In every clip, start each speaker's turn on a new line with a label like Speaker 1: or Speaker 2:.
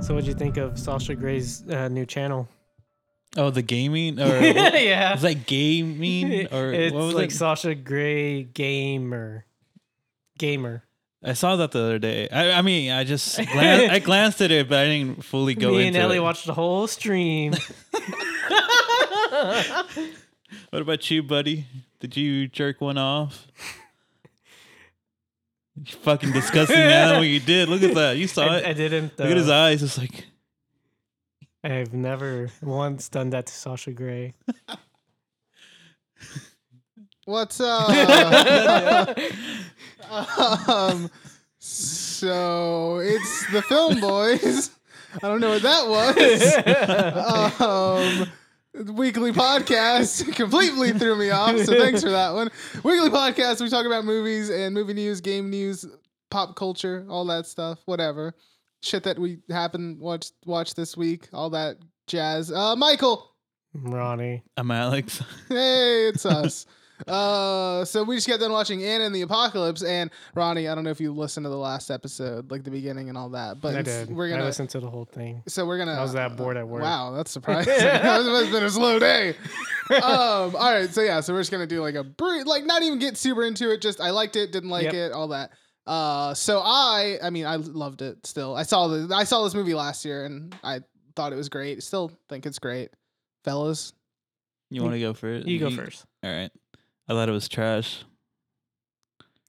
Speaker 1: So, what'd you think of Sasha Gray's uh, new channel?
Speaker 2: Oh, the gaming or what-
Speaker 1: yeah,
Speaker 2: was that gaming or
Speaker 1: it's
Speaker 2: what was
Speaker 1: like
Speaker 2: like?
Speaker 1: Sasha Gray gamer, gamer.
Speaker 2: I saw that the other day. I, I mean, I just glanced, I glanced at it, but I didn't fully go
Speaker 1: Me
Speaker 2: into
Speaker 1: and Ellie
Speaker 2: it.
Speaker 1: watched the whole stream.
Speaker 2: What about you, buddy? Did you jerk one off? you fucking disgusting man. What you did? Look at that. You saw
Speaker 1: I,
Speaker 2: it.
Speaker 1: I didn't.
Speaker 2: Look at his
Speaker 1: though.
Speaker 2: eyes. It's like
Speaker 1: I've never once done that to Sasha Gray.
Speaker 3: What's up? um, so it's the film boys. I don't know what that was. Um, weekly podcast completely threw me off. So thanks for that one. Weekly podcast. We talk about movies and movie news, game news, pop culture, all that stuff. Whatever shit that we happen watched watch this week. All that jazz. Uh, Michael.
Speaker 1: Ronnie.
Speaker 2: I'm Alex.
Speaker 3: hey, it's us. uh, so we just got done watching Anna and the Apocalypse, and Ronnie, I don't know if you listened to the last episode, like the beginning and all that, but
Speaker 1: I
Speaker 3: it's-
Speaker 1: did.
Speaker 3: we're gonna.
Speaker 1: I listened to the whole thing.
Speaker 3: so we're gonna.
Speaker 1: I was that bored at work.
Speaker 3: Wow, that's surprising. it's been a slow day. um, all right, so yeah, so we're just gonna do like a brief, like not even get super into it. Just I liked it, didn't like
Speaker 1: Yep.
Speaker 3: it, all that. Uh, so I, I mean, I loved it. Still, I saw the, I saw this movie last year, and I thought it was great. Still think it's great, fellas.
Speaker 2: You want to go first?
Speaker 1: You go first.
Speaker 2: All right. I thought it was trash.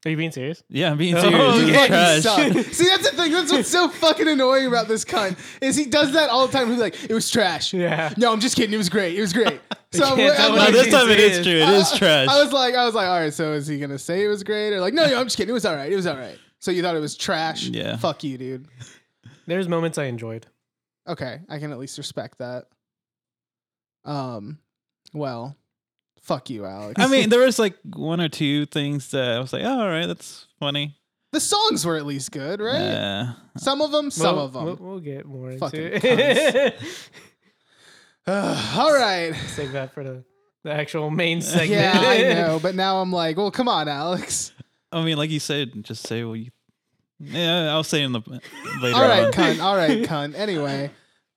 Speaker 1: Are you being serious?
Speaker 2: Yeah, I'm being
Speaker 1: Oh,
Speaker 2: serious. It was
Speaker 1: okay.
Speaker 2: trash.
Speaker 3: suck. See, that's the thing. That's what's so fucking annoying about this cunt is he does that all the time. He's like, it was trash.
Speaker 1: Yeah.
Speaker 3: No, I'm just kidding. It was great. It was great. So
Speaker 1: can't
Speaker 3: I'm-
Speaker 1: tell
Speaker 3: I'm
Speaker 1: what
Speaker 2: No,
Speaker 3: like-
Speaker 1: he's
Speaker 2: this time it is
Speaker 1: serious.
Speaker 2: true. It is trash.
Speaker 3: I was like, I was like, all right. So is he gonna say it was great or like, no, no, I'm just kidding. It was all right. It was all right. So you thought it was trash?
Speaker 2: Yeah.
Speaker 3: Fuck you, dude.
Speaker 1: There's moments I enjoyed.
Speaker 3: Okay, I can at least respect that. Um, well, fuck you, Alex.
Speaker 2: I mean, there was like one or two things that I was like, oh, all right, that's funny. Uh,
Speaker 3: the songs were at least good, right?
Speaker 2: Yeah.
Speaker 3: Some of them, some
Speaker 1: We'll-
Speaker 3: of them.
Speaker 1: We'll, we'll get more
Speaker 3: Fucking
Speaker 1: into it.
Speaker 3: all right.
Speaker 1: Save that for the, the actual main segment.
Speaker 3: Yeah, I know. But now I'm like, well, come on, Alex.
Speaker 2: I mean, like you said, just say what you. Yeah, I'll say in the later
Speaker 3: All right,
Speaker 2: on.
Speaker 3: cunt. All right, cunt. Anyway,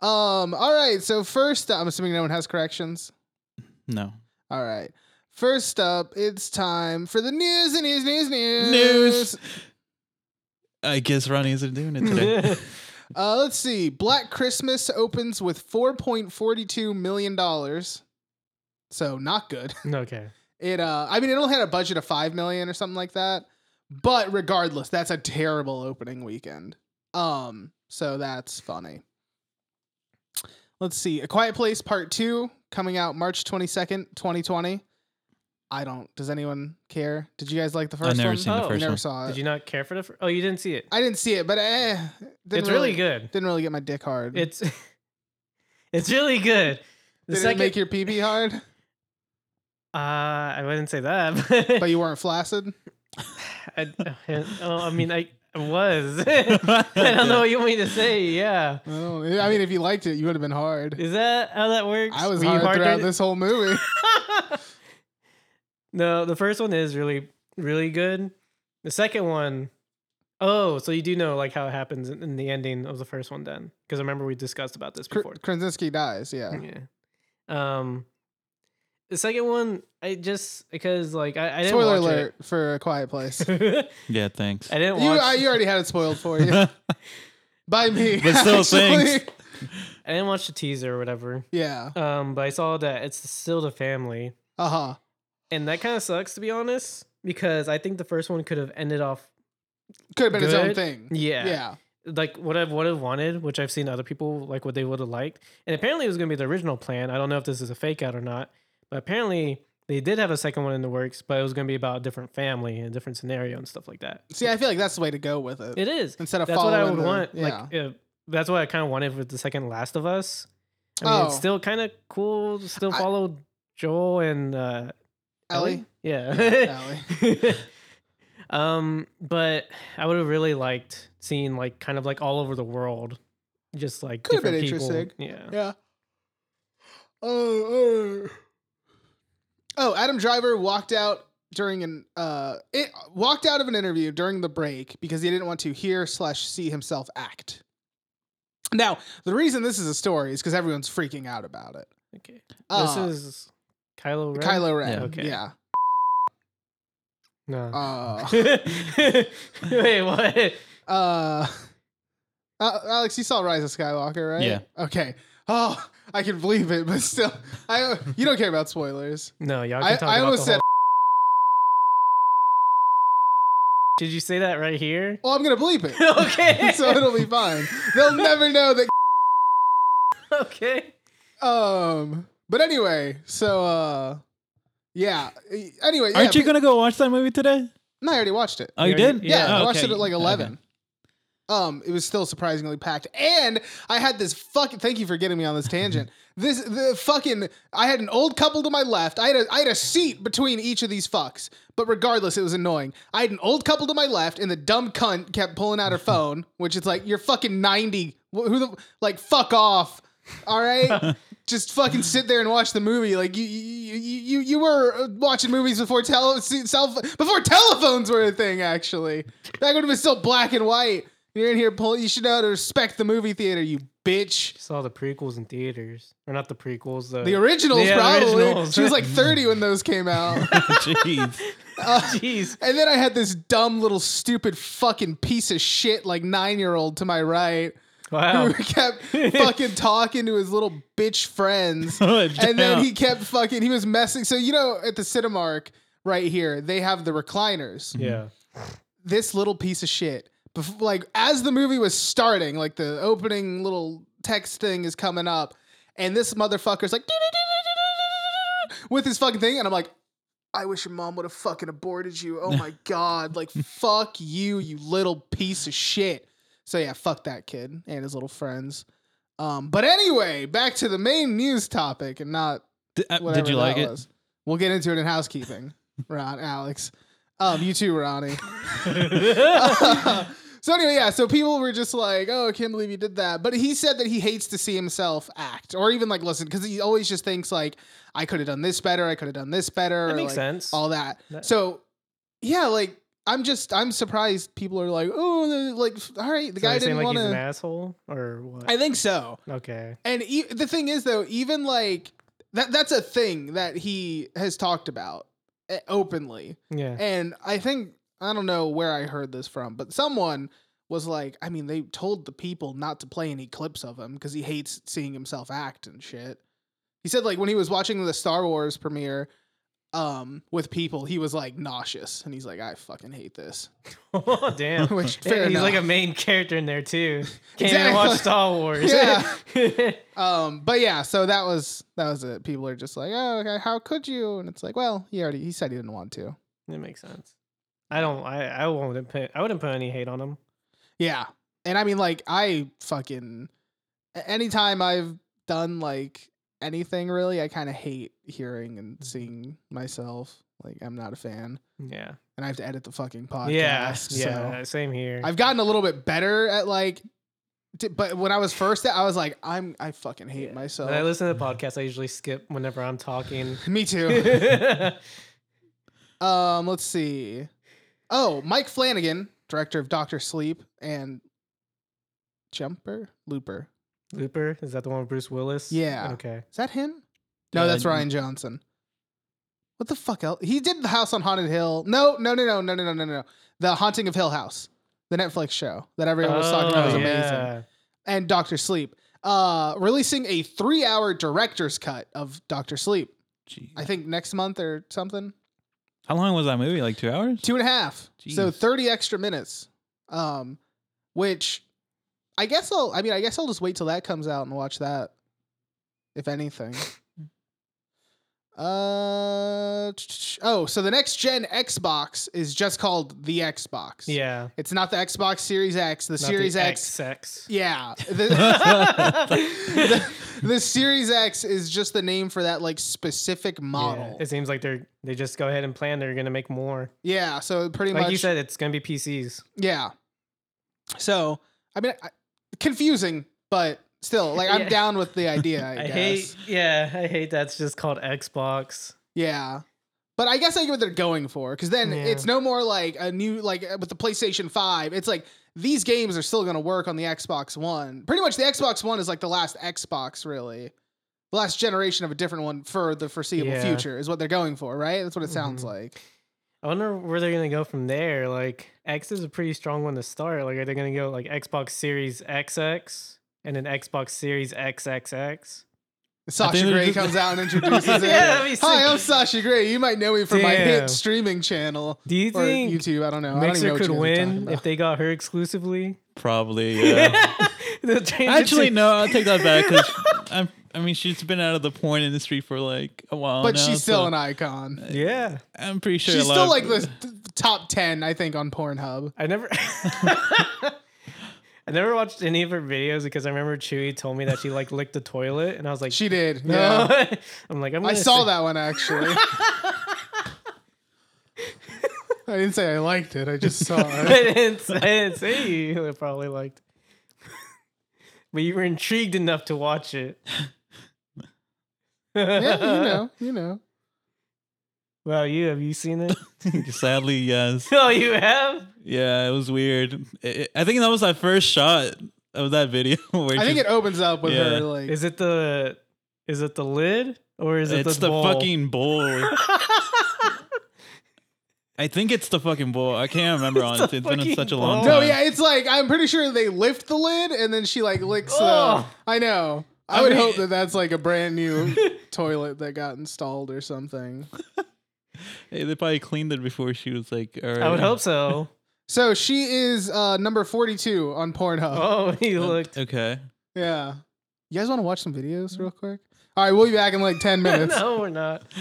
Speaker 3: um, all right. So first, I'm assuming no one has corrections.
Speaker 2: No.
Speaker 3: All right. First up, it's time for the news and news, news, news.
Speaker 2: News. I guess Ronnie isn't doing it today.
Speaker 3: Uh, let's see. Black Christmas opens with 4.42 million dollars. So not good.
Speaker 1: okay.
Speaker 3: It. Uh, I mean, it only had a budget of five million or something like that. But regardless, that's a terrible opening weekend. Um. So that's funny. Let's see. A Quiet Place Part 2 coming out March 22nd, 2020. I don't. Does anyone care? Did you guys like the first
Speaker 2: I've never
Speaker 3: one?
Speaker 2: seen
Speaker 1: Oh.
Speaker 2: the
Speaker 3: I
Speaker 2: first
Speaker 3: never
Speaker 2: one.
Speaker 3: saw it.
Speaker 1: Did you not care for the? Fr- oh, you didn't see it.
Speaker 3: I didn't see it, but eh. didn't
Speaker 1: it's really, good.
Speaker 3: Didn't really get my dick hard.
Speaker 1: It's it's really good. The
Speaker 3: Did
Speaker 1: second,
Speaker 3: it make your pee pee hard?
Speaker 1: uh, I wouldn't say that. But
Speaker 3: but you weren't flaccid?
Speaker 1: I, oh, I mean, I, I was. I don't know what you want me to say. Yeah.
Speaker 3: Oh, I mean, if you liked it, you would have been hard.
Speaker 1: Is that how that works?
Speaker 3: I was
Speaker 1: Were you
Speaker 3: hard throughout
Speaker 1: during-
Speaker 3: this whole movie.
Speaker 1: no, the first one is really, really good. The second one, oh, so you do know like how it happens in, in the ending of the first one, then? Because I remember we discussed about this
Speaker 3: Kr-
Speaker 1: before.
Speaker 3: Krasinski dies, yeah.
Speaker 1: yeah. Um, the second one, I just because like I, I didn't
Speaker 3: Spoiler
Speaker 1: watch
Speaker 3: alert for A Quiet Place.
Speaker 1: It.
Speaker 2: Yeah, thanks.
Speaker 1: I didn't
Speaker 3: you,
Speaker 1: watch.
Speaker 3: I, you already had it spoiled for you by me.
Speaker 2: But still, thanks.
Speaker 3: actually.
Speaker 1: I didn't watch the teaser or whatever.
Speaker 3: Yeah.
Speaker 1: Um, but I saw that it's still the family.
Speaker 3: Uh huh.
Speaker 1: And that kind of sucks to be honest, because I think the first one could have ended off
Speaker 3: Could have been its own
Speaker 1: Good.
Speaker 3: thing.
Speaker 1: yeah,
Speaker 3: Yeah.
Speaker 1: like what I would have wanted, which I've seen other people like what they would have liked. And apparently it was gonna be the original plan. I don't know if this is a fake out or not, but apparently they did have a second one in the works, but it was gonna be about a different family and a different scenario and stuff like that.
Speaker 3: See, I feel like that's the way to go with it.
Speaker 1: It is.
Speaker 3: Instead of
Speaker 1: That's what I
Speaker 3: following
Speaker 1: would
Speaker 3: the-
Speaker 1: want.
Speaker 3: yeah.
Speaker 1: Like if, that's what I kind of wanted with the second Last of Us. I mean, it's
Speaker 3: Oh.
Speaker 1: still kind of cool. to Still
Speaker 3: I-
Speaker 1: follow Joel and uh,
Speaker 3: Ellie?
Speaker 1: Yeah.
Speaker 3: Yeah,
Speaker 1: um, but I would have really liked seeing like kind of like all over the world, just like
Speaker 3: Could've been
Speaker 1: different people.
Speaker 3: interesting.
Speaker 1: Yeah.
Speaker 3: Yeah. Oh, oh. Oh, Adam Driver walked out during an uh it walked out of an interview during the break because he didn't want to hear slash see himself act. Now, the reason this is a story is because everyone's freaking out about it.
Speaker 1: Okay.
Speaker 3: Uh,
Speaker 1: this is Kylo Ren.
Speaker 3: Kylo Ren.
Speaker 2: Yeah.
Speaker 1: Okay.
Speaker 3: Yeah.
Speaker 1: No.
Speaker 3: Uh,
Speaker 1: Wait, what?
Speaker 3: uh, uh, Alex, you saw Rise of Skywalker, right?
Speaker 2: Yeah.
Speaker 3: Okay. Oh, I can believe it, but still, I you don't care about spoilers.
Speaker 1: No, y'all
Speaker 3: I,
Speaker 1: can talk
Speaker 3: I
Speaker 1: about
Speaker 3: almost
Speaker 1: the
Speaker 3: said,
Speaker 1: whole- Did you say that right here?
Speaker 3: "Well, I'm gonna bleep it."
Speaker 1: okay.
Speaker 3: so it'll be fine. They'll never know that.
Speaker 1: okay.
Speaker 3: Um, but anyway, so uh, yeah. Anyway, yeah,
Speaker 2: Aren't you
Speaker 3: pe-
Speaker 2: gonna go watch that movie today?
Speaker 3: No, I already watched it.
Speaker 2: Oh, you
Speaker 1: Yeah,
Speaker 2: did?
Speaker 1: yeah.
Speaker 3: Yeah,
Speaker 2: Oh,
Speaker 3: I watched
Speaker 2: okay.
Speaker 3: it at like
Speaker 2: Okay.
Speaker 3: eleven. Um, it was still surprisingly packed, and I had this fucking. Thank you for getting me on this tangent. This the fucking. I had an old couple to my left. I had a I had a seat between each of these fucks. But regardless, it was annoying. I had an old couple to my left, and the dumb cunt kept pulling out her phone, which is like you're fucking ninety. Wh- Who the like? Fuck off. All right, just fucking sit there and watch the movie. Like you, you, you, you, you were uh, watching movies before tele, cell, before telephones were a thing. Actually, back when it was still black and white. You're in here pull. You should know how to respect the movie theater, you bitch.
Speaker 1: Saw the prequels in theaters, or not the prequels? The,
Speaker 3: The originals,
Speaker 1: Yeah, the
Speaker 3: probably.
Speaker 1: originals.
Speaker 3: She was like 30 when those came out.
Speaker 2: Jeez.
Speaker 1: Jeez.
Speaker 3: And then I had this dumb little stupid fucking piece of shit, like nine year old to my right,
Speaker 1: Wow.
Speaker 3: who kept fucking talking to his little bitch friends. and then he kept fucking he was messing so you know at the cinemark right here they have the recliners
Speaker 1: yeah.
Speaker 3: this little piece of shit bef- like as the movie was starting like the opening little text thing is coming up and this motherfucker's like with his fucking thing and i'm like I wish your mom would have fucking aborted you. Oh my god. Like fuck you, you little piece of shit. So yeah, fuck that kid and his little friends. Um, but anyway, back to the main news topic and not
Speaker 2: Did, uh,
Speaker 3: whatever
Speaker 2: did you
Speaker 3: that
Speaker 2: like it?
Speaker 3: was. We'll get into it in housekeeping, Ron, Alex. Um, you too, Ronnie. so anyway, yeah. So people were just like, "Oh, I can't believe you did that." But he said that he hates to see himself act, or even like listen, because he always just thinks like, "I could have done this better. I could have done this better."
Speaker 1: That
Speaker 3: or,
Speaker 1: makes
Speaker 3: like,
Speaker 1: sense.
Speaker 3: All that.
Speaker 1: That-
Speaker 3: So, yeah, like I'm just I'm surprised people are like, "Oh, the- like f- all right, the
Speaker 1: So
Speaker 3: guy
Speaker 1: you're saying
Speaker 3: didn't
Speaker 1: like
Speaker 3: want
Speaker 1: he's an
Speaker 3: to."
Speaker 1: asshole or what?
Speaker 3: I think so.
Speaker 1: okay.
Speaker 3: And e- the thing is, though, even like that, that's a thing that he has talked about eh, openly.
Speaker 1: Yeah.
Speaker 3: And I think, I don't know where I heard this from, but someone was like, I mean, they told the people not to play any clips of him because he hates seeing himself act and shit. He said, like, when he was watching the Star Wars premiere um, with people, he was like nauseous. And he's like, I fucking hate this.
Speaker 1: oh damn.
Speaker 3: Which,
Speaker 1: Yeah,
Speaker 3: fair
Speaker 1: he's like a
Speaker 3: enough.
Speaker 1: main character in there too. Can't
Speaker 3: Exactly.
Speaker 1: even watch Star Wars.
Speaker 3: Yeah.
Speaker 1: yeah.
Speaker 3: Um, but yeah, so that was that was it. People are just like, oh, okay, how could you? And it's like, well, he already he said he didn't want to.
Speaker 1: That makes sense. I don't. I. I wouldn't put. I wouldn't put any hate on him.
Speaker 3: Yeah, and I mean, like, I fucking a- anytime I've done like anything really, I kind of hate hearing and seeing myself. Like, I'm not a fan,
Speaker 1: Yeah.
Speaker 3: and I have to edit the fucking podcast.
Speaker 1: yeah.
Speaker 3: so.
Speaker 1: Yeah. Same here.
Speaker 3: I've gotten a little bit better at like, t- but when I was first, I was like, I'm I fucking hate
Speaker 1: Yeah.
Speaker 3: myself.
Speaker 1: when I listen to the podcast, I usually skip whenever I'm talking.
Speaker 3: Me too.
Speaker 1: yeah.
Speaker 3: Um, let's see. Oh, Mike Flanagan, director of Doctor Sleep and Jumper Looper.
Speaker 1: Looper is that the one with Bruce Willis?
Speaker 3: Yeah.
Speaker 1: Okay.
Speaker 3: Is that him? No,
Speaker 2: Yeah,
Speaker 3: that's
Speaker 2: I-
Speaker 3: Ryan Johnson. What the fuck else? He did The House on Haunted Hill. No, no, no, no, no, no, no, no, no. The Haunting of Hill House, the Netflix show that everyone was talking about was
Speaker 1: Oh,
Speaker 3: amazing.
Speaker 1: yeah.
Speaker 3: And Doctor Sleep. Uh, releasing a three-hour director's cut of Doctor Sleep.
Speaker 2: Jeez.
Speaker 3: I think next month or something.
Speaker 2: How long was that movie? Like two hours?
Speaker 3: Two and a half. So
Speaker 2: Jeez.
Speaker 3: 30 extra minutes. Um, which I guess I'll, I mean, I guess I'll just wait till that comes out and watch that, if anything. uh, oh, so the next gen Xbox is just called the Xbox.
Speaker 1: Yeah.
Speaker 3: It's not the Xbox Series X. The
Speaker 1: Not
Speaker 3: Series
Speaker 1: the
Speaker 3: X.
Speaker 1: sex.
Speaker 3: Yeah. The, the, the Series X is just the name for that like specific model.
Speaker 1: Yeah, it seems like they're they just go ahead and plan they're gonna make more.
Speaker 3: Yeah, so pretty
Speaker 1: Like
Speaker 3: much
Speaker 1: you said, it's gonna be PCs.
Speaker 3: Yeah. So I mean, I, confusing, but still, like I'm
Speaker 1: Yeah.
Speaker 3: down with the idea. I,
Speaker 1: I,
Speaker 3: guess.
Speaker 1: hate. Yeah, I hate that's just called Xbox.
Speaker 3: Yeah. But I guess I get what they're going for because then
Speaker 1: Yeah.
Speaker 3: it's no more like a new like uh, with the PlayStation Five. It's like these games are still going to work on the Xbox One. Pretty much the Xbox One is like the last Xbox, really. The last generation of a different one for the foreseeable
Speaker 1: Yeah.
Speaker 3: future is what they're going for, right? That's what it sounds
Speaker 1: Mhm.
Speaker 3: like.
Speaker 1: I wonder where they're gonna go from there. Like X is a pretty strong one to start. Like are they gonna go like Xbox Series XX and then Xbox Series XXX?
Speaker 3: Sasha
Speaker 2: think they're
Speaker 3: Grey
Speaker 2: just-
Speaker 3: comes out and introduces it.
Speaker 1: Yeah, that'd be
Speaker 3: Hi,
Speaker 1: sick.
Speaker 3: I'm Sasha Grey. You might know me from my
Speaker 1: Damn.
Speaker 3: hit streaming channel
Speaker 1: Do you
Speaker 3: or
Speaker 1: think
Speaker 3: YouTube. I don't know. I
Speaker 1: Mixer
Speaker 3: don't
Speaker 1: could
Speaker 3: even know what you guys are talking
Speaker 1: win
Speaker 3: about.
Speaker 1: if they got her exclusively?
Speaker 2: Probably. Yeah.
Speaker 1: They'll change it
Speaker 2: Actually,
Speaker 1: to-
Speaker 2: no. I'll take that back because I mean she's been out of the porn industry for like a while.
Speaker 3: but
Speaker 2: now,
Speaker 3: she's still
Speaker 2: so
Speaker 3: an icon.
Speaker 1: Yeah,
Speaker 2: I'm pretty sure.
Speaker 3: she's
Speaker 2: a lot
Speaker 3: still
Speaker 2: of-
Speaker 3: like the th- top 10, I think, on Pornhub.
Speaker 1: I never. I never watched any of her videos because I remember Chewy told me that she like licked the toilet, and I was like,
Speaker 3: She did.
Speaker 1: "No."
Speaker 3: Yeah.
Speaker 1: I'm like, I'm
Speaker 3: I
Speaker 1: gonna
Speaker 3: saw
Speaker 1: say-
Speaker 3: that one actually. I didn't say I liked it. I just saw it.
Speaker 1: I didn't, I didn't see you. I probably liked. but you were intrigued enough to watch it.
Speaker 3: Yeah, you know, you know.
Speaker 1: Well, you have you seen it?
Speaker 2: Sadly, yes.
Speaker 1: oh, you have.
Speaker 2: Yeah, it was weird. It- it- I think that was that first shot of that video. Where
Speaker 3: I think
Speaker 2: she's-
Speaker 3: it opens up with
Speaker 2: Yeah.
Speaker 3: her like
Speaker 1: Is it the? Is it the lid or is it
Speaker 2: it's the,
Speaker 1: bowl?
Speaker 2: fucking bowl. I think it's the fucking bowl. I can't remember
Speaker 1: It's
Speaker 2: honestly.
Speaker 1: the
Speaker 2: It's been
Speaker 1: fucking
Speaker 2: such a long
Speaker 1: bowl.
Speaker 2: time.
Speaker 3: No, yeah, it's like I'm pretty sure they lift the lid and then she like licks the.
Speaker 1: Oh.
Speaker 3: I know. I,
Speaker 2: I
Speaker 3: would
Speaker 2: mean-
Speaker 3: hope that that's like a brand new toilet that got installed or something.
Speaker 2: Hey, they probably cleaned it before she was like. All right.
Speaker 1: I would hope so.
Speaker 3: So she is uh, number 42 on Pornhub.
Speaker 1: Oh, he looked.
Speaker 2: Okay.
Speaker 3: Yeah. You guys want to watch some videos real quick? All right, we'll be back in like 10 minutes.
Speaker 1: no, we're not.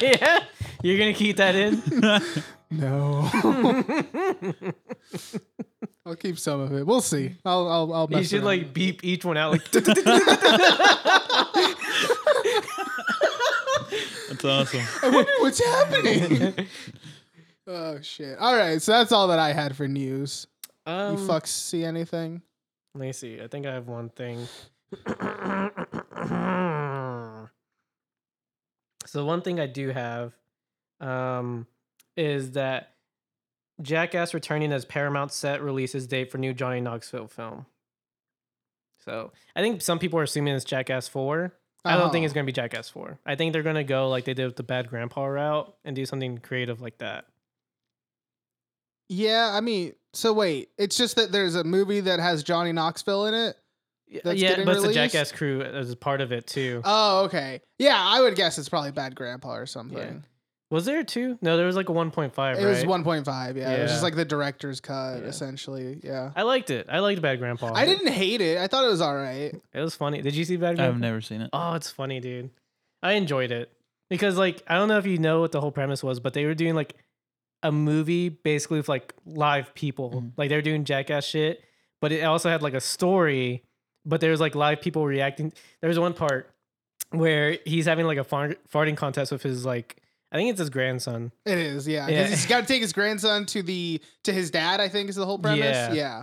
Speaker 1: yeah, you're gonna keep that in.
Speaker 3: no. I'll keep some of it. We'll see. I'll I'll I'll
Speaker 1: You
Speaker 3: mess
Speaker 1: should
Speaker 3: around.
Speaker 1: like beep each one out. Like,
Speaker 2: That's awesome.
Speaker 3: I wonder what's happening. oh shit. All right, so that's all that I had for news. You
Speaker 1: um,
Speaker 3: fucks see anything?
Speaker 1: Let me see. I think I have one thing. so one thing I do have um, is that Jackass returning as Paramount set releases date for new Johnny Knoxville film. So I think some people are assuming it's Jackass Four. I don't think
Speaker 3: Oh.
Speaker 1: it's going to be Jackass Four. I think they're going to go like they did with the Bad Grandpa route and do something creative like that.
Speaker 3: Yeah, I mean, so wait, it's just that there's a movie that has Johnny Knoxville in it.
Speaker 1: Y-
Speaker 3: That's
Speaker 1: yeah,
Speaker 3: getting
Speaker 1: but it's the
Speaker 3: released?
Speaker 1: Jackass crew as part of it too.
Speaker 3: Oh, okay. Yeah, I would guess it's probably Bad Grandpa or something.
Speaker 1: was there a two? No, there was like a one point five.
Speaker 3: It
Speaker 1: right?
Speaker 3: was 1.5. Yeah, it was just
Speaker 1: Yeah.
Speaker 3: like the director's cut
Speaker 1: Yeah.
Speaker 3: essentially. Yeah.
Speaker 1: I liked it. I liked Bad Grandpa.
Speaker 3: I didn't hate it. I thought it was all right.
Speaker 1: It was funny. Did you see Bad Grandpa?
Speaker 2: I've never seen it.
Speaker 1: Oh, it's funny, dude. I enjoyed it because, like, I don't know if you know what the whole premise was, but they were doing like a movie basically with like live people.
Speaker 2: Mhm.
Speaker 1: Like they were doing jackass shit, but it also had like a story. But there was like live people reacting. There was one part where he's having like a far- farting contest with his like, I think it's his grandson.
Speaker 3: It is, yeah. Because
Speaker 1: Yeah.
Speaker 3: he's got to take his grandson to the to his dad. I think is the whole premise. Yeah.
Speaker 1: Yeah.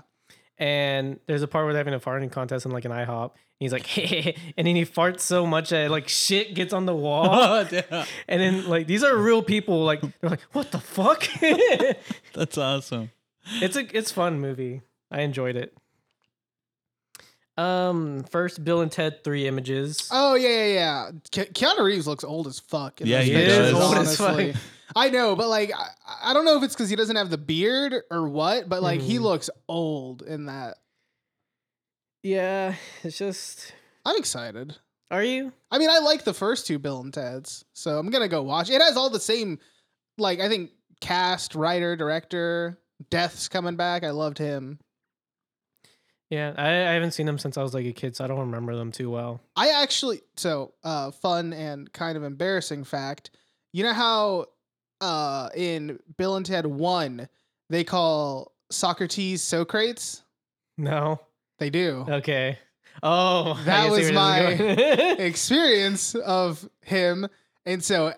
Speaker 1: and there's a part where they're having a farting contest in like an IHOP. And he's like, and then he farts so much that like shit gets on the wall.
Speaker 2: Oh, damn.
Speaker 1: and then like these are real people. Like they're like, what the fuck? it's
Speaker 2: That's awesome.
Speaker 1: a it's fun movie. I enjoyed it. Um, first Bill and Ted three images.
Speaker 3: Oh yeah, yeah, yeah. Ke- Keanu Reeves looks old as fuck. in
Speaker 2: Yeah,
Speaker 3: this
Speaker 2: he
Speaker 3: picture,
Speaker 2: does. He is old
Speaker 1: as
Speaker 3: honestly.
Speaker 1: fuck.
Speaker 3: I know, but like, I, I don't know if it's because he doesn't have the beard or what, but like, he
Speaker 1: Mhm.
Speaker 3: looks old in that.
Speaker 1: Yeah, it's just.
Speaker 3: I'm excited.
Speaker 1: Are you?
Speaker 3: I mean, I like the first two Bill and Ted's, so I'm gonna go watch. It has all the same, like I think cast, writer, director. Death's coming back. I loved him.
Speaker 1: Yeah, I, I haven't seen them since I was like a kid, so I don't remember them too well.
Speaker 3: I actually so uh fun and kind of embarrassing fact. You know how uh in Bill and Ted 1 they call Socrates Socrates?
Speaker 1: No.
Speaker 3: They do.
Speaker 1: Okay. Oh, I
Speaker 3: That
Speaker 1: guess
Speaker 3: was
Speaker 1: he just going-
Speaker 3: Experience of him and so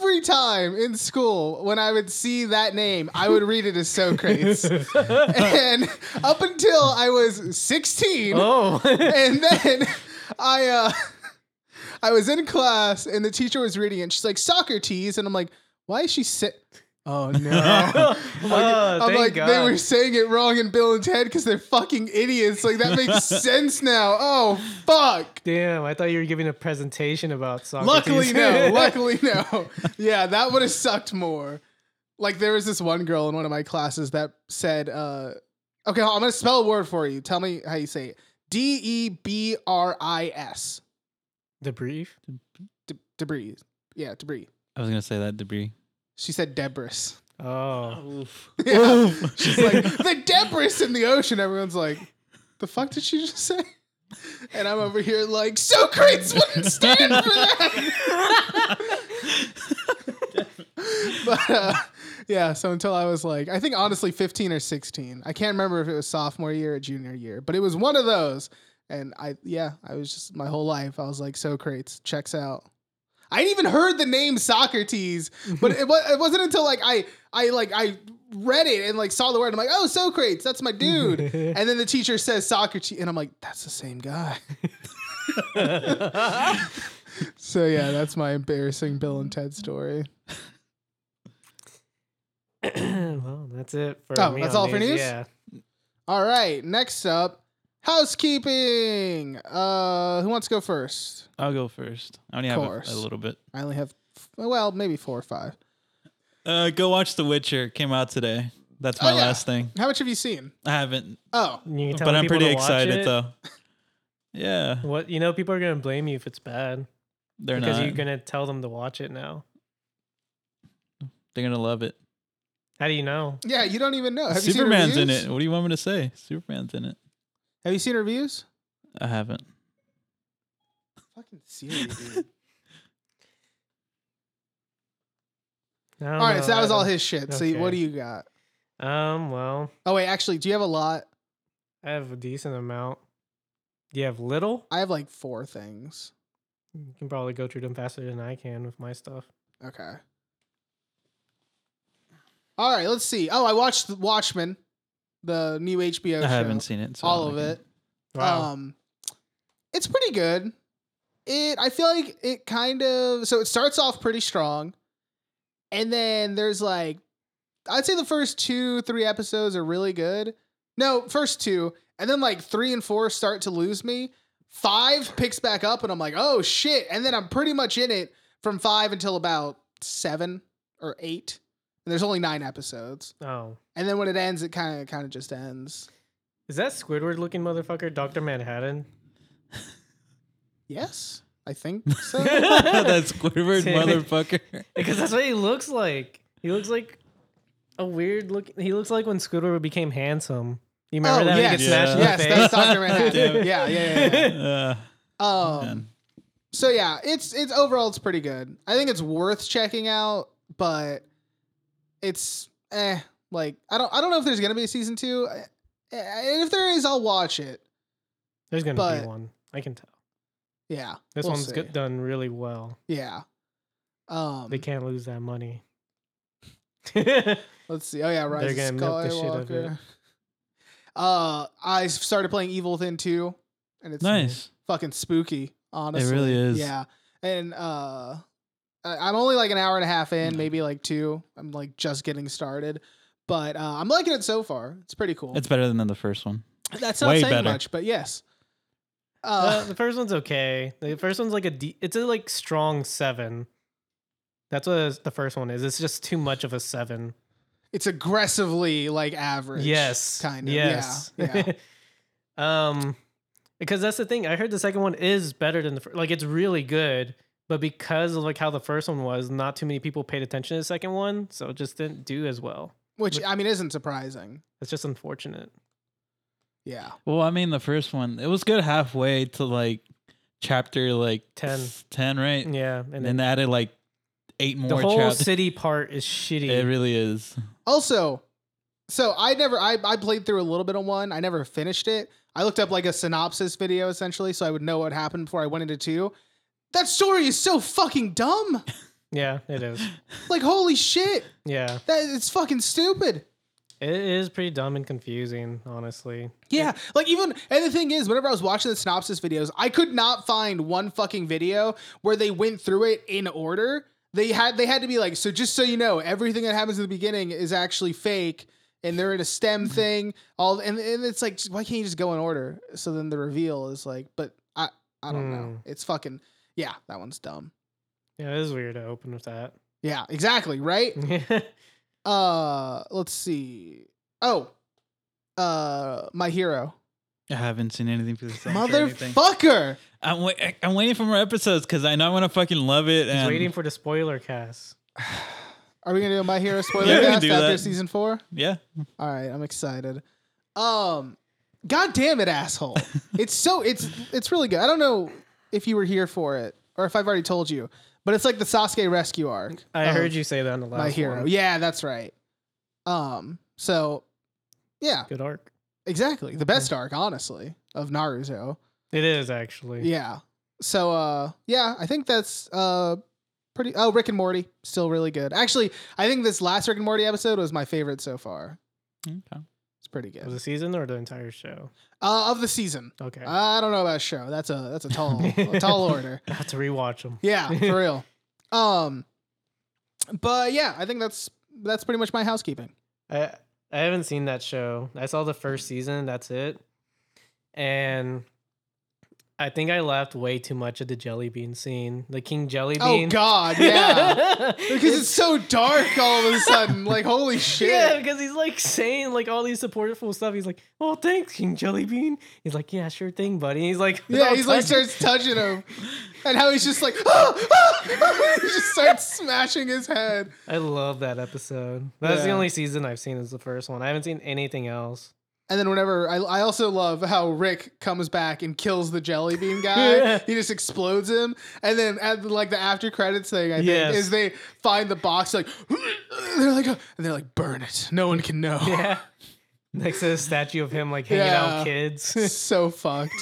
Speaker 3: every time in school when I would see that name, I would read it as Socrates. and up until I was 16,
Speaker 1: oh.
Speaker 3: and then I uh I was in class and the teacher was reading it and she's like Socrates and I'm like Why is she sit? Oh no. I'm like,
Speaker 1: Oh,
Speaker 3: I'm
Speaker 1: thank
Speaker 3: like they were
Speaker 1: God.
Speaker 3: saying it wrong in Bill and Ted because they're fucking idiots. Like that makes sense now. Oh fuck.
Speaker 1: Damn, I thought you were giving a presentation about Socrates.
Speaker 3: Luckily no. Luckily no. Yeah, that would have sucked more. Like there was this one girl in one of my classes that said, uh, "Okay, I'm gonna spell a word for you. Tell me how you say it. D e b r i s.
Speaker 1: the brief.
Speaker 3: De- debris. Yeah, debris.
Speaker 2: I was gonna say that debris.
Speaker 3: She said debris.
Speaker 1: Oh,
Speaker 3: Yeah.
Speaker 2: Oof.
Speaker 3: She's like, the debris in the ocean. Everyone's like, the fuck did she just say? And I'm over here like, Socrates wouldn't stand for that. but uh, yeah, so until I was like, I think honestly 15 or 16. I can't remember if it was sophomore year or junior year, but it was one of those. And I, yeah, I was just my whole life, I was like, Socrates checks out. I would even heard the name Socrates, but it, wa- it wasn't until like I I like I read it and like saw the word. I'm like, oh, Socrates, that's my dude. and then the teacher says Socrates, and I'm like, that's the same guy. so yeah, that's my embarrassing Bill and Ted story.
Speaker 1: well, that's it for
Speaker 3: Oh,
Speaker 1: me.
Speaker 3: that's
Speaker 1: on
Speaker 3: all for news?
Speaker 1: Yeah,
Speaker 3: All right, next up, housekeeping. Uh, who wants to go first?
Speaker 2: I'll go first. I only have a,
Speaker 3: Course.
Speaker 2: a little bit.
Speaker 3: I only have f- well, maybe four or five.
Speaker 2: Uh, go watch The Witcher. Came out today. That's my
Speaker 3: Oh, yeah.
Speaker 2: last thing.
Speaker 3: How much have you seen?
Speaker 2: I haven't,
Speaker 3: Oh,
Speaker 1: you
Speaker 2: but I'm pretty excited
Speaker 1: though.
Speaker 2: though. Yeah,
Speaker 1: What you know, people are gonna blame you if it's bad
Speaker 2: they're
Speaker 1: because
Speaker 2: not.
Speaker 1: you're gonna tell them to watch it now.
Speaker 2: they're gonna love it.
Speaker 1: How do you know?
Speaker 3: yeah, you don't even know. Have
Speaker 2: Superman's
Speaker 3: you seen
Speaker 2: in
Speaker 3: reviews?
Speaker 2: it. What do you want me to say? Superman's in it.
Speaker 3: Have you seen reviews?
Speaker 2: I haven't.
Speaker 3: Fucking Siri, dude.
Speaker 1: I don't
Speaker 3: All right,
Speaker 1: know.
Speaker 3: so that
Speaker 1: I
Speaker 3: was all
Speaker 1: don't-
Speaker 3: his shit. So what
Speaker 1: Okay.
Speaker 3: do you got?
Speaker 1: Um, well,
Speaker 3: Oh wait, actually, do you have a lot?
Speaker 1: I have a decent amount. Do you have little?
Speaker 3: I have like four things.
Speaker 1: You can probably go through them faster than I can with my stuff.
Speaker 3: Okay. All right, let's see. Oh, I watched Watchmen, the new HBO show.
Speaker 2: I haven't seen it. so I
Speaker 3: all of
Speaker 2: don't know.
Speaker 3: it.
Speaker 1: Wow.
Speaker 3: Um, it's pretty good. It I feel like it kind of so it starts off pretty strong, and then there's like I'd say the first two three episodes are really good. No, first two, and then like three and four start to lose me. Five picks back up, and I'm like, oh shit! And then I'm pretty much in it from five until about seven or eight. And there's only nine episodes,
Speaker 1: oh,
Speaker 3: and then when it ends, it kind of kind of just ends.
Speaker 1: is that Squidward looking motherfucker, Doctor Manhattan?
Speaker 3: Yes, I think so.
Speaker 2: that Squidward motherfucker.
Speaker 1: Because that's what he looks like. He looks like a weird look. He looks like when Squidward became handsome. You remember that? He
Speaker 3: Oh, yes,
Speaker 1: gets smashed in the
Speaker 3: yes,
Speaker 1: face?
Speaker 3: that's Doctor Manhattan.
Speaker 2: Damn.
Speaker 3: yeah, yeah, yeah. yeah.
Speaker 2: Uh,
Speaker 3: Um,
Speaker 2: man.
Speaker 3: so yeah, it's it's overall it's pretty good. I think it's worth checking out, but it's eh. Like I don't I don't know if there's gonna be a season two, I- I- and if there is, I'll watch it.
Speaker 1: There's gonna
Speaker 3: but-
Speaker 1: be one. I can tell.
Speaker 3: Yeah,
Speaker 1: This
Speaker 3: we'll
Speaker 1: one's
Speaker 3: see.
Speaker 1: good, done really well.
Speaker 3: Yeah. Um,
Speaker 1: They can't lose that money. That's
Speaker 3: Let's see. Oh yeah, Rise
Speaker 1: They're
Speaker 3: of
Speaker 1: gonna milk the shit out of
Speaker 3: Skywalker. Uh, I started playing Evil Within two, and it's
Speaker 2: nice.
Speaker 3: fucking spooky. Honestly,
Speaker 2: really is.
Speaker 3: Yeah, and uh, I- I'm only like an hour and a half in, maybe like two. I'm like just getting started, but uh, I'm liking it so far. It's pretty cool.
Speaker 2: It's better than the first one.
Speaker 3: That's not
Speaker 2: way
Speaker 3: saying
Speaker 2: better.
Speaker 3: much, but yes.
Speaker 1: Uh,
Speaker 3: Uh,
Speaker 1: the first one's okay. The first one's like a D. It's a like strong seven. That's what the first one is. It's just too much of a seven.
Speaker 3: it's aggressively like average.
Speaker 1: Yes,
Speaker 3: kind of.
Speaker 1: Yes.
Speaker 3: Yeah, yeah.
Speaker 1: um, because that's the thing. I heard the second one is better than the first. Like it's really good, but because of like how the first one was, not too many people paid attention to the second one, so it just didn't do as well.
Speaker 3: Which I mean isn't surprising.
Speaker 1: It's just unfortunate.
Speaker 3: Yeah.
Speaker 2: Well, I mean, the first one, it was good halfway to like chapter like
Speaker 1: 10.
Speaker 2: 10, right?
Speaker 1: Yeah, and,
Speaker 2: And
Speaker 1: then
Speaker 2: then added like eight
Speaker 1: the
Speaker 2: more
Speaker 1: whole
Speaker 2: chapters.
Speaker 1: city part is shitty.
Speaker 2: It really is.
Speaker 3: Also, so I never I, I played through a little bit of one. I never finished it. I looked up like a synopsis video essentially, so I would know what happened before I went into two. That story is so fucking dumb.
Speaker 1: yeah, it is.
Speaker 3: Like holy shit.
Speaker 1: Yeah,
Speaker 3: That it's fucking stupid.
Speaker 1: it is pretty dumb and confusing, honestly.
Speaker 3: Yeah, like even and the thing is, whenever I was watching the synopsis videos, I could not find one fucking video where they went through it in order. They had they had to be like so. Just so you know, everything that happens in the beginning is actually fake, and they're in a STEM thing. All and, and it's like, why can't you just go in order? So then the reveal is like, but I I don't know. It's fucking yeah. That one's dumb.
Speaker 1: Yeah, it is weird to open with that.
Speaker 3: Yeah, exactly. Right. Uh, let's see. Oh, uh, my hero,
Speaker 2: I haven't seen anything for this.
Speaker 3: motherfucker.
Speaker 2: I'm, wai- I- I'm waiting for more episodes because I know I'm gonna fucking love it.
Speaker 1: He's
Speaker 2: And
Speaker 1: waiting for the spoiler cast.
Speaker 3: Are we gonna do a my hero spoiler
Speaker 2: Yeah, we can
Speaker 3: cast
Speaker 2: do
Speaker 3: after
Speaker 2: that.
Speaker 3: season four?
Speaker 2: yeah,
Speaker 3: All right, I'm excited. Um, god damn it, asshole! it's so it's it's really good. I don't know if you were here for it or if I've already told you, but it's like the Sasuke rescue arc.
Speaker 1: I
Speaker 3: of
Speaker 1: heard you say that on the last
Speaker 3: Uh-huh. my hero.
Speaker 1: one.
Speaker 3: Yeah, that's right. Um, so yeah,
Speaker 1: Good arc.
Speaker 3: exactly the best arc, honestly, of Naruto.
Speaker 1: It is actually.
Speaker 3: Yeah. So uh yeah, I think that's uh pretty oh Rick and Morty still really good. Actually, I think this last Rick and Morty episode was my favorite so far.
Speaker 2: okay.
Speaker 3: It's pretty good.
Speaker 1: Of the season or the entire show?
Speaker 3: Uh, of the season.
Speaker 1: Okay.
Speaker 3: I don't know about show. That's a that's a tall a tall order.
Speaker 1: I have to rewatch them.
Speaker 3: Yeah, for real. Um but yeah, I think that's that's pretty much my housekeeping.
Speaker 1: I I haven't seen that show. I saw the first season. That's it. And I think I laughed way too much at the jelly bean scene. The King Jelly
Speaker 3: Oh
Speaker 1: Bean.
Speaker 3: god, yeah. because
Speaker 1: It's-
Speaker 3: it's so dark all of a sudden. Like holy shit.
Speaker 1: Yeah, because he's like saying like all these supportful stuff. He's like, "Oh, thanks, King Jellybean." He's like, "Yeah, sure thing, buddy." He's like,
Speaker 3: Yeah,
Speaker 1: "I'll
Speaker 3: he's like
Speaker 1: touch
Speaker 3: starts touching him, and how he's just like, "Ah, ah," he just starts smashing his head.
Speaker 1: I love that episode. That's the
Speaker 3: Yeah.
Speaker 1: only season I've seen is the first one. I haven't seen anything else.
Speaker 3: And then whenever I, I also love how Rick comes back and kills the jelly bean guy.
Speaker 1: Yeah.
Speaker 3: He just explodes him, and then at the- like the after credits thing, I think
Speaker 1: Yes.
Speaker 3: is they find the box like they're like "Oh," and they're like burn it. No one can know.
Speaker 1: Yeah. Next to the statue of him like hanging out
Speaker 3: Yeah.
Speaker 1: with kids.
Speaker 3: so fucked.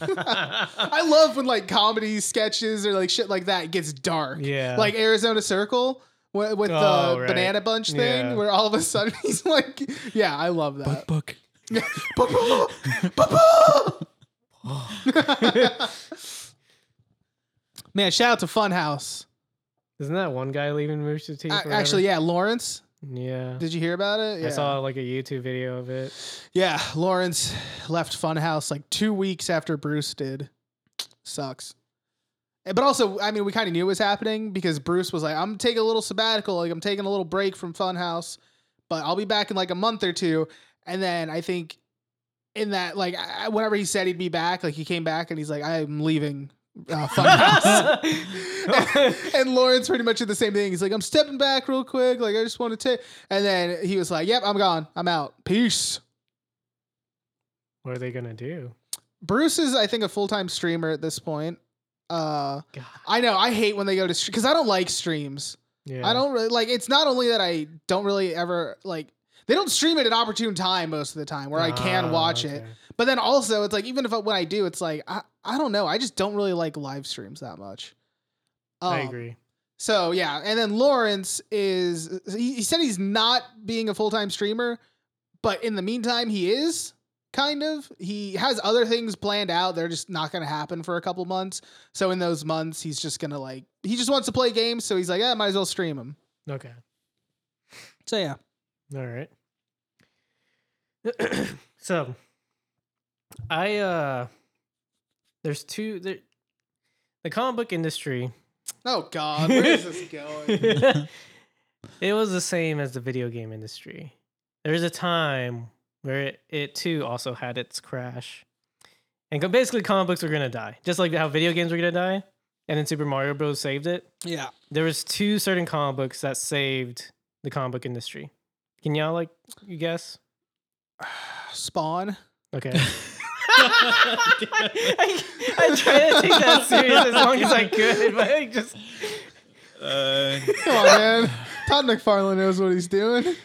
Speaker 3: I love when like comedy sketches or like shit like that gets dark.
Speaker 1: Yeah.
Speaker 3: Like Arizona Circle with, with
Speaker 1: Oh,
Speaker 3: the
Speaker 1: right.
Speaker 3: banana bunch thing
Speaker 1: Yeah.
Speaker 3: where all of a sudden he's like, yeah, I love that.
Speaker 2: book.
Speaker 3: Man, shout out to Funhouse.
Speaker 1: Isn't that one guy leaving Rooster Teeth?
Speaker 3: A-
Speaker 1: or
Speaker 3: actually, yeah, Lawrence.
Speaker 1: whatever? yeah.
Speaker 3: Did you hear about it? Yeah.
Speaker 1: I saw like a YouTube video of it.
Speaker 3: Yeah, Lawrence left Funhouse like two weeks after Bruce did. Sucks. Eh, But also, I mean, we kind of knew it was happening because Bruce was like, I'm taking a little sabbatical. Like, I'm taking a little break from Funhouse, but I'll be back in like a month or two. And then I think in that, like, I, I- whenever he said he'd be back, like, he came back and he's like, I'm leaving uh, Funhouse. and Lawrence pretty much did the same thing. He's like, I'm stepping back real quick. Like, I just want to take. And then he was like, Yep, I'm gone. I'm out. Peace.
Speaker 1: what are they gonna do?
Speaker 3: Bruce is, I think, a full time streamer at this point. Uh,
Speaker 1: God.
Speaker 3: I know I hate when they go to because I don't like streams.
Speaker 1: Yeah.
Speaker 3: I don't really like. It's not only that I don't really ever like. They don't stream it at opportune time most of the time where I can
Speaker 1: Ah,
Speaker 3: watch it.
Speaker 1: okay.
Speaker 3: But then also, it's like even if I, when I do, it's like I, I don't know. I just don't really like live streams that much.
Speaker 1: I
Speaker 3: Um,
Speaker 1: agree.
Speaker 3: so yeah, and then Lawrence is he, he said he's not being a full time streamer, but in the meantime he is kind of. He has other things planned out. They're just not gonna happen for a couple months. So in those months he's just gonna like he just wants to play games. So he's like, yeah, might as well stream him.
Speaker 1: Okay.
Speaker 3: So yeah,
Speaker 1: All right. so I uh there's two there, the comic book industry
Speaker 3: oh god, where is this going?
Speaker 1: it was the same as the video game industry. There was a time where it, it too also had its crash. And co- basically comic books were gonna die. Just like how video games were gonna die. And then Super Mario Bros. saved it.
Speaker 3: Yeah,
Speaker 1: There was two certain comic books that saved the comic book industry. Can y'all like you guess?
Speaker 3: Spawn.
Speaker 1: Okay. I, I tried to take that serious as long as I could, but I just
Speaker 2: Uh,
Speaker 3: Come on, man. Todd McFarlane knows what he's doing.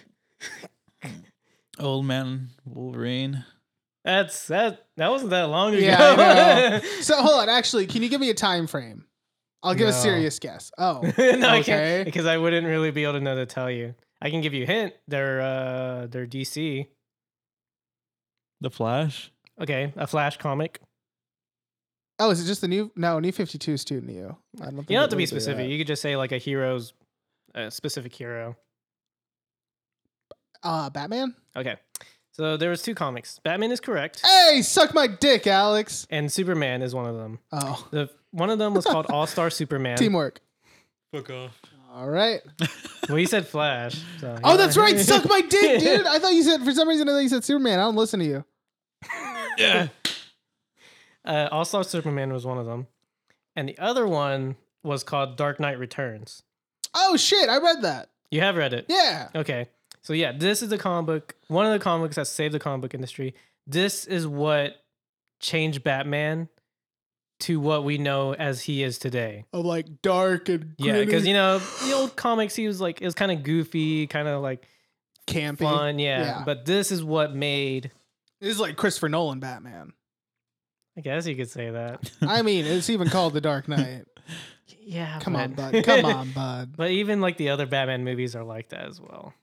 Speaker 2: old man Wolverine.
Speaker 1: that's that that wasn't that long ago.
Speaker 3: Yeah, I know. So hold on, actually, can you give me a time frame? I'll give a
Speaker 1: No.
Speaker 3: serious guess. Oh.
Speaker 1: no, I
Speaker 3: Okay.
Speaker 1: can't because I wouldn't really be able to know to tell you. I can give you a hint. They're uh they're DC.
Speaker 2: The Flash.
Speaker 1: Okay, a Flash comic.
Speaker 3: Oh, is it just the new? No, New Fifty Two is too new. I don't. Think
Speaker 1: You don't
Speaker 3: it
Speaker 1: have to be
Speaker 3: would that.
Speaker 1: specific. You could just say like a hero's a specific hero.
Speaker 3: Uh, Batman.
Speaker 1: Okay. So there was two comics. Batman is correct,
Speaker 3: Hey, suck my dick, Alex.
Speaker 1: and Superman is one of them.
Speaker 3: Oh,
Speaker 1: The one of them was called All Star Superman.
Speaker 3: teamwork.
Speaker 2: Fuck off.
Speaker 3: All right.
Speaker 1: Well, you said Flash. so-
Speaker 3: Oh, that's right. Suck my dick, dude. I thought you said for some reason I thought you said Superman. I don't listen to you.
Speaker 2: Yeah.
Speaker 1: Uh, All Star Superman was one of them, and the other one was called Dark Knight Returns.
Speaker 3: Oh shit, I read that.
Speaker 1: You have read it,
Speaker 3: Yeah.
Speaker 1: okay? So yeah, this is the comic book. One of the comic books that saved the comic book industry. This is what changed Batman to what we know as he is today.
Speaker 3: Of like dark and
Speaker 1: Yeah, because you know the old comics, he was like it was kind of goofy, kind of like
Speaker 3: campy.
Speaker 1: fun. Yeah.
Speaker 3: Yeah.
Speaker 1: but this is what made.
Speaker 3: This is like Christopher Nolan Batman.
Speaker 1: I guess you could say that.
Speaker 3: I mean, it's even called The Dark Knight.
Speaker 1: Yeah,
Speaker 3: Come on, bud. Come on, bud.
Speaker 1: But even like the other Batman movies are like that as well.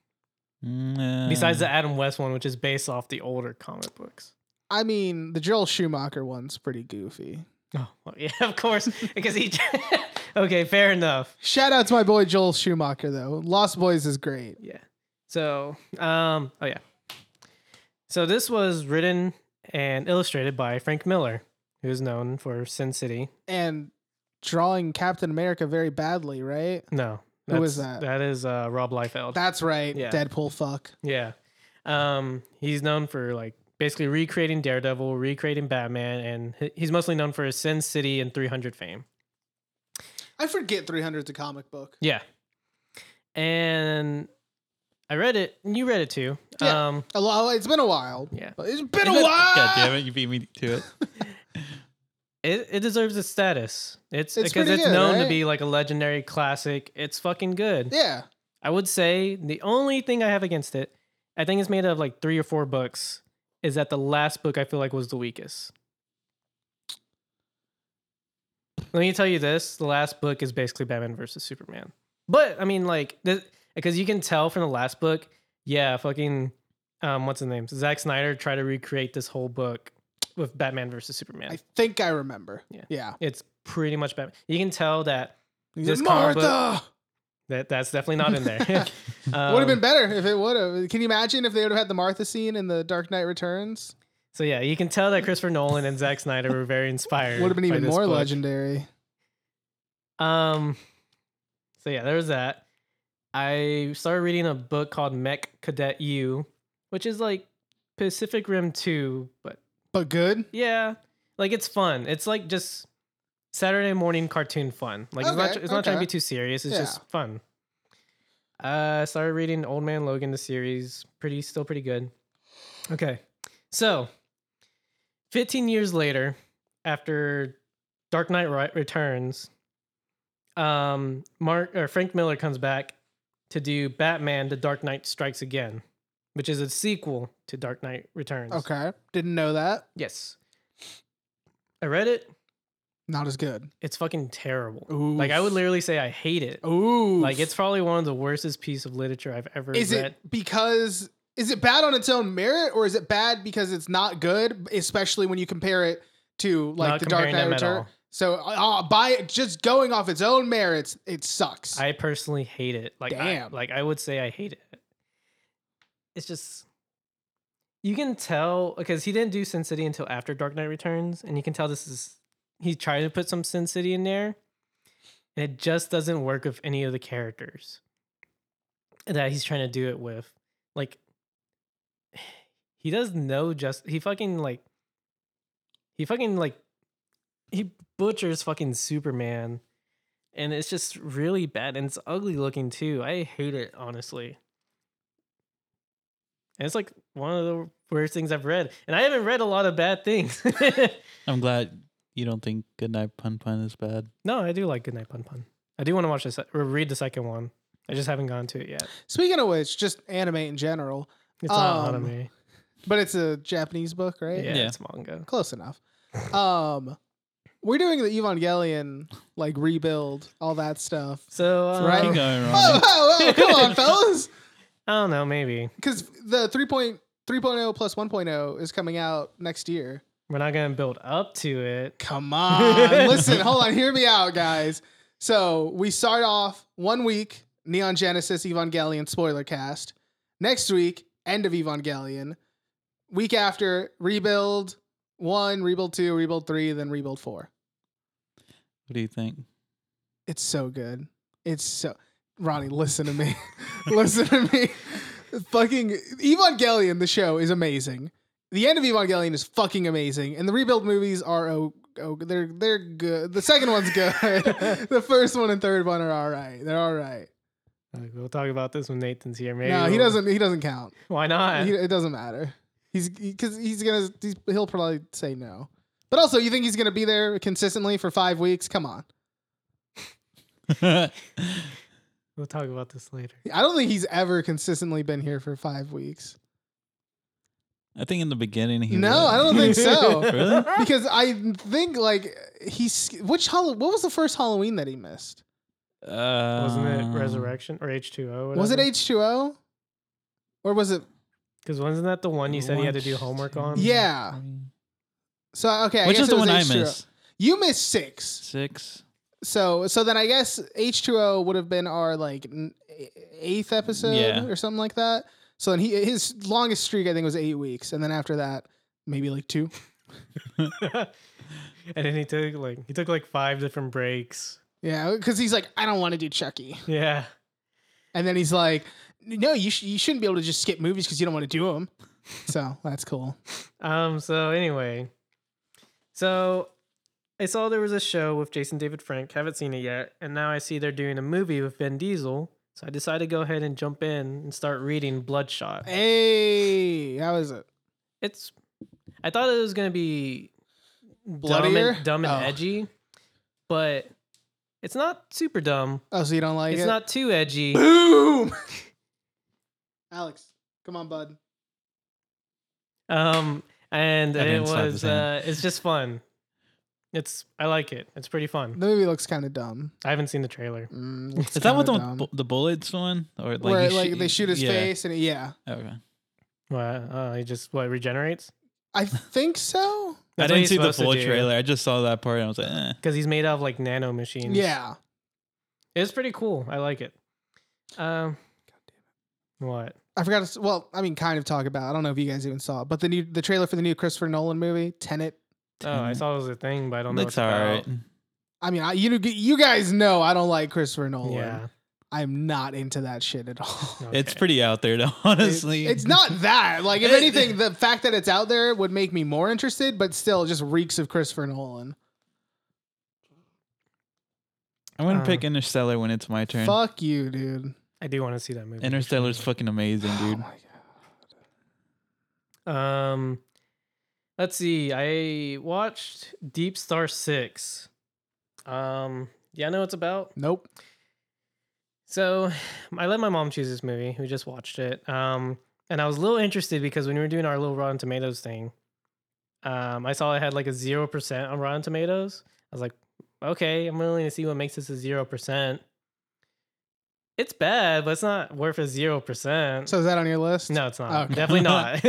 Speaker 2: Mm, uh,
Speaker 1: Besides the Adam West one, which is based off the older comic books.
Speaker 3: I mean, the Joel Schumacher one's pretty goofy.
Speaker 1: Oh, well, yeah, of course, because he. okay, fair enough.
Speaker 3: Shout out to my boy Joel Schumacher though. Lost Boys is great.
Speaker 1: Yeah. So, um, oh yeah. So this was written and illustrated by Frank Miller, who is known for Sin City.
Speaker 3: And drawing Captain America very badly, right?
Speaker 1: No,
Speaker 3: Who was
Speaker 1: that's-
Speaker 3: that?
Speaker 1: That is uh, Rob Liefeld.
Speaker 3: That's right.
Speaker 1: Yeah.
Speaker 3: Deadpool fuck.
Speaker 1: Yeah. Um, he's known for like basically recreating Daredevil, recreating Batman, and he- he's mostly known for his Sin City and 300 fame.
Speaker 3: I forget 300's a comic book.
Speaker 1: Yeah. And I read it, and you read it too.
Speaker 3: Yeah.
Speaker 1: Um,
Speaker 3: A lo- oh, It's been a while.
Speaker 1: yeah.
Speaker 3: It's been a
Speaker 2: Mm, God
Speaker 3: while.
Speaker 2: damn it, you beat me to it.
Speaker 1: It, it deserves its status. It's
Speaker 3: It's
Speaker 1: because
Speaker 3: pretty
Speaker 1: it's
Speaker 3: good,
Speaker 1: known to
Speaker 3: right?
Speaker 1: be like a legendary classic. It's fucking good.
Speaker 3: Yeah.
Speaker 1: I would say the only thing I have against it, I think it's made of like three or four books, is that the last book I feel like was the weakest. Let me tell you this the last book is basically Batman versus Superman. But I mean, like, because you can tell from the last book, yeah, fucking, um, what's the name? Zack Snyder tried to recreate this whole book with Batman versus Superman.
Speaker 3: I think I remember.
Speaker 1: Yeah.
Speaker 3: Yeah.
Speaker 1: it's pretty much Batman. You can tell that,
Speaker 3: He's
Speaker 1: This
Speaker 3: like,
Speaker 1: comic book-
Speaker 3: Martha
Speaker 1: that that's definitely not in there.
Speaker 3: would have
Speaker 1: Um,
Speaker 3: been better if it would have. Can you imagine if they would have had the Martha scene in the Dark Knight Returns?
Speaker 1: So yeah, you can tell that Christopher Nolan and Zack Snyder were very inspired.
Speaker 3: Would have been
Speaker 1: by
Speaker 3: even
Speaker 1: this
Speaker 3: more
Speaker 1: book.
Speaker 3: legendary.
Speaker 1: Um. So yeah, there was that. I started reading a book called Mech Cadet U, which is like Pacific Rim Two, but
Speaker 3: But good.
Speaker 1: yeah, like it's fun. It's like just Saturday morning cartoon fun. Like it's not it's
Speaker 3: Okay,
Speaker 1: not trying to
Speaker 3: okay.
Speaker 1: be too serious. It's
Speaker 3: Yeah.
Speaker 1: just fun. Uh, started reading Old Man Logan the series. Pretty still pretty good. Okay, so 15 years later, after Dark Knight Ri- Returns, um, Mark or Frank Miller comes back to do Batman: The Dark Knight Strikes Again, which is a sequel to Dark Knight Returns.
Speaker 3: Okay. Didn't know that.
Speaker 1: Yes. I read it.
Speaker 3: Not as good.
Speaker 1: It's fucking terrible.
Speaker 3: Ooh.
Speaker 1: Like I would literally say I hate it.
Speaker 3: Ooh.
Speaker 1: Like it's probably one of the worstest piece of literature I've ever
Speaker 3: Is
Speaker 1: read.
Speaker 3: it because is it bad on its own merit or is it bad because it's not good, especially when you compare it to like
Speaker 1: Not
Speaker 3: the Dark
Speaker 1: comparing
Speaker 3: Knight
Speaker 1: them at
Speaker 3: Returns?
Speaker 1: all.
Speaker 3: So uh, by just going off its own merits, it sucks.
Speaker 1: I personally hate it. Like I,
Speaker 3: Damn.
Speaker 1: like I would say I hate it. It's just you can tell because he didn't do Sin City until after Dark Knight Returns, and you can tell this is he tried to put some Sin City in there, and it just doesn't work with any of the characters that he's trying to do it with. Like he does no just he fucking like he fucking like he butchers fucking Superman and it's just really bad and it's ugly looking too. I hate it honestly. And it's like one of the worst things I've read, and I haven't read a lot of bad things.
Speaker 2: I'm glad you don't think Goodnight Pun Pun is bad.
Speaker 1: no, I do like Goodnight Pun Pun. I do want to watch this or read the second one. I just haven't gone to it yet.
Speaker 3: Speaking of which, just anime in general,
Speaker 1: It's not
Speaker 3: Um,
Speaker 1: anime.
Speaker 3: but it's a Japanese book, right?
Speaker 1: Yeah,
Speaker 2: Yeah.
Speaker 1: it's manga.
Speaker 3: Close enough. Um, we're doing the Evangelion like rebuild, all that stuff.
Speaker 1: So um,
Speaker 3: right.
Speaker 2: Keep going,
Speaker 3: Whoa,
Speaker 2: Ronnie.
Speaker 3: whoa, whoa, come on, fellas.
Speaker 1: I don't know, maybe.
Speaker 3: oh Because the 3.3.0 plus 1.0 is coming out next year.
Speaker 1: We're not gonna build up to it.
Speaker 3: Come on. Listen, hold on. Hear me out, guys. So we start off one week Neon Genesis Evangelion spoiler cast. Next week, end of Evangelion. Week after, rebuild one, rebuild two, rebuild three, then rebuild four.
Speaker 2: What do you think?
Speaker 3: It's so good. It's so. Ronnie, listen to me. listen to me. Fucking Evangelion, the show is amazing. The end of Evangelion is fucking amazing, and the rebuild movies are oh, oh they're they're good. The second one's good. the first one and third one are all right. They're all right.
Speaker 1: Like, Uh, we'll talk about this when Nathan's here. Maybe
Speaker 3: no, he
Speaker 1: we'll-
Speaker 3: doesn't. He doesn't count.
Speaker 1: Why not?
Speaker 3: He, it doesn't matter. He's because he's gonna he's, he'll probably say no. But also, you think he's gonna be there consistently for five weeks? Come on.
Speaker 1: We'll talk about this later.
Speaker 3: I don't think he's ever consistently been here for five weeks.
Speaker 2: I think in the beginning he.
Speaker 3: no,
Speaker 2: was.
Speaker 3: I don't think so.
Speaker 2: Really?
Speaker 3: because I think like he's which Hall- what was the first Halloween that he missed?
Speaker 1: Wasn't
Speaker 2: Um,
Speaker 1: it Resurrection or H two O?
Speaker 3: Was it H two O? Or was it?
Speaker 1: Because wasn't that the one you said he had to do
Speaker 2: One,
Speaker 1: homework
Speaker 2: two,
Speaker 1: on?
Speaker 3: Yeah. So okay, I
Speaker 2: Which
Speaker 3: guess
Speaker 2: is the
Speaker 3: it was
Speaker 2: one I
Speaker 3: H2O.
Speaker 2: missed?
Speaker 3: You missed six.
Speaker 2: Six.
Speaker 3: So so then I guess H two O would have been our like n- e, eighth episode
Speaker 2: Yeah.
Speaker 3: or something like that. So then he his longest streak I think was eight weeks, and then after that maybe like two.
Speaker 1: and then he took like he took like five different breaks.
Speaker 3: Yeah, because he's like I don't want to do Chucky,
Speaker 1: Yeah.
Speaker 3: and then he's like, no, you sh- you shouldn't be able to just skip movies because you don't want to do them. so that's cool.
Speaker 1: Um. So anyway, so I saw there was a show with Jason David Frank. Haven't seen it yet, and now I see they're doing a movie with Vin Diesel. So I decided to go ahead and jump in and start reading Bloodshot.
Speaker 3: Hey, how is it?
Speaker 1: It's. I thought it was gonna be dumb
Speaker 3: Bloodier?
Speaker 1: and, dumb and
Speaker 3: Oh.
Speaker 1: edgy, but it's not super dumb.
Speaker 3: Oh, so you don't like
Speaker 1: It's
Speaker 3: it?
Speaker 1: not too edgy.
Speaker 3: Boom. Alex, come on, bud.
Speaker 1: Um, and
Speaker 2: I
Speaker 1: it
Speaker 2: didn't slap his
Speaker 1: was uh, it's just fun. It's I like it. It's pretty fun.
Speaker 3: The movie looks kind of dumb.
Speaker 1: I haven't seen the trailer.
Speaker 3: Mm,
Speaker 2: Is that what the bu- the bullets one or like
Speaker 3: Where
Speaker 2: he
Speaker 3: like
Speaker 2: shoot-
Speaker 3: they shoot his
Speaker 2: yeah.
Speaker 3: face and yeah,
Speaker 2: Okay.
Speaker 1: Well, uh, it just what regenerates
Speaker 3: I think so.
Speaker 2: I
Speaker 1: That's what
Speaker 2: didn't
Speaker 1: he's
Speaker 2: see the
Speaker 1: supposed to
Speaker 2: full
Speaker 1: do.
Speaker 2: trailer. I just saw that part and I was like, eh.
Speaker 1: because he's made out of like nano machines.
Speaker 3: Yeah.
Speaker 1: it's pretty cool. I like it. Um, what?
Speaker 3: I forgot. To, s- well, I mean, kind of talk about. I don't know if you guys even saw it, but the new the trailer for the new Christopher Nolan movie, Tenet.
Speaker 1: Oh, I
Speaker 2: Tenet.
Speaker 1: saw it was a thing, but I don't know.
Speaker 2: looks
Speaker 1: what it's
Speaker 2: alright.
Speaker 1: about.
Speaker 3: I mean, I, you you guys know I don't like Christopher Nolan.
Speaker 1: Yeah,
Speaker 3: I'm not into that shit at all.
Speaker 2: It's
Speaker 1: okay.
Speaker 2: pretty out there, though, honestly.
Speaker 3: It's not that. Like, if
Speaker 2: It-
Speaker 3: anything, the fact that it's out there would make me more interested, but still, it just reeks of Christopher Nolan.
Speaker 2: I'm gonna
Speaker 1: Uh,
Speaker 2: pick Interstellar when it's my turn.
Speaker 3: Fuck you, dude.
Speaker 1: I do want to see that movie.
Speaker 2: Interstellar's fucking amazing,
Speaker 3: Oh
Speaker 2: dude.
Speaker 3: my God.
Speaker 1: Um, let's see. I watched Deep Star Six. Um, yeah, I know what it's about.
Speaker 3: Nope.
Speaker 1: So I let my mom choose this movie. We just watched it. Um, and I was a little interested because when we were doing our little Rotten Tomatoes thing, um, I saw it had like a zero percent on Rotten Tomatoes. I was like, okay, I'm willing to see what makes this a zero percent. It's bad, but it's not worth a zero percent.
Speaker 3: So, is that on your list?
Speaker 1: No, it's not.
Speaker 3: Okay.
Speaker 1: Definitely not.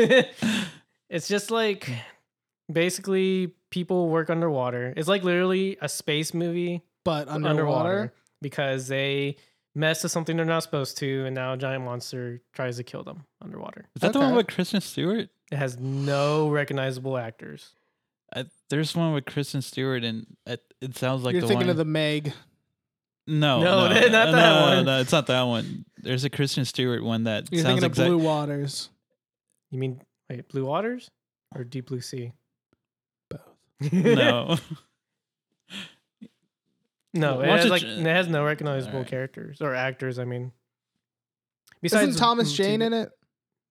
Speaker 1: it's just like basically people work underwater. It's like literally a space movie
Speaker 3: But
Speaker 1: underwater,
Speaker 3: underwater?
Speaker 1: because they mess with something they're not supposed to, and now a giant monster tries to kill them underwater.
Speaker 2: Is that the one
Speaker 3: Okay.
Speaker 2: with Kristen Stewart?
Speaker 1: It has no recognizable actors.
Speaker 2: I, there's one with Kristen Stewart, and it, it sounds like
Speaker 3: You're
Speaker 2: the
Speaker 3: thinking
Speaker 2: one.
Speaker 3: of the Meg.
Speaker 2: no,
Speaker 1: No, not that
Speaker 2: no,
Speaker 1: one.
Speaker 2: No, it's not that one. There's a Kristen Stewart one that
Speaker 3: You're
Speaker 2: sounds
Speaker 3: thinking
Speaker 2: exact.
Speaker 3: of Blue Waters.
Speaker 1: You mean wait, blue waters or deep blue sea?
Speaker 3: Both.
Speaker 2: no,
Speaker 1: no. It
Speaker 2: Watch
Speaker 1: has
Speaker 2: it,
Speaker 1: like
Speaker 2: uh,
Speaker 1: it has no recognizable
Speaker 2: alright.
Speaker 1: characters or actors. I mean,
Speaker 3: Isn't Thomas Jane in it?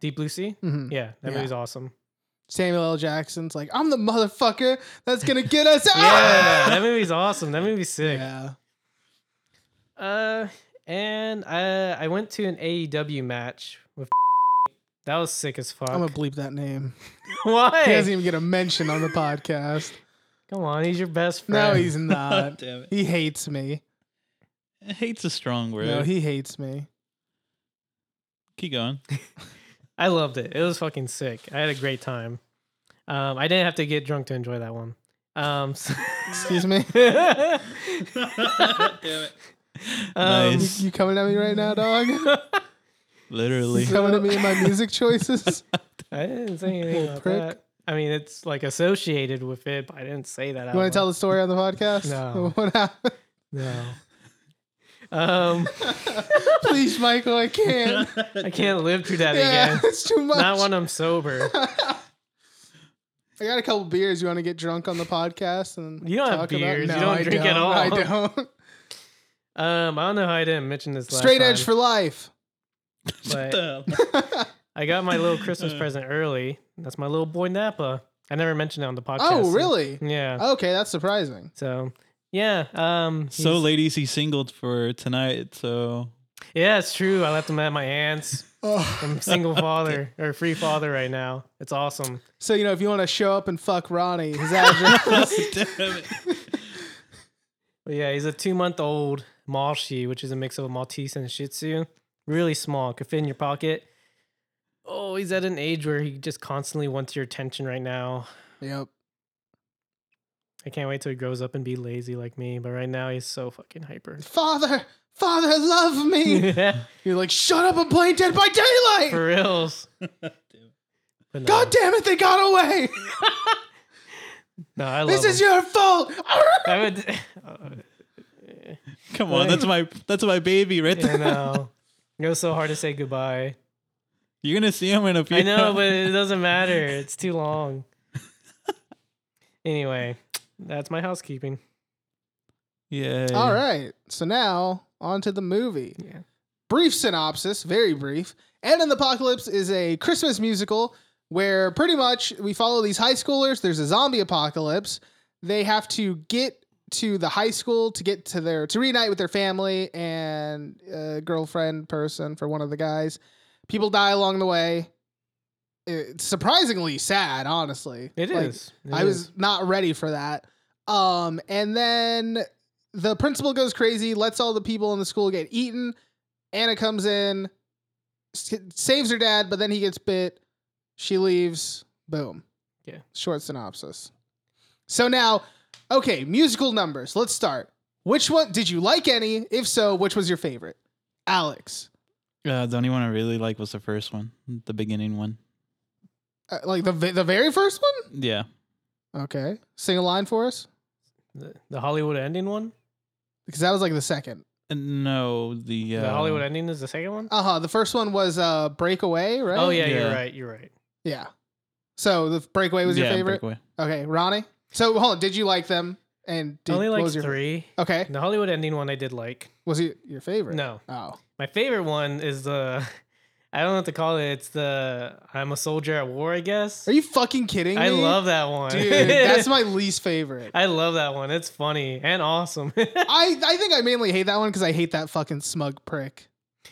Speaker 1: Deep Blue Sea?
Speaker 3: hmm
Speaker 1: Yeah, that
Speaker 3: Yeah.
Speaker 1: movie's awesome.
Speaker 3: Samuel L. Jackson's like, I'm the motherfucker that's going to get us out.
Speaker 1: Yeah, that movie's awesome. That movie's sick.
Speaker 3: Yeah.
Speaker 1: Uh, and I I went to an AEW match with. That was sick as fuck.
Speaker 3: I'm going to bleep that name.
Speaker 1: Why?
Speaker 3: He doesn't even get a mention on the podcast.
Speaker 1: Come on, he's your best friend.
Speaker 3: No, he's
Speaker 2: God
Speaker 1: Uh,
Speaker 3: not.
Speaker 2: damn it.
Speaker 3: He hates me.
Speaker 2: Hate's a strong word.
Speaker 3: No, he hates me.
Speaker 2: Keep going.
Speaker 1: I loved it. It was fucking sick. I had a great time. Um, I didn't have to get drunk to enjoy that one. Um, so-
Speaker 3: Excuse me.
Speaker 2: Damn it.
Speaker 1: Um,
Speaker 2: nice.
Speaker 3: You coming at me right now, dog?
Speaker 2: Literally.
Speaker 3: coming at me and my music choices?
Speaker 1: I didn't say anything about
Speaker 3: prick.
Speaker 1: that. I mean, it's like associated with it, but I didn't say that.
Speaker 3: You want to tell the story on the podcast?
Speaker 1: No.
Speaker 3: What happened?
Speaker 1: No. Um,
Speaker 3: Please, Michael, I can't.
Speaker 1: I can't live through that
Speaker 3: Yeah,
Speaker 1: again.
Speaker 3: it's too much.
Speaker 1: Not when I'm sober.
Speaker 3: I got a couple beers. You want to get drunk on the podcast? And
Speaker 1: You don't have
Speaker 3: talk
Speaker 1: beers.
Speaker 3: About?
Speaker 1: You don't
Speaker 3: I
Speaker 1: drink at all.
Speaker 3: I don't.
Speaker 1: Um, I don't know how I didn't mention this. Last
Speaker 3: Straight
Speaker 1: time,
Speaker 3: edge for life. Oh,
Speaker 1: but
Speaker 2: Damn.
Speaker 1: I got my little Christmas present early. That's my little boy Napa. I never mentioned it on the podcast.
Speaker 3: Oh,
Speaker 1: so-
Speaker 3: really? Oh.
Speaker 1: Yeah.
Speaker 3: Okay, that's surprising.
Speaker 1: So yeah. Um.
Speaker 2: So,
Speaker 1: he's-
Speaker 2: ladies, he singled for tonight. So,
Speaker 1: Yeah, it's true. I left him at my aunt's.
Speaker 3: Oh.
Speaker 1: I'm a single father or free father right now. It's awesome.
Speaker 3: So you know, if you want to show up and fuck Ronnie, his address.
Speaker 2: damn it.
Speaker 1: But yeah, he's a two month old Malshi, which is a mix of a Maltese and a Shih Tzu. Really small, could fit in your pocket. Oh, he's at an age where he just constantly wants your attention right now.
Speaker 3: yep.
Speaker 1: I can't wait till he grows up and be lazy like me. But right now, he's so fucking hyper.
Speaker 3: Father, father, love me. You're like, shut up and play Dead by Daylight.
Speaker 1: For reals. But no,
Speaker 3: God damn it, they got away.
Speaker 1: no, I love
Speaker 3: This is
Speaker 1: him.
Speaker 3: your fault.
Speaker 1: I would.
Speaker 2: Come on, that's my that's my baby right
Speaker 1: I
Speaker 2: there.
Speaker 1: know. It was so hard to say goodbye.
Speaker 2: You're gonna see him in a few.
Speaker 1: I know, but it doesn't matter. It's too long. anyway, that's my housekeeping.
Speaker 2: yeah.
Speaker 3: All right. So now on to the movie.
Speaker 1: Yeah.
Speaker 3: Brief synopsis, very brief. Ed and the Apocalypse is a Christmas musical where pretty much we follow these high schoolers. There's a zombie apocalypse. They have to get to the high school to get to their to reunite with their family and uh, girlfriend person for one of the guys. People die along the way. It's surprisingly sad, honestly.
Speaker 1: It is.
Speaker 3: Like, I was not ready for that. Um, and then the principal goes crazy, lets all the people in the school get eaten. Anna comes in, s- saves her dad, but then he gets bit. She leaves. Boom.
Speaker 1: Yeah.
Speaker 3: Short synopsis. So now, okay, musical numbers. Let's start. Which one did you like any? If so, which was your favorite? Alex.
Speaker 2: Uh, the only one I really like was the first one, the beginning one.
Speaker 3: Uh, like the ve- the very first one?
Speaker 2: Yeah.
Speaker 3: Okay. Sing a line for us
Speaker 1: the, the Hollywood ending one.
Speaker 3: because that was like the second.
Speaker 2: Uh, No, the uh,
Speaker 1: The Hollywood ending is the second one.
Speaker 3: Uh huh. The first one was uh Breakaway, right?
Speaker 1: Oh yeah, you're
Speaker 2: Yeah.
Speaker 1: right. You're right.
Speaker 3: Yeah. So the breakaway was your
Speaker 2: yeah,
Speaker 3: favorite.
Speaker 2: Breakaway.
Speaker 3: Okay, Ronnie. So hold on, did you like them? And did,
Speaker 1: I Only
Speaker 3: what
Speaker 1: like
Speaker 3: was your,
Speaker 1: three.
Speaker 3: Okay,
Speaker 1: The Hollywood ending one I did like.
Speaker 3: was it your favorite?
Speaker 1: No,
Speaker 3: Oh,
Speaker 1: my favorite one is the. I don't know what to call it. It's the I'm a soldier at war. I guess.
Speaker 3: are you fucking kidding me?
Speaker 1: I love that one.
Speaker 3: dude. that's my least favorite.
Speaker 1: I love that one. It's funny and awesome.
Speaker 3: I I think I mainly hate that one because I hate that fucking smug prick.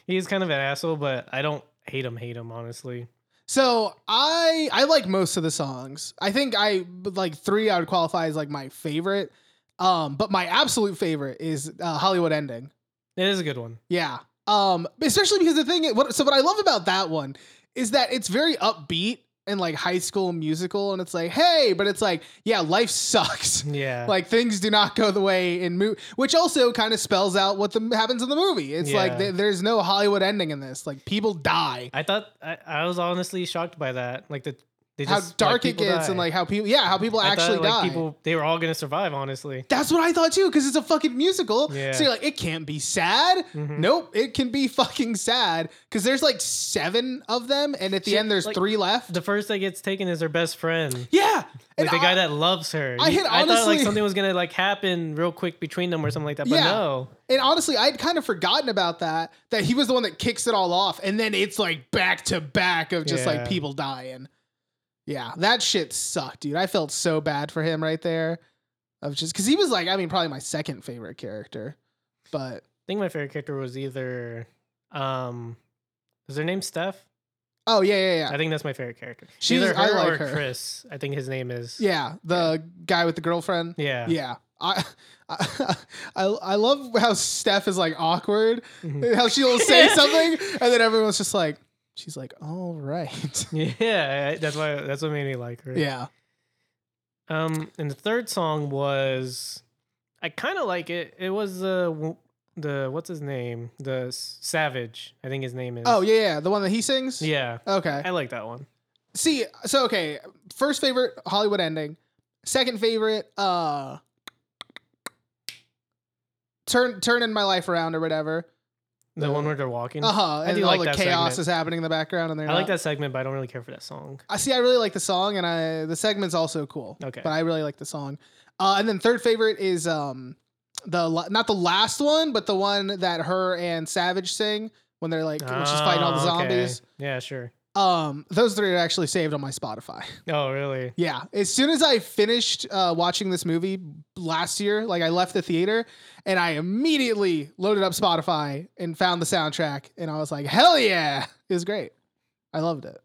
Speaker 1: He's kind of an asshole, but I don't hate him. Hate him honestly.
Speaker 3: So I I like most of the songs. I think I like three. I would qualify as like my favorite. Um, but my absolute favorite is uh, Hollywood Ending.
Speaker 1: It is a good one.
Speaker 3: Yeah. Um, especially because the thing, what, so what I love about that one is that it's very upbeat and like high school musical, and it's like, hey, but it's like, yeah, life sucks.
Speaker 1: Yeah.
Speaker 3: Like things do not go the way in movie, which also kind of spells out what the, happens in the movie. It's like
Speaker 1: Yeah.
Speaker 3: th- there's no Hollywood ending in this. Like people die.
Speaker 1: I thought I, I was honestly shocked by that. Like the they
Speaker 3: How
Speaker 1: just,
Speaker 3: dark
Speaker 1: like,
Speaker 3: it
Speaker 1: people
Speaker 3: gets,
Speaker 1: die.
Speaker 3: and like how people, yeah, how people
Speaker 1: I
Speaker 3: actually
Speaker 1: thought, like,
Speaker 3: die.
Speaker 1: People they were all gonna survive. Honestly,
Speaker 3: That's what I thought too, because it's a fucking musical.
Speaker 1: Yeah.
Speaker 3: So you're like, it can't be sad.
Speaker 1: Mhm.
Speaker 3: Nope, it can be fucking sad because there's like seven of them, and at the
Speaker 1: Shit,
Speaker 3: end there's
Speaker 1: like-
Speaker 3: three left.
Speaker 1: the first that gets taken is her best friend, like
Speaker 3: yeah,
Speaker 1: the
Speaker 3: and
Speaker 1: guy
Speaker 3: I-
Speaker 1: that loves her.
Speaker 3: I
Speaker 1: You-
Speaker 3: had
Speaker 1: thought like
Speaker 3: honestly-
Speaker 1: something was gonna like happen real quick between them or something like that. But
Speaker 3: Yeah.
Speaker 1: no,
Speaker 3: and honestly, I had kind of forgotten about that. That he was the one that kicks it all off, and then it's like back to back of just
Speaker 1: Yeah.
Speaker 3: like people dying. Yeah, that shit sucked, dude. I felt so bad for him right there, of just because he was like, I mean, probably my second favorite character, but
Speaker 1: I think my favorite character was either um, is her name Steph?
Speaker 3: oh yeah, yeah, yeah.
Speaker 1: I think that's my favorite character.
Speaker 3: She's-
Speaker 1: either her
Speaker 3: I like
Speaker 1: or
Speaker 3: her.
Speaker 1: Chris. I think his name is.
Speaker 3: Yeah, the guy with the girlfriend.
Speaker 1: Yeah.
Speaker 3: Yeah. I, I I I love how Steph is like awkward.
Speaker 1: Mhm.
Speaker 3: How she'll say something and then everyone's just like she's like, "All right."
Speaker 1: Yeah, I- that's why that's what made me like her.
Speaker 3: Yeah.
Speaker 1: Um, and the third song was, I kind of like it. It was the w- the what's his name, the S- Savage. I think his name is.
Speaker 3: Oh yeah, yeah, the one that he sings.
Speaker 1: yeah.
Speaker 3: Okay.
Speaker 1: I like that one.
Speaker 3: See, so okay, first favorite Hollywood ending, second favorite uh turn turning my life around or whatever.
Speaker 1: The
Speaker 3: The-
Speaker 1: one where they're walking.
Speaker 3: Uh huh.
Speaker 1: do
Speaker 3: And all
Speaker 1: like
Speaker 3: the
Speaker 1: that
Speaker 3: chaos
Speaker 1: segment.
Speaker 3: is happening in the background, and they're
Speaker 1: I like
Speaker 3: not-
Speaker 1: that segment, but I don't really care for that song.
Speaker 3: I see. I really like the song, and I the segment's also cool.
Speaker 1: Okay.
Speaker 3: but I really like the song. Uh, and then third favorite is um the la- not the last one, but the one that her and Savage sing when they're like when she's fighting all the
Speaker 1: Oh, okay.
Speaker 3: zombies.
Speaker 1: Yeah, sure.
Speaker 3: Um, those three are actually saved on my Spotify.
Speaker 1: Oh, really?
Speaker 3: Yeah. As soon as I finished uh, watching this movie last year, like I left the theater and I immediately loaded up Spotify and found the soundtrack and I was like, hell yeah. It was great. I loved it.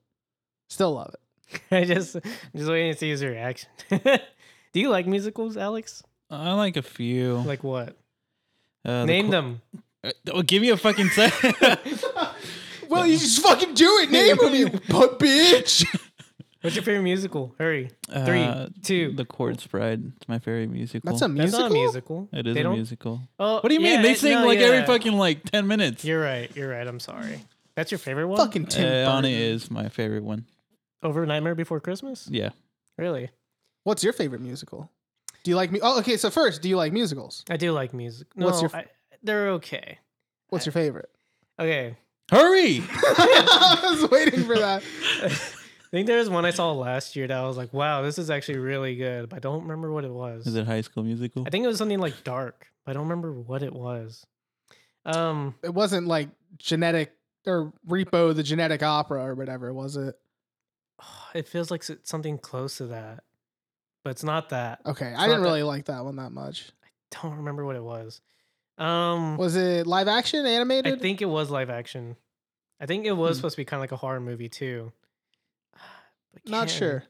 Speaker 3: Still love it.
Speaker 1: I just just waiting to see his reaction. Do you like musicals, Alex?
Speaker 2: I like a few.
Speaker 1: Like what?
Speaker 2: uh, the
Speaker 1: Name
Speaker 2: qu-
Speaker 1: them.
Speaker 2: Oh, give me a fucking sec.
Speaker 3: Well, you just fucking do it. Name them, you butt bitch.
Speaker 1: What's your favorite musical? Hurry.
Speaker 2: Uh,
Speaker 1: Three, two.
Speaker 2: The Chords Bride. It's my favorite musical.
Speaker 3: That's a
Speaker 1: That's
Speaker 3: musical.
Speaker 1: not a musical.
Speaker 2: It is
Speaker 1: They
Speaker 2: a
Speaker 1: don't-
Speaker 2: musical.
Speaker 1: Oh,
Speaker 2: What do you
Speaker 1: yeah,
Speaker 2: mean? They
Speaker 1: it-
Speaker 2: sing
Speaker 1: no,
Speaker 2: like every
Speaker 1: yeah.
Speaker 2: fucking like ten minutes.
Speaker 1: You're right. You're right. I'm sorry. That's your favorite one?
Speaker 3: Fucking Tim.
Speaker 2: Uh,
Speaker 3: Burton.
Speaker 2: Anna is my favorite one.
Speaker 1: Over Nightmare Before Christmas?
Speaker 2: Yeah.
Speaker 1: Really?
Speaker 3: What's your favorite musical? Do you like me? Oh, okay. So first, do you like musicals?
Speaker 1: I do like music. No,
Speaker 3: What's your
Speaker 1: I, they're okay.
Speaker 3: What's your favorite?
Speaker 1: Okay.
Speaker 2: Hurry!
Speaker 3: I was waiting for that.
Speaker 1: I think there was one I saw last year that I was like, wow, this is actually really good, but I don't remember what it was.
Speaker 2: is it High School Musical?
Speaker 1: I think it was something like dark, but I don't remember what it was. Um,
Speaker 3: It wasn't like genetic or Repo the Genetic Opera or whatever, was it?
Speaker 1: it feels like s- something close to that, but it's not that. I
Speaker 3: Okay,
Speaker 1: It's
Speaker 3: I didn't
Speaker 1: not that-
Speaker 3: really like that one that much.
Speaker 1: don't remember what it was. Um,
Speaker 3: Was it live action, animated?
Speaker 1: I think it was live action. I think it was
Speaker 2: Hmm.
Speaker 1: supposed to be kind of like a horror movie too. But
Speaker 3: Not
Speaker 1: can't-
Speaker 3: sure.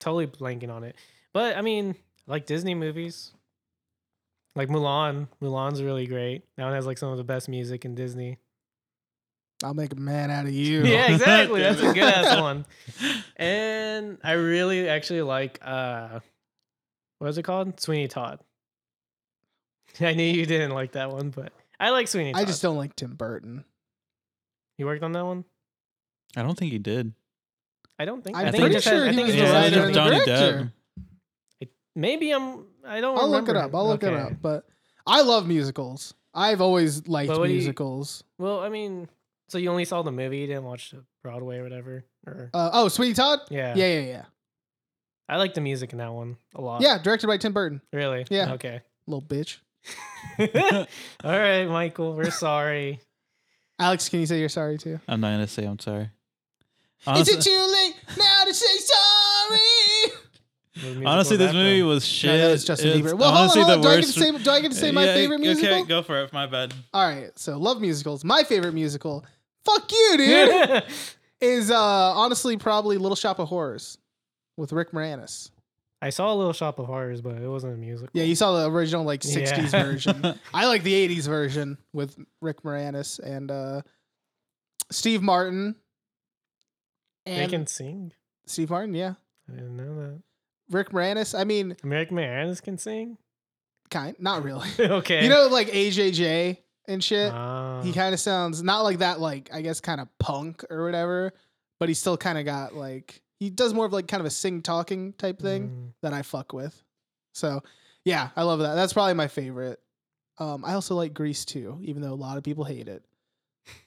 Speaker 1: Totally blanking on it. But I mean, I like Disney movies. Like Mulan. Mulan's really great. That one has like some of the best music in Disney.
Speaker 3: I'll make a man out of you.
Speaker 1: Yeah, exactly. That's a
Speaker 2: Damn
Speaker 1: good ass one. And I really actually like uh what is it called? Sweeney Todd. I knew you didn't like that one, but I like Sweeney Todd.
Speaker 3: I just don't like Tim Burton.
Speaker 1: you worked on that one?
Speaker 2: I don't think he did.
Speaker 1: I don't think.
Speaker 3: I'm
Speaker 1: I think
Speaker 2: pretty
Speaker 1: it just had-
Speaker 3: sure
Speaker 1: I
Speaker 3: he
Speaker 1: think
Speaker 3: was
Speaker 1: it
Speaker 3: the
Speaker 1: just had Johnny
Speaker 3: writer and the
Speaker 1: Depp.
Speaker 2: Johnny
Speaker 3: director.
Speaker 2: Depp.
Speaker 1: Maybe I'm. I don't.
Speaker 3: I'll look it
Speaker 1: remember.
Speaker 3: up. I'll look it
Speaker 1: Okay.
Speaker 3: up. But I love musicals. I've always liked
Speaker 1: But what do you-
Speaker 3: musicals.
Speaker 1: Well, I mean, so you only saw the movie, you didn't watch the Broadway or whatever. Or
Speaker 3: Uh, oh, Sweeney Todd?
Speaker 1: yeah.
Speaker 3: Yeah, yeah, yeah.
Speaker 1: I like the music in that one a lot.
Speaker 3: Yeah, directed by Tim Burton.
Speaker 1: Really.
Speaker 3: Yeah.
Speaker 1: Okay.
Speaker 3: Little bitch.
Speaker 1: All right, Michael. We're sorry.
Speaker 3: Alex, can you say you're sorry too?
Speaker 2: I'm not gonna say I'm sorry.
Speaker 3: Is it too late now to say sorry?
Speaker 1: What musical
Speaker 2: honestly,
Speaker 1: was
Speaker 2: this
Speaker 1: that
Speaker 2: movie
Speaker 1: from?
Speaker 2: was shit.
Speaker 3: No, that was Justin
Speaker 2: It's
Speaker 3: Bieber. Well, hold on,
Speaker 2: honestly
Speaker 3: hold on.
Speaker 2: the
Speaker 3: Do I, get to
Speaker 2: worst-
Speaker 3: say, do I get to say my
Speaker 2: Yeah,
Speaker 3: favorite musical?
Speaker 2: Okay, go for it. My bad.
Speaker 3: All right, so love musicals. My favorite musical, fuck you, dude, is uh, honestly probably Little Shop of Horrors with Rick Moranis.
Speaker 1: I saw a Little Shop of Horrors, but it wasn't a musical.
Speaker 3: Yeah, you saw the original like '60s
Speaker 1: Yeah.
Speaker 3: version. I like the '80s version with Rick Moranis and uh, Steve Martin.
Speaker 1: They
Speaker 3: And
Speaker 1: can sing.
Speaker 3: Steve Martin, yeah.
Speaker 1: I didn't know that.
Speaker 3: Rick Moranis. I mean,
Speaker 1: American Mariners can sing.
Speaker 3: kind, not really.
Speaker 1: okay.
Speaker 3: You know, like AJJ and shit.
Speaker 1: Ah.
Speaker 3: he kind of sounds not like that like i guess kind of punk or whatever but he still kind of got like he does more of like kind of a sing talking type thing
Speaker 1: Mm.
Speaker 3: that i fuck with so yeah i love that that's probably my favorite um i also like grease too even though a lot of people hate it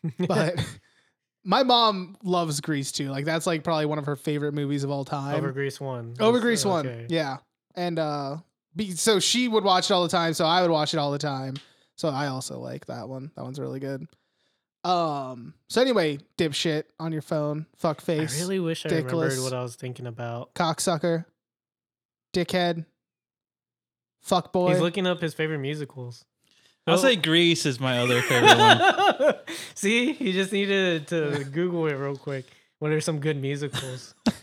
Speaker 1: Hmm.
Speaker 3: but my mom loves grease too like that's like probably one of her favorite movies of all time
Speaker 1: Over Grease one.
Speaker 3: over
Speaker 1: That's- uh,
Speaker 3: Grease one,
Speaker 1: okay.
Speaker 3: yeah, and uh, be, so she would watch it all the time, so I would watch it all the time. So I also like that one. That one's really good. Um. So anyway, dipshit on your phone, fuck
Speaker 1: I
Speaker 3: face,
Speaker 1: really wish I remembered
Speaker 3: Dickless.
Speaker 1: what I was thinking about.
Speaker 3: cocksucker, dickhead, fuck boy.
Speaker 1: He's looking up his favorite musicals.
Speaker 2: I'll say Grease is my other favorite one.
Speaker 1: See, he just needed to Google it real quick. What are some good musicals?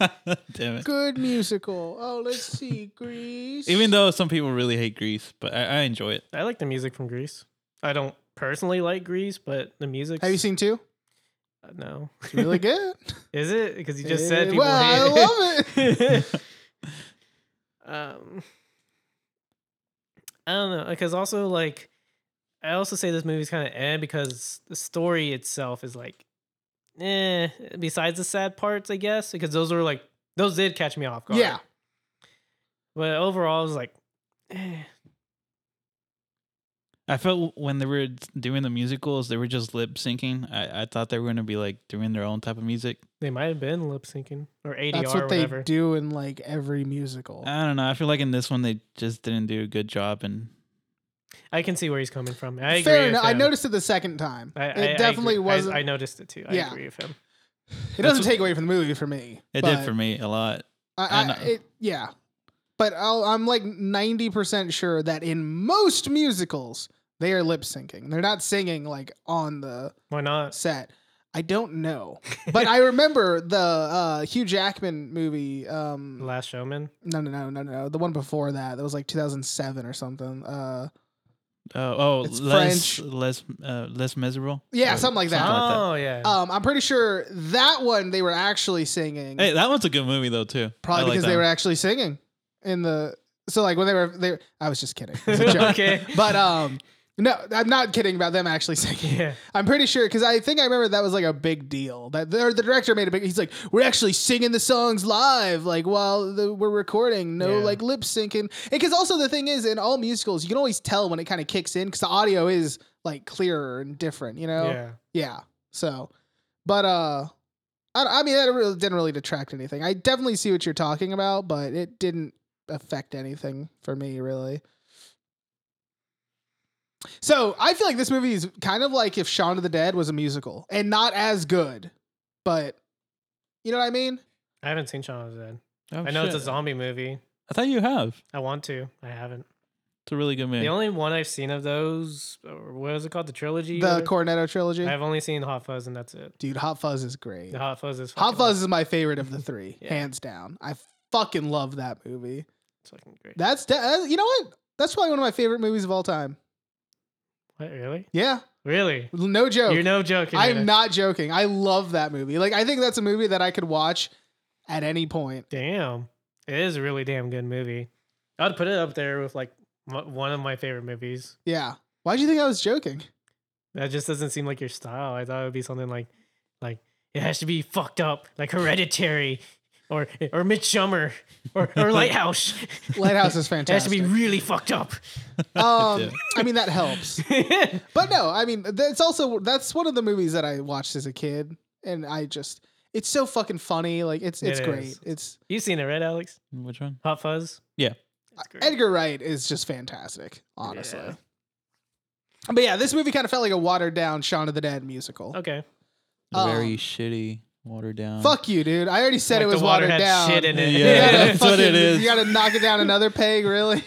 Speaker 2: Damn it.
Speaker 3: good musical. Oh, let's see, Grease.
Speaker 2: Even though some people really hate Grease, but I, I enjoy it.
Speaker 1: I like the music from Grease. I don't personally like Grease, but the music.
Speaker 3: have you seen two?
Speaker 1: no.
Speaker 3: It's really good.
Speaker 1: Is it? Because you just said
Speaker 3: Eh,
Speaker 1: people
Speaker 3: well,
Speaker 1: hate
Speaker 3: I love it.
Speaker 1: it. Um, I don't know because also like I also say this movie's kind of eh because the story itself is like eh. Besides the sad parts, I guess because those were like those did catch me off guard.
Speaker 3: Yeah.
Speaker 1: but overall, it was like eh.
Speaker 2: I felt when they were doing the musicals, they were just lip syncing. I, I thought they were going to be like doing their own type of music.
Speaker 1: they might have been lip syncing or ADR
Speaker 3: That's
Speaker 1: or
Speaker 3: what they
Speaker 1: whatever.
Speaker 3: do in like every musical.
Speaker 2: I don't know. I feel like in this one they just didn't do a good job, and
Speaker 1: I can see where he's coming from. I agree.
Speaker 3: Fair
Speaker 1: with
Speaker 3: enough. I
Speaker 1: him.
Speaker 3: noticed it the second time.
Speaker 1: I, I- I
Speaker 3: it definitely
Speaker 1: agree. I-
Speaker 3: wasn't.
Speaker 1: I, noticed it too. I
Speaker 3: Yeah.
Speaker 1: agree with him.
Speaker 3: it doesn't take away from the movie for me.
Speaker 2: it
Speaker 3: but
Speaker 2: did for me a lot. I
Speaker 3: I,
Speaker 2: know.
Speaker 3: I, it, yeah, but I'll, I'm like ninety percent sure that in most musicals they are lip syncing. They're not singing like on the
Speaker 1: Why not?
Speaker 3: set. I don't know, but I remember the uh, Hugh Jackman movie. Um,
Speaker 1: The Last Showman.
Speaker 3: no, no, no, no, no. The one before that. That was like 2007 or something. Uh,
Speaker 2: Uh, oh,
Speaker 3: It's
Speaker 2: less
Speaker 3: French.
Speaker 2: less uh, less miserable.
Speaker 3: Yeah,
Speaker 2: Or
Speaker 3: something like that.
Speaker 1: Oh yeah.
Speaker 3: um, I'm pretty sure that one they were actually singing.
Speaker 2: Mm. Hey, that one's a good movie though too.
Speaker 3: Probably
Speaker 2: I like
Speaker 3: because
Speaker 2: that
Speaker 3: they were
Speaker 2: one.
Speaker 3: actually singing in the. So like when they were they, I was just kidding. It's a joke.
Speaker 1: okay.
Speaker 3: But um, no, I'm not kidding about them actually singing.
Speaker 1: Yeah.
Speaker 3: I'm pretty sure because I think I remember that was like a big deal. That the, the director made a big. He's like, we're actually singing the songs live, like while the, we're recording. No
Speaker 1: Yeah.
Speaker 3: like lip syncing. Because also the thing is, in all musicals, you can always tell when it kind of kicks in because the audio is like clearer and different. You know.
Speaker 1: Yeah.
Speaker 3: Yeah. So, but uh, I, I mean that really didn't really detract anything. I definitely see what you're talking about, but it didn't affect anything for me really. So I feel like this movie is kind of like if Shaun of the Dead was a musical and not as good, but you know what I mean?
Speaker 1: I haven't seen Shaun of the Dead.
Speaker 2: Oh,
Speaker 1: I know it's a
Speaker 2: shit.
Speaker 1: zombie movie.
Speaker 2: I thought you have.
Speaker 1: I want to. I haven't.
Speaker 2: It's a really good movie.
Speaker 1: The only one I've seen of those, or what is it called? The trilogy.
Speaker 3: The
Speaker 1: or-
Speaker 3: Cornetto trilogy,
Speaker 1: I've only seen Hot Fuzz, and that's it.
Speaker 3: dude. Hot Fuzz is great.
Speaker 1: The Hot Fuzz is.
Speaker 3: Hot
Speaker 1: fucking-
Speaker 3: Fuzz is my favorite of the three,
Speaker 1: Yeah.
Speaker 3: hands down. I fucking love that movie.
Speaker 1: It's fucking great.
Speaker 3: That's de- uh, you know what? That's probably one of my favorite movies of all time.
Speaker 1: What really?
Speaker 3: Yeah,
Speaker 1: Really?
Speaker 3: no joke.
Speaker 1: You're no joking.
Speaker 3: I'm
Speaker 1: Hannah.
Speaker 3: not joking. I love that movie. Like I think that's a movie that I could watch at any point.
Speaker 1: Damn. It is a really damn good movie. I'd put it up there with like m- one of my favorite movies.
Speaker 3: Yeah. Why do you think I was joking?
Speaker 1: That just doesn't seem like your style. I thought it would be something like, like it has to be fucked up, like Hereditary, or or Midsummer, or or Lighthouse.
Speaker 3: Lighthouse is
Speaker 1: It has to
Speaker 3: fantastic.
Speaker 1: be really fucked up.
Speaker 3: um,
Speaker 2: Yeah.
Speaker 3: I mean that helps.
Speaker 1: yeah,
Speaker 3: But no, I mean that's also that's one of the movies that I watched as a kid, and I just it's so fucking funny. Like it's it's
Speaker 1: It
Speaker 3: great.
Speaker 1: is.
Speaker 3: It's
Speaker 1: you seen it, right, Alex?
Speaker 2: Which one?
Speaker 1: Hot Fuzz.
Speaker 2: Yeah.
Speaker 1: It's great.
Speaker 3: Edgar Wright is just fantastic, honestly.
Speaker 1: Yeah.
Speaker 3: But yeah, this movie kind of felt like a watered down Shaun of the Dead musical.
Speaker 1: Okay.
Speaker 3: Uh,
Speaker 2: Very shitty, watered down.
Speaker 3: Fuck you, dude. I already said
Speaker 1: Like
Speaker 3: it
Speaker 1: the
Speaker 3: was
Speaker 1: water
Speaker 3: watered
Speaker 1: had
Speaker 3: down.
Speaker 1: Shit in it.
Speaker 2: Yeah,
Speaker 3: You gotta
Speaker 2: that's what it
Speaker 3: fucking-
Speaker 2: is.
Speaker 3: You gotta knock it down another peg, really.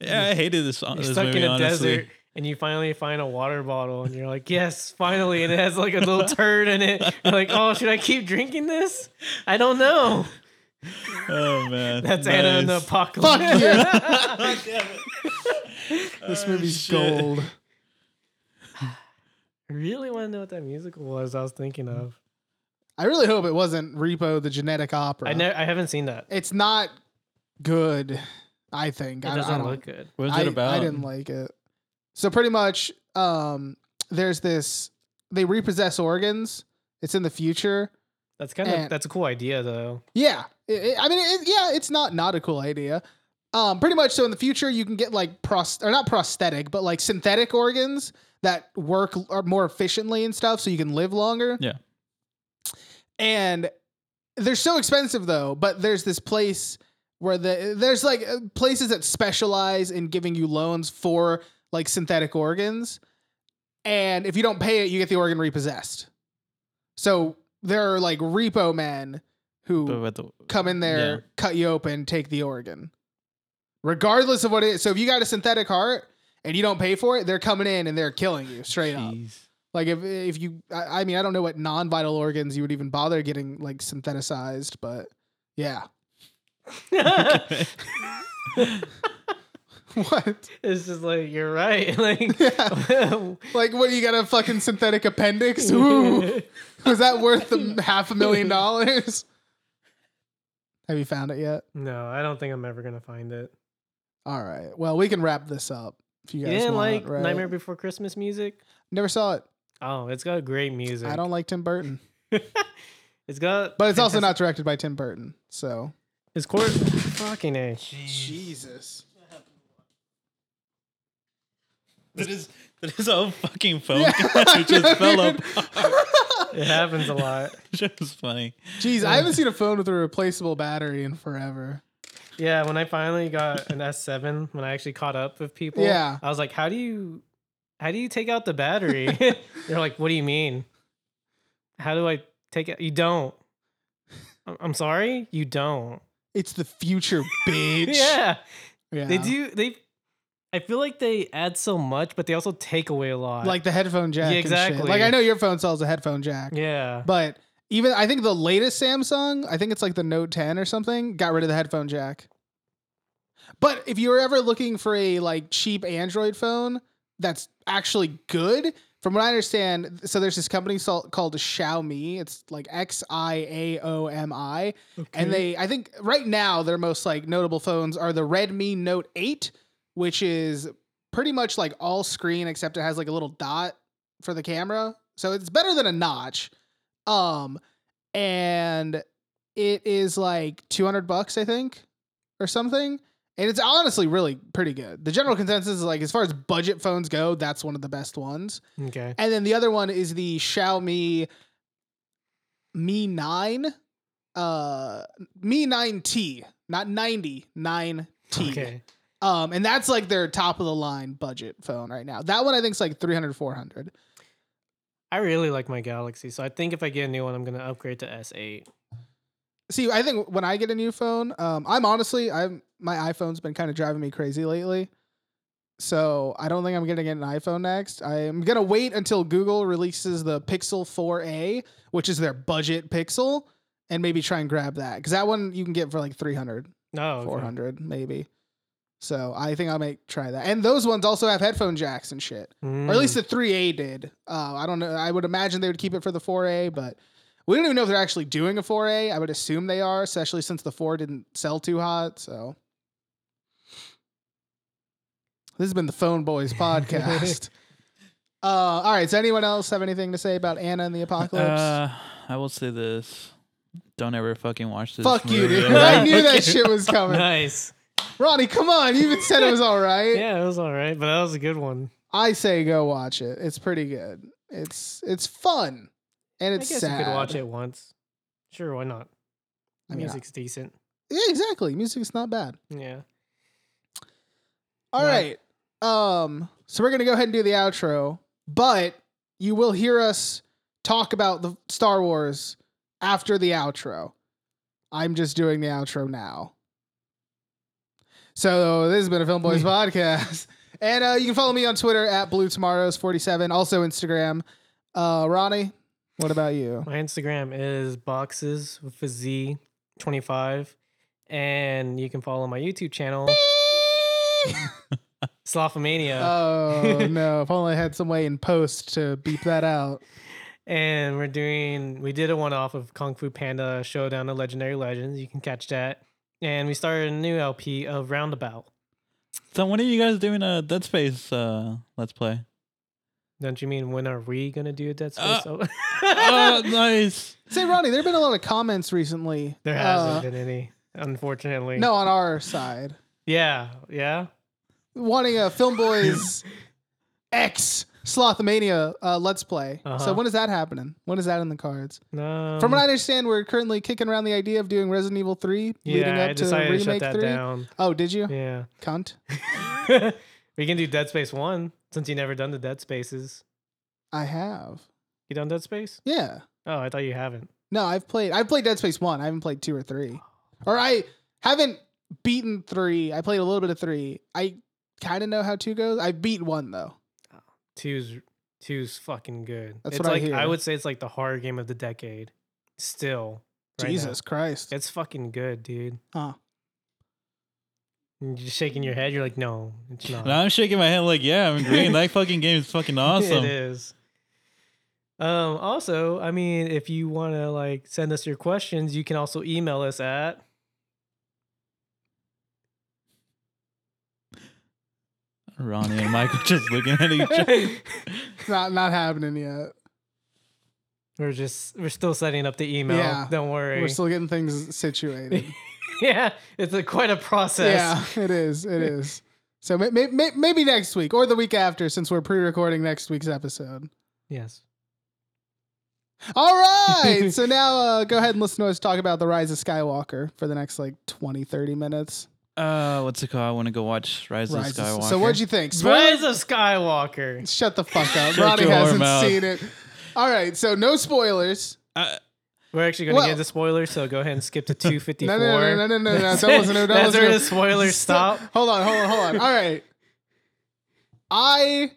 Speaker 2: Yeah, I hated this song.
Speaker 1: You're
Speaker 2: This
Speaker 1: stuck
Speaker 2: movie,
Speaker 1: in a
Speaker 2: honestly.
Speaker 1: desert and you finally find a water bottle and you're like, yes, finally. And it has like a little turd in it. You're like, oh, should I keep drinking this? I don't know.
Speaker 2: Oh man,
Speaker 1: That's Anna and the
Speaker 2: Nice.
Speaker 1: Apocalypse.
Speaker 3: Fuck
Speaker 1: you.
Speaker 3: This
Speaker 2: Oh,
Speaker 3: movie's
Speaker 2: shit.
Speaker 3: gold.
Speaker 1: really want to know what that musical was I was thinking of.
Speaker 3: I really hope it wasn't Repo the Genetic Opera.
Speaker 1: I know I haven't seen that. It
Speaker 3: It's not good, I think. I, I
Speaker 1: doesn't
Speaker 3: don't-
Speaker 1: look good.
Speaker 2: What was
Speaker 3: I,
Speaker 2: it about?
Speaker 3: I didn't like it. So pretty much, um, there's this they repossess organs. It's in the future.
Speaker 1: That's kind of
Speaker 3: And-
Speaker 1: that's a cool idea though.
Speaker 3: Yeah, It- it- I mean, it, yeah, it's not not a cool idea. Um, pretty much. So in the future, you can get like pros or not prosthetic, but like synthetic organs that work l- or more efficiently and stuff, so you can live longer.
Speaker 2: Yeah.
Speaker 3: And they're so expensive though. But there's this place where the there's like uh, places that specialize in giving you loans for like synthetic organs, and if you don't pay it, you get the organ repossessed. So there are like repo men who
Speaker 2: But with the-
Speaker 3: come in there,
Speaker 2: Yeah.
Speaker 3: cut you open, take the organ. Regardless of what it is. So if you got a synthetic heart and you don't pay for it, they're coming in and they're killing you straight up.
Speaker 2: Jeez.
Speaker 3: Like if if you I I mean, I don't know what non-vital organs you would even bother getting like syntheticized, but yeah. What?
Speaker 1: it's just like you're right. Like
Speaker 3: Yeah. Like what you got a fucking synthetic appendix? Ooh. Was that worth the half a million dollars? Have you found it yet?
Speaker 1: No, I don't think I'm ever gonna find it.
Speaker 3: All right. Well, we can wrap this up if you
Speaker 1: You,
Speaker 3: guys
Speaker 1: didn't
Speaker 3: want.
Speaker 1: like
Speaker 3: right?
Speaker 1: Nightmare Before Christmas music?
Speaker 3: Never saw it.
Speaker 1: Oh, it's got great music.
Speaker 3: I don't like Tim Burton,
Speaker 1: it's got.
Speaker 3: but it's also
Speaker 1: fantastic-
Speaker 3: not directed by Tim Burton. So
Speaker 1: It's court. Fucking a.
Speaker 3: Jesus.
Speaker 2: That is that is all fucking phone
Speaker 3: Yeah,
Speaker 2: it just fell
Speaker 3: dude.
Speaker 2: apart.
Speaker 1: It happens a lot.
Speaker 2: Just funny.
Speaker 3: Jeez, I haven't seen a phone with a replaceable battery in forever.
Speaker 1: Yeah, when I finally got an S7, when I actually caught up with people,
Speaker 3: Yeah.
Speaker 1: I was like, "How do you, how do you take out the battery?" They're like, "What do you mean? How do I take it? You don't. I'm- I'm sorry, you don't.
Speaker 3: It's the future, bitch.
Speaker 1: Yeah,
Speaker 3: Yeah.
Speaker 1: they do. They, I feel like they add so much, but they also take away a lot.
Speaker 3: like the headphone jack.
Speaker 1: Yeah,
Speaker 3: and shit.
Speaker 1: exactly.
Speaker 3: Like I know your phone sells a headphone jack.
Speaker 1: yeah,
Speaker 3: But even I think the latest Samsung, I think it's like the Note 10 or something, got rid of the headphone jack. But if you're ever looking for a like cheap Android phone that's actually good, from what I understand, so there's this company sol- called Xiaomi. It's like X I A O M I, and they I think right now their most like notable phones are the Redmi Note 8, which is pretty much like all screen except it has like a little dot for the camera. So it's better than a notch. Um, and it is like 200 bucks, I think, or something. And it's honestly really pretty good. The general consensus is like, as far as budget phones go, that's one of the best ones.
Speaker 1: okay.
Speaker 3: And then the other one is the Xiaomi Mi 9, uh, Mi 9T, not 90, 9T.
Speaker 1: Okay.
Speaker 3: Um, and that's like their top of the line budget phone right now. That one I think is like 300, 400.
Speaker 1: I really like my Galaxy, so I think if I get a new one, I'm gonna upgrade to S8.
Speaker 3: see i think when i get a new phone um i'm honestly i'm my iphone's been kind of driving me crazy lately so i don't think i'm gonna get an iphone next i'm gonna wait until google releases the pixel 4a which is their budget pixel and maybe try and grab that because that one you can get for like 300
Speaker 1: No, Oh, okay.
Speaker 3: 400 maybe so i think i might try that and those ones also have headphone jacks and shit
Speaker 1: Hmm.
Speaker 3: or at least the 3A did. Uh, I don't know. I would imagine they would keep it for the 4A, but we don't even know if they're actually doing a 4A. I would assume they are, especially since the 4 didn't sell too hot. So this has been the Phone Boys podcast. uh, all right. Does anyone else have anything to say about Anna and the Apocalypse?
Speaker 2: Uh, I will say this: don't ever fucking watch this.
Speaker 3: Fuck you,
Speaker 2: movie.
Speaker 3: dude. I knew
Speaker 1: Okay.
Speaker 3: that shit was coming.
Speaker 1: nice.
Speaker 3: Ronnie, come on. You even said it was all right.
Speaker 1: Yeah, it was all right, but that was a good one.
Speaker 3: I say go watch it. It's pretty good. It's it's fun. And it's
Speaker 1: I guess
Speaker 3: sad.
Speaker 1: you could watch it once. Sure, why not?
Speaker 3: I mean, I-
Speaker 1: Music's decent.
Speaker 3: Yeah, exactly. Music's not bad.
Speaker 1: Yeah.
Speaker 3: All
Speaker 1: Right.
Speaker 3: right. Um, so we're gonna go ahead and do the outro, but you will hear us talk about the Star Wars after the outro. I'm just doing the outro now. So this has been a Film Boys podcast, and uh, you can follow me on Twitter at Blue Tomorrows 47, also Instagram. Uh, Ronnie, what about you?
Speaker 1: My Instagram is boxes with a Z 25. And you can follow my YouTube channel, Slothomania.
Speaker 3: Oh no! If only I had some way in post to beep that out.
Speaker 1: and we're doing, we did a one off of Kung Fu Panda Showdown of Legendary Legends. You can catch that. And we started a new LP of Roundabout.
Speaker 2: So when are you guys doing a Dead Space uh, Let's Play?
Speaker 1: Don't you mean when are we going to do a Dead
Speaker 2: Uh,
Speaker 1: Space?
Speaker 3: uh,
Speaker 2: oh, nice.
Speaker 3: Say, Ronnie, there have been a lot of comments recently.
Speaker 1: there
Speaker 3: uh,
Speaker 1: hasn't been any, unfortunately.
Speaker 3: No, on our side.
Speaker 1: Yeah. Yeah.
Speaker 3: Wanting a Film Boys X Slothmania uh, Let's Play.
Speaker 1: Uh-huh. Um,
Speaker 3: So when is that happening? When is that in the cards?
Speaker 1: No.
Speaker 3: From what I understand, we're currently kicking around the idea of doing Resident Evil 3 leading
Speaker 1: yeah,
Speaker 3: up
Speaker 1: I
Speaker 3: to
Speaker 1: decided to,
Speaker 3: Remake
Speaker 1: shut that
Speaker 3: 3.
Speaker 1: down.
Speaker 3: Oh, did you?
Speaker 1: Yeah.
Speaker 3: Cunt.
Speaker 1: we can do Dead Space 1 since you never done the Dead Spaces.
Speaker 3: I have.
Speaker 1: You done Dead Space?
Speaker 3: Yeah.
Speaker 1: Oh, I thought you haven't.
Speaker 3: No, I've played I've played Dead Space 1. I haven't played 2 or 3. Or I haven't beaten 3. I played a little bit of 3. I kind of know how 2 goes. I beat 1 though.
Speaker 1: Two's two's fucking good.
Speaker 3: That's
Speaker 1: it's
Speaker 3: what I
Speaker 1: like
Speaker 3: hear.
Speaker 1: would say it's like the horror game of the decade. Still. right now.
Speaker 3: Jesus Christ.
Speaker 1: It's fucking good, dude.
Speaker 3: Huh.
Speaker 1: You're just shaking your head. You're like, no, it's not.
Speaker 2: And I'm shaking my head like, yeah, I'm agreeing. that fucking game is fucking awesome.
Speaker 1: It is. Um, also, I mean, if you want to like send us your questions, you can also email us at
Speaker 2: Ronnie and Mike are just looking at each other.
Speaker 3: Not not happening yet.
Speaker 1: We're just we're still setting up the email.
Speaker 3: Yeah.
Speaker 1: Don't worry.
Speaker 3: We're still getting things situated.
Speaker 1: yeah, it's a, quite a process.
Speaker 3: yeah, it is. It is. So may, may, may, maybe next week or the week after, since we're pre-recording next week's episode.
Speaker 1: Yes.
Speaker 3: All right. so now uh, go ahead and listen to us talk about the rise of Skywalker for the next like 20, 30 minutes.
Speaker 2: Uh, what's it called? I want to go watch Rise,
Speaker 3: Rise
Speaker 2: of
Speaker 3: of-
Speaker 2: Skywalker.
Speaker 3: So what'd you think? Spoiler-
Speaker 1: Rise of Skywalker.
Speaker 3: Shut the fuck up.
Speaker 2: Shut
Speaker 3: Ronnie
Speaker 2: your
Speaker 3: hasn't
Speaker 2: mouth.
Speaker 3: seen it. All right. So no spoilers.
Speaker 2: I,
Speaker 1: We're actually going to
Speaker 3: Well-
Speaker 1: get into spoilers, so go ahead and skip to 254.
Speaker 3: No, no, no, no, no, no, no. That
Speaker 1: That's,
Speaker 3: wasn't it. That
Speaker 1: that's
Speaker 3: wasn't
Speaker 1: where
Speaker 3: it.
Speaker 1: the spoilers stop.
Speaker 3: Hold on, hold on, hold on. All right. I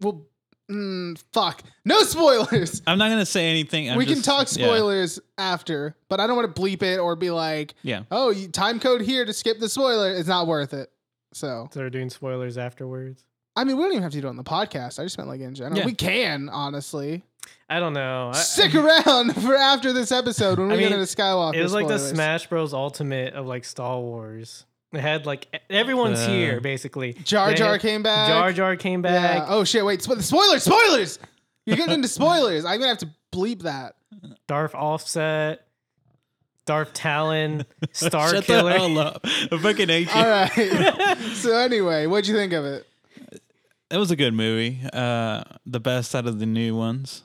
Speaker 3: will. Mm, fuck. No spoilers.
Speaker 2: I'm not gonna say anything. I'm
Speaker 3: we
Speaker 2: just-
Speaker 3: can talk
Speaker 2: yeah.
Speaker 3: spoilers after, but I don't want to bleep it or be like,
Speaker 2: Yeah.
Speaker 3: oh, you time code here to skip the spoiler. It's not worth it. So,
Speaker 1: So we're doing spoilers afterwards.
Speaker 3: I mean, we don't even have to do it on the podcast. I just meant like in general.
Speaker 2: Yeah.
Speaker 3: We can, honestly.
Speaker 1: I don't know. I-
Speaker 3: Stick around for after this episode when
Speaker 1: I
Speaker 3: we get
Speaker 1: mean,
Speaker 3: into Skywalker.
Speaker 1: It was like the
Speaker 3: spoilers.
Speaker 1: Smash Bros. Ultimate of like Star Wars. It had like e- everyone's
Speaker 2: Uh,
Speaker 1: here basically.
Speaker 3: Jar
Speaker 1: They
Speaker 3: Jar
Speaker 1: had-
Speaker 3: came back.
Speaker 1: Jar Jar came
Speaker 3: Yeah.
Speaker 1: back.
Speaker 3: Oh shit! Wait, spo- spoilers! Spoilers! You're getting into spoilers. I'm gonna have to bleep that.
Speaker 1: Darth Offset. Darth Talon. Star
Speaker 2: Shut the
Speaker 1: Killer.
Speaker 2: hell up. I fucking hate you.
Speaker 3: All right. so anyway, what'd you think of it?
Speaker 2: It was a good movie. Uh, the best out of the new ones.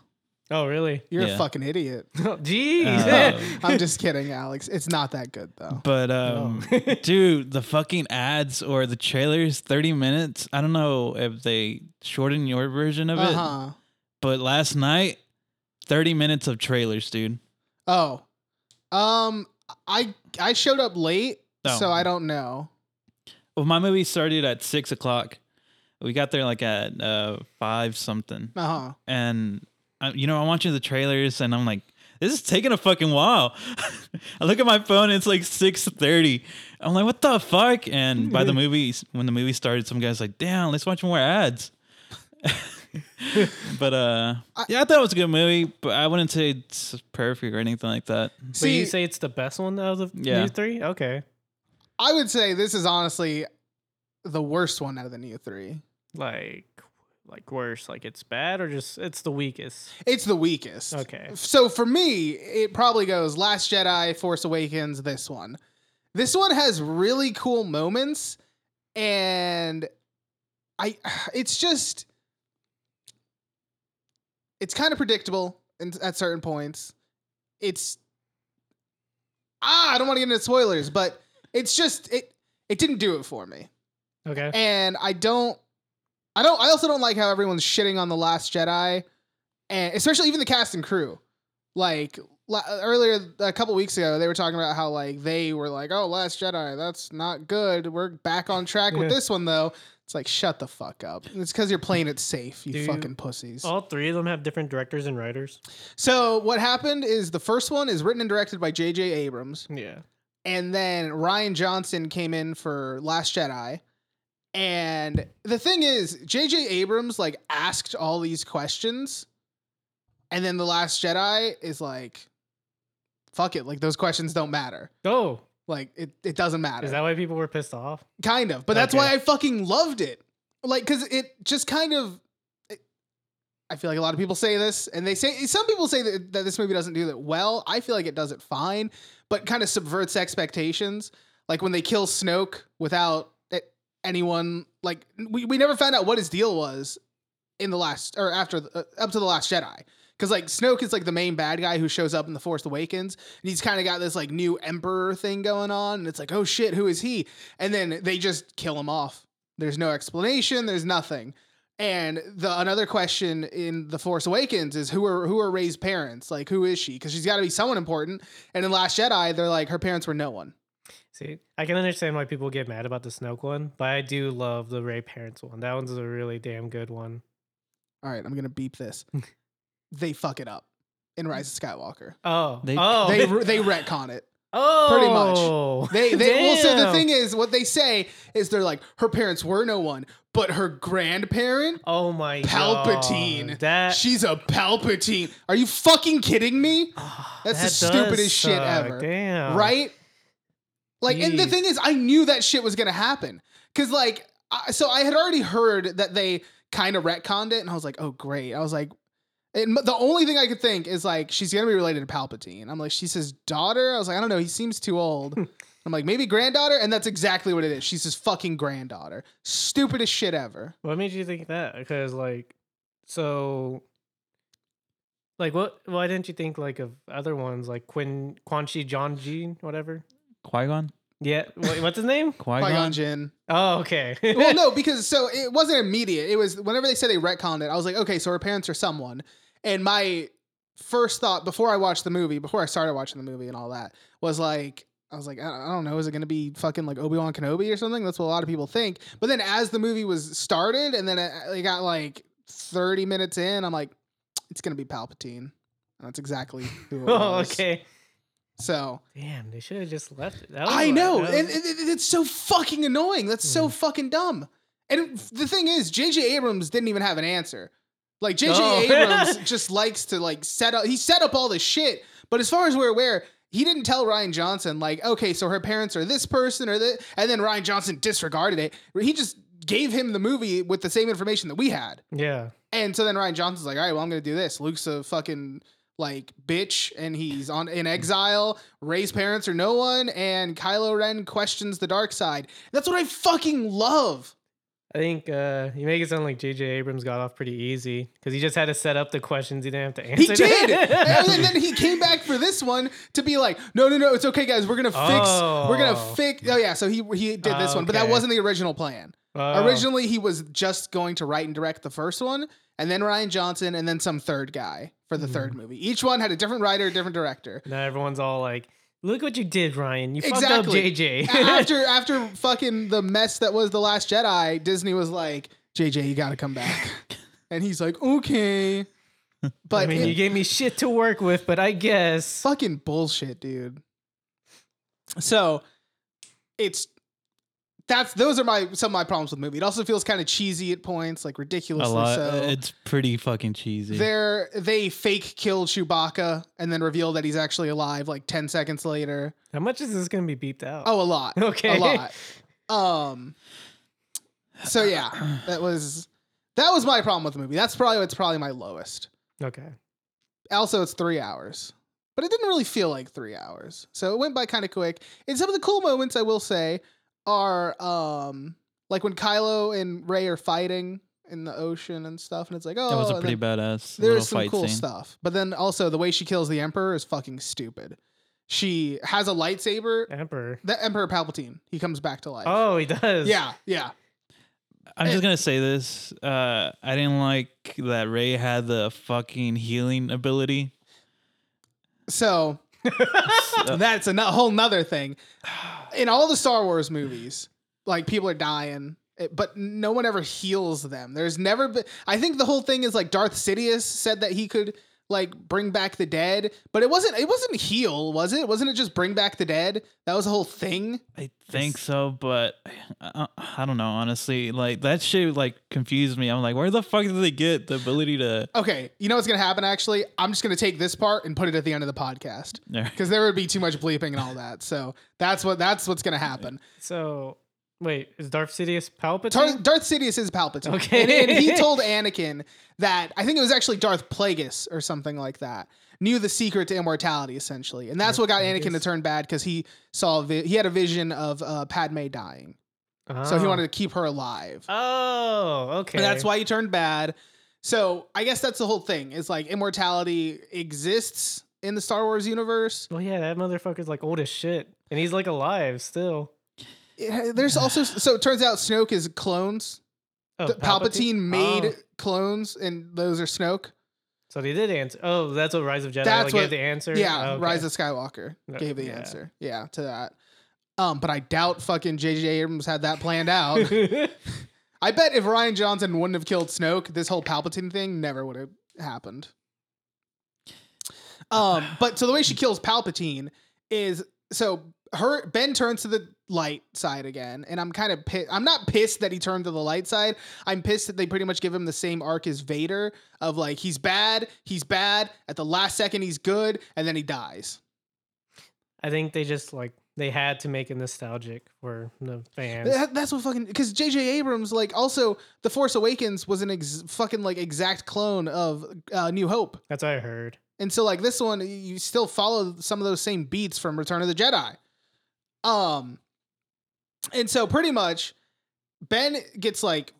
Speaker 1: Oh really? Oh,
Speaker 3: You're a
Speaker 2: Yeah.
Speaker 3: fucking idiot.
Speaker 1: Jeez.
Speaker 2: Uh,
Speaker 3: I'm just kidding, Alex. It's not that good though.
Speaker 2: But
Speaker 3: Oh.
Speaker 2: um, dude, the fucking ads or the trailers, thirty minutes. I don't know if they shortened your version of
Speaker 3: Uh
Speaker 2: it,
Speaker 3: huh.
Speaker 2: but last night, thirty minutes of trailers, dude.
Speaker 3: Oh, um, I I showed up late,
Speaker 2: Oh.
Speaker 3: so I don't know.
Speaker 2: Well, my movie started at six o'clock. We got there like at uh, five something,
Speaker 3: Uh huh.
Speaker 2: and I, you know I'm watching the trailers, and I'm like, this is taking a fucking while. I look at my phone, and it's like six thirty. I'm like, what the fuck? And by the movie, when the movie started, some guys like, damn, let's watch more ads. but uh, yeah, I thought it was a good movie, but I wouldn't say it's perfect or anything like that.
Speaker 1: But
Speaker 3: See,
Speaker 1: you say it's the best one out of the
Speaker 2: Yeah.
Speaker 1: new three? Okay.
Speaker 3: I would say this is honestly the worst one out of the new three.
Speaker 1: Like like worse. Like it's bad or just it's the weakest.
Speaker 3: It's the weakest.
Speaker 1: Okay.
Speaker 3: So for me, it probably goes Last Jedi, Force Awakens, this one. This one has really cool moments and I it's just it's kind of predictable in, at certain points. It's ah, I don't want to get into spoilers, but it's just it it didn't do it for me.
Speaker 1: Okay.
Speaker 3: And I don't I don't I also don't like how everyone's shitting on the last Jedi and especially even the cast and crew. Like la- earlier a couple weeks ago they were talking about how like they were like, "Oh, last Jedi, that's not good. We're back on track with
Speaker 1: Yeah.
Speaker 3: this one though." It's like, "Shut the fuck up. It's cuz you're playing it safe, you
Speaker 1: Do you-
Speaker 3: fucking pussies."
Speaker 1: All three of them have different directors and writers.
Speaker 3: So, what happened is the first one is written and directed by J.J. Abrams.
Speaker 1: Yeah.
Speaker 3: and then Ryan Johnson came in for Last Jedi. And the thing is, J.J. Abrams like asked all these questions, and then the Last Jedi is like, "Fuck it!" Like those questions don't matter.
Speaker 1: Oh,
Speaker 3: Like it, it doesn't matter.
Speaker 1: is that why people were pissed off?
Speaker 3: kind of, but that's
Speaker 1: Okay.
Speaker 3: why I fucking loved it. Like, cause it just kind of. It, I feel like a lot of people say this, and they say some people say that, that this movie doesn't do that well. I feel like it does it fine, but kind of subverts expectations. Like when they kill Snoke without a- anyone, like we, we never found out what his deal was in the last or after the, uh, up to the last Jedi. Because like Snoke is like the main bad guy who shows up in the Force Awakens, and he's kind of got this like new Emperor thing going on, and it's like, oh shit, who is he? And then they just kill him off. There's no explanation. There's nothing. And the another question in the Force Awakens is who are who are Ray's parents? Like who is she? Because she's got to be someone important. And in Last Jedi, they're like her parents were no one.
Speaker 1: See, I can understand why people get mad about the Snoke one, but I do love the Ray Parents one. That one's a really damn good one.
Speaker 3: All right, I'm gonna beep this. they fuck it up in Rise of Skywalker.
Speaker 1: Oh,
Speaker 2: They-
Speaker 1: oh,
Speaker 3: They they retcon it.
Speaker 1: oh,
Speaker 3: They they well so the
Speaker 1: damn.
Speaker 3: thing is what they say is they're like her parents were no one, but her grandparent
Speaker 1: Oh my
Speaker 3: Palpatine.
Speaker 1: God. That
Speaker 3: She's a Palpatine. Are you fucking kidding me?
Speaker 1: Ah,
Speaker 3: That's the
Speaker 1: that does
Speaker 3: stupidest shit
Speaker 1: suck.
Speaker 3: ever.
Speaker 1: Damn.
Speaker 3: Right? Like, and the
Speaker 1: Jeez.
Speaker 3: thing is, I knew that shit was gonna happen. Cause like I, so I had already heard that they kind of retconned it, and I was like, oh great. I was like, and m- the only thing I could think is like she's gonna be related to Palpatine. I'm like, she's his daughter. I was like, I don't know. He seems too old. I'm like, maybe granddaughter, and that's exactly what it is. She's his fucking granddaughter. Stupidest shit ever.
Speaker 1: What made you think that? Because like, so, like, what? Why didn't you think like of other ones like Quin Quan Chi John Jean whatever?
Speaker 2: Qui Gon?
Speaker 1: Yeah, wha- what's his name?
Speaker 2: Qui
Speaker 3: Qui-Gon
Speaker 2: Gon?
Speaker 3: Jinn.
Speaker 1: Oh, okay.
Speaker 3: well, no, because so it wasn't immediate. It was whenever they said they retconned it, I was like, okay, so her parents are someone. And my first thought before I watched the movie, before I started watching the movie and all that, was like, I was like, I I don't know, is it going to be fucking like Obi Wan Kenobi or something? That's what a lot of people think. But then as the movie was started, and then it it got like 30 minutes in, I'm like, it's going to be Palpatine. And that's exactly who it
Speaker 1: oh,
Speaker 3: was.
Speaker 1: okay.
Speaker 3: So
Speaker 1: Damn, they should have just left it. That was
Speaker 3: I
Speaker 1: what-
Speaker 3: know,
Speaker 1: that
Speaker 3: and,
Speaker 1: was-
Speaker 3: and- and it's so fucking annoying. That's so fucking dumb. And the thing is, J.J. Abrams didn't even have an answer. Like J.J.
Speaker 1: Oh.
Speaker 3: Abrams just likes to like set up. He set up all this shit, but as far as we're aware, he didn't tell Ryan Johnson like, okay, so her parents are this person or that, and then Ryan Johnson disregarded it. He just gave him the movie with the same information that we had.
Speaker 1: yeah.
Speaker 3: And so then Ryan Johnson's like, all right, well, I'm going to do this. Luke's a fucking like bitch and he's on in exile. Ray's parents are no one. And Kylo Ren questions the dark side. That's what I fucking love.
Speaker 1: I think uh, you make it sound like J.J. Abrams got off pretty easy because he just had to set up the questions. He didn't have to answer.
Speaker 3: He did.
Speaker 1: them.
Speaker 3: and then he came back for this one to be like, no, no, no, it's okay, guys. We're going to fix. We're going
Speaker 1: Oh.
Speaker 3: to fix. Oh, yeah. So he, he did this
Speaker 1: Oh,
Speaker 3: one, but that
Speaker 1: okay.
Speaker 3: wasn't the original plan.
Speaker 1: Oh,
Speaker 3: Originally, he was just going to write and direct the first one, and then Ryan Johnson, and then some third guy for
Speaker 1: Hmm.
Speaker 3: the third movie. Each one had a different writer, different director.
Speaker 1: now everyone's all like, "Look what you did, Ryan! You fucked up
Speaker 3: Exactly.
Speaker 1: J.J."
Speaker 3: A- after after fucking the mess that was the Last Jedi, Disney was like, "JJ, you got to come back," and he's like, "Okay," but
Speaker 1: I mean,
Speaker 3: it-
Speaker 1: you gave me shit to work with, but I guess
Speaker 3: fucking bullshit, dude. So it's that's those are my some of my problems with the movie. It also feels kind of cheesy at points, like
Speaker 2: A
Speaker 3: ridiculously
Speaker 2: lot. uh,
Speaker 3: so.
Speaker 2: It's pretty fucking cheesy.
Speaker 3: They're they fake kill Chewbacca and then reveal that he's actually alive like ten seconds later.
Speaker 1: how much is this gonna be beeped out?
Speaker 3: Oh, a lot.
Speaker 1: okay,
Speaker 3: a lot. Um. So yeah, that was that was my problem with the movie. That's probably it's probably my lowest.
Speaker 1: Okay,
Speaker 3: Also, it's three hours, but it didn't really feel like three hours, so it went by kind of quick. And some of the cool moments I will say are um like when Kylo and Ray are fighting in the ocean and stuff, and it's like oh,
Speaker 2: that was a
Speaker 3: and
Speaker 2: pretty
Speaker 3: then
Speaker 2: badass little
Speaker 3: there's some
Speaker 2: fight
Speaker 3: cool
Speaker 2: scene.
Speaker 3: stuff. But then also the way she kills the Emperor is fucking stupid. She has a lightsaber.
Speaker 1: Emperor.
Speaker 3: The Emperor Palpatine. He comes back to life.
Speaker 1: Oh, he does.
Speaker 3: Yeah, yeah.
Speaker 2: I'm
Speaker 3: It-
Speaker 2: just gonna say this. Uh, I didn't like that Ray had the fucking healing ability.
Speaker 3: So
Speaker 2: Uh,
Speaker 3: that's a no- whole nother thing. In all the Star Wars movies, like people are dying, it- but no one ever heals them. There's never been. I think the whole thing is like Darth Sidious said that he could like bring back the dead, but it wasn't. It wasn't heal, was it? Wasn't it just bring back the dead? That was the whole thing.
Speaker 2: I think so, but I, I I don't know. Honestly, like that shit like confused me. I'm like, where the fuck did they get the ability to?
Speaker 3: Okay, you know what's gonna happen? Actually, I'm just gonna take this part and put it at the end of the podcast because there would be too much bleeping and all that. So that's what that's what's gonna happen.
Speaker 1: So wait, is Darth Sidious Palpatine?
Speaker 3: Tar- Darth Sidious is Palpatine.
Speaker 1: Okay.
Speaker 3: And, and he told Anakin that I think it was actually Darth Plagueis or something like that knew the secret to immortality essentially, and that's what got Anakin to
Speaker 1: Plagueis.
Speaker 3: turn bad because he saw a vi- he had a vision of uh, Padme dying, so he
Speaker 1: Oh.
Speaker 3: wanted to keep her alive.
Speaker 1: Oh, okay.
Speaker 3: And that's why he turned bad. So I guess that's the whole thing is like immortality exists in the Star Wars universe.
Speaker 1: Well, yeah, that motherfucker's like old as shit, and he's like alive still.
Speaker 3: It- There's also so it turns out Snoke is clones.
Speaker 1: Oh,
Speaker 3: The Palpatine, made
Speaker 1: Oh,
Speaker 3: clones, and those are Snoke.
Speaker 1: so they did answer. Oh, that's what Rise of Jedi
Speaker 3: That's
Speaker 1: like,
Speaker 3: what-
Speaker 1: gave the answer.
Speaker 3: Yeah,
Speaker 1: Oh, okay.
Speaker 3: Rise of Skywalker
Speaker 1: No,
Speaker 3: gave the
Speaker 1: yeah.
Speaker 3: answer. Yeah, to that. Um, but I doubt fucking J.J. Abrams had that planned out. I bet if Ryan Johnson wouldn't have killed Snoke, this whole Palpatine thing never would have happened.
Speaker 1: Uh,
Speaker 3: Um, but so the way she kills Palpatine is so her Ben turns to the light side again, and I'm kind of pissed. I'm not pissed that he turned to the light side. I'm pissed that they pretty much give him the same arc as Vader of like he's bad, he's bad. At the last second, he's good, and then he dies.
Speaker 1: I think they just like they had to make it nostalgic for the fans.
Speaker 3: That, that's what fucking because J.J. Abrams like also the Force Awakens was an ex- fucking like exact clone of uh, New Hope,
Speaker 1: That's what I heard.
Speaker 3: and so like this one you still follow some of those same beats from Return of the Jedi. Um, and so pretty much Ben gets like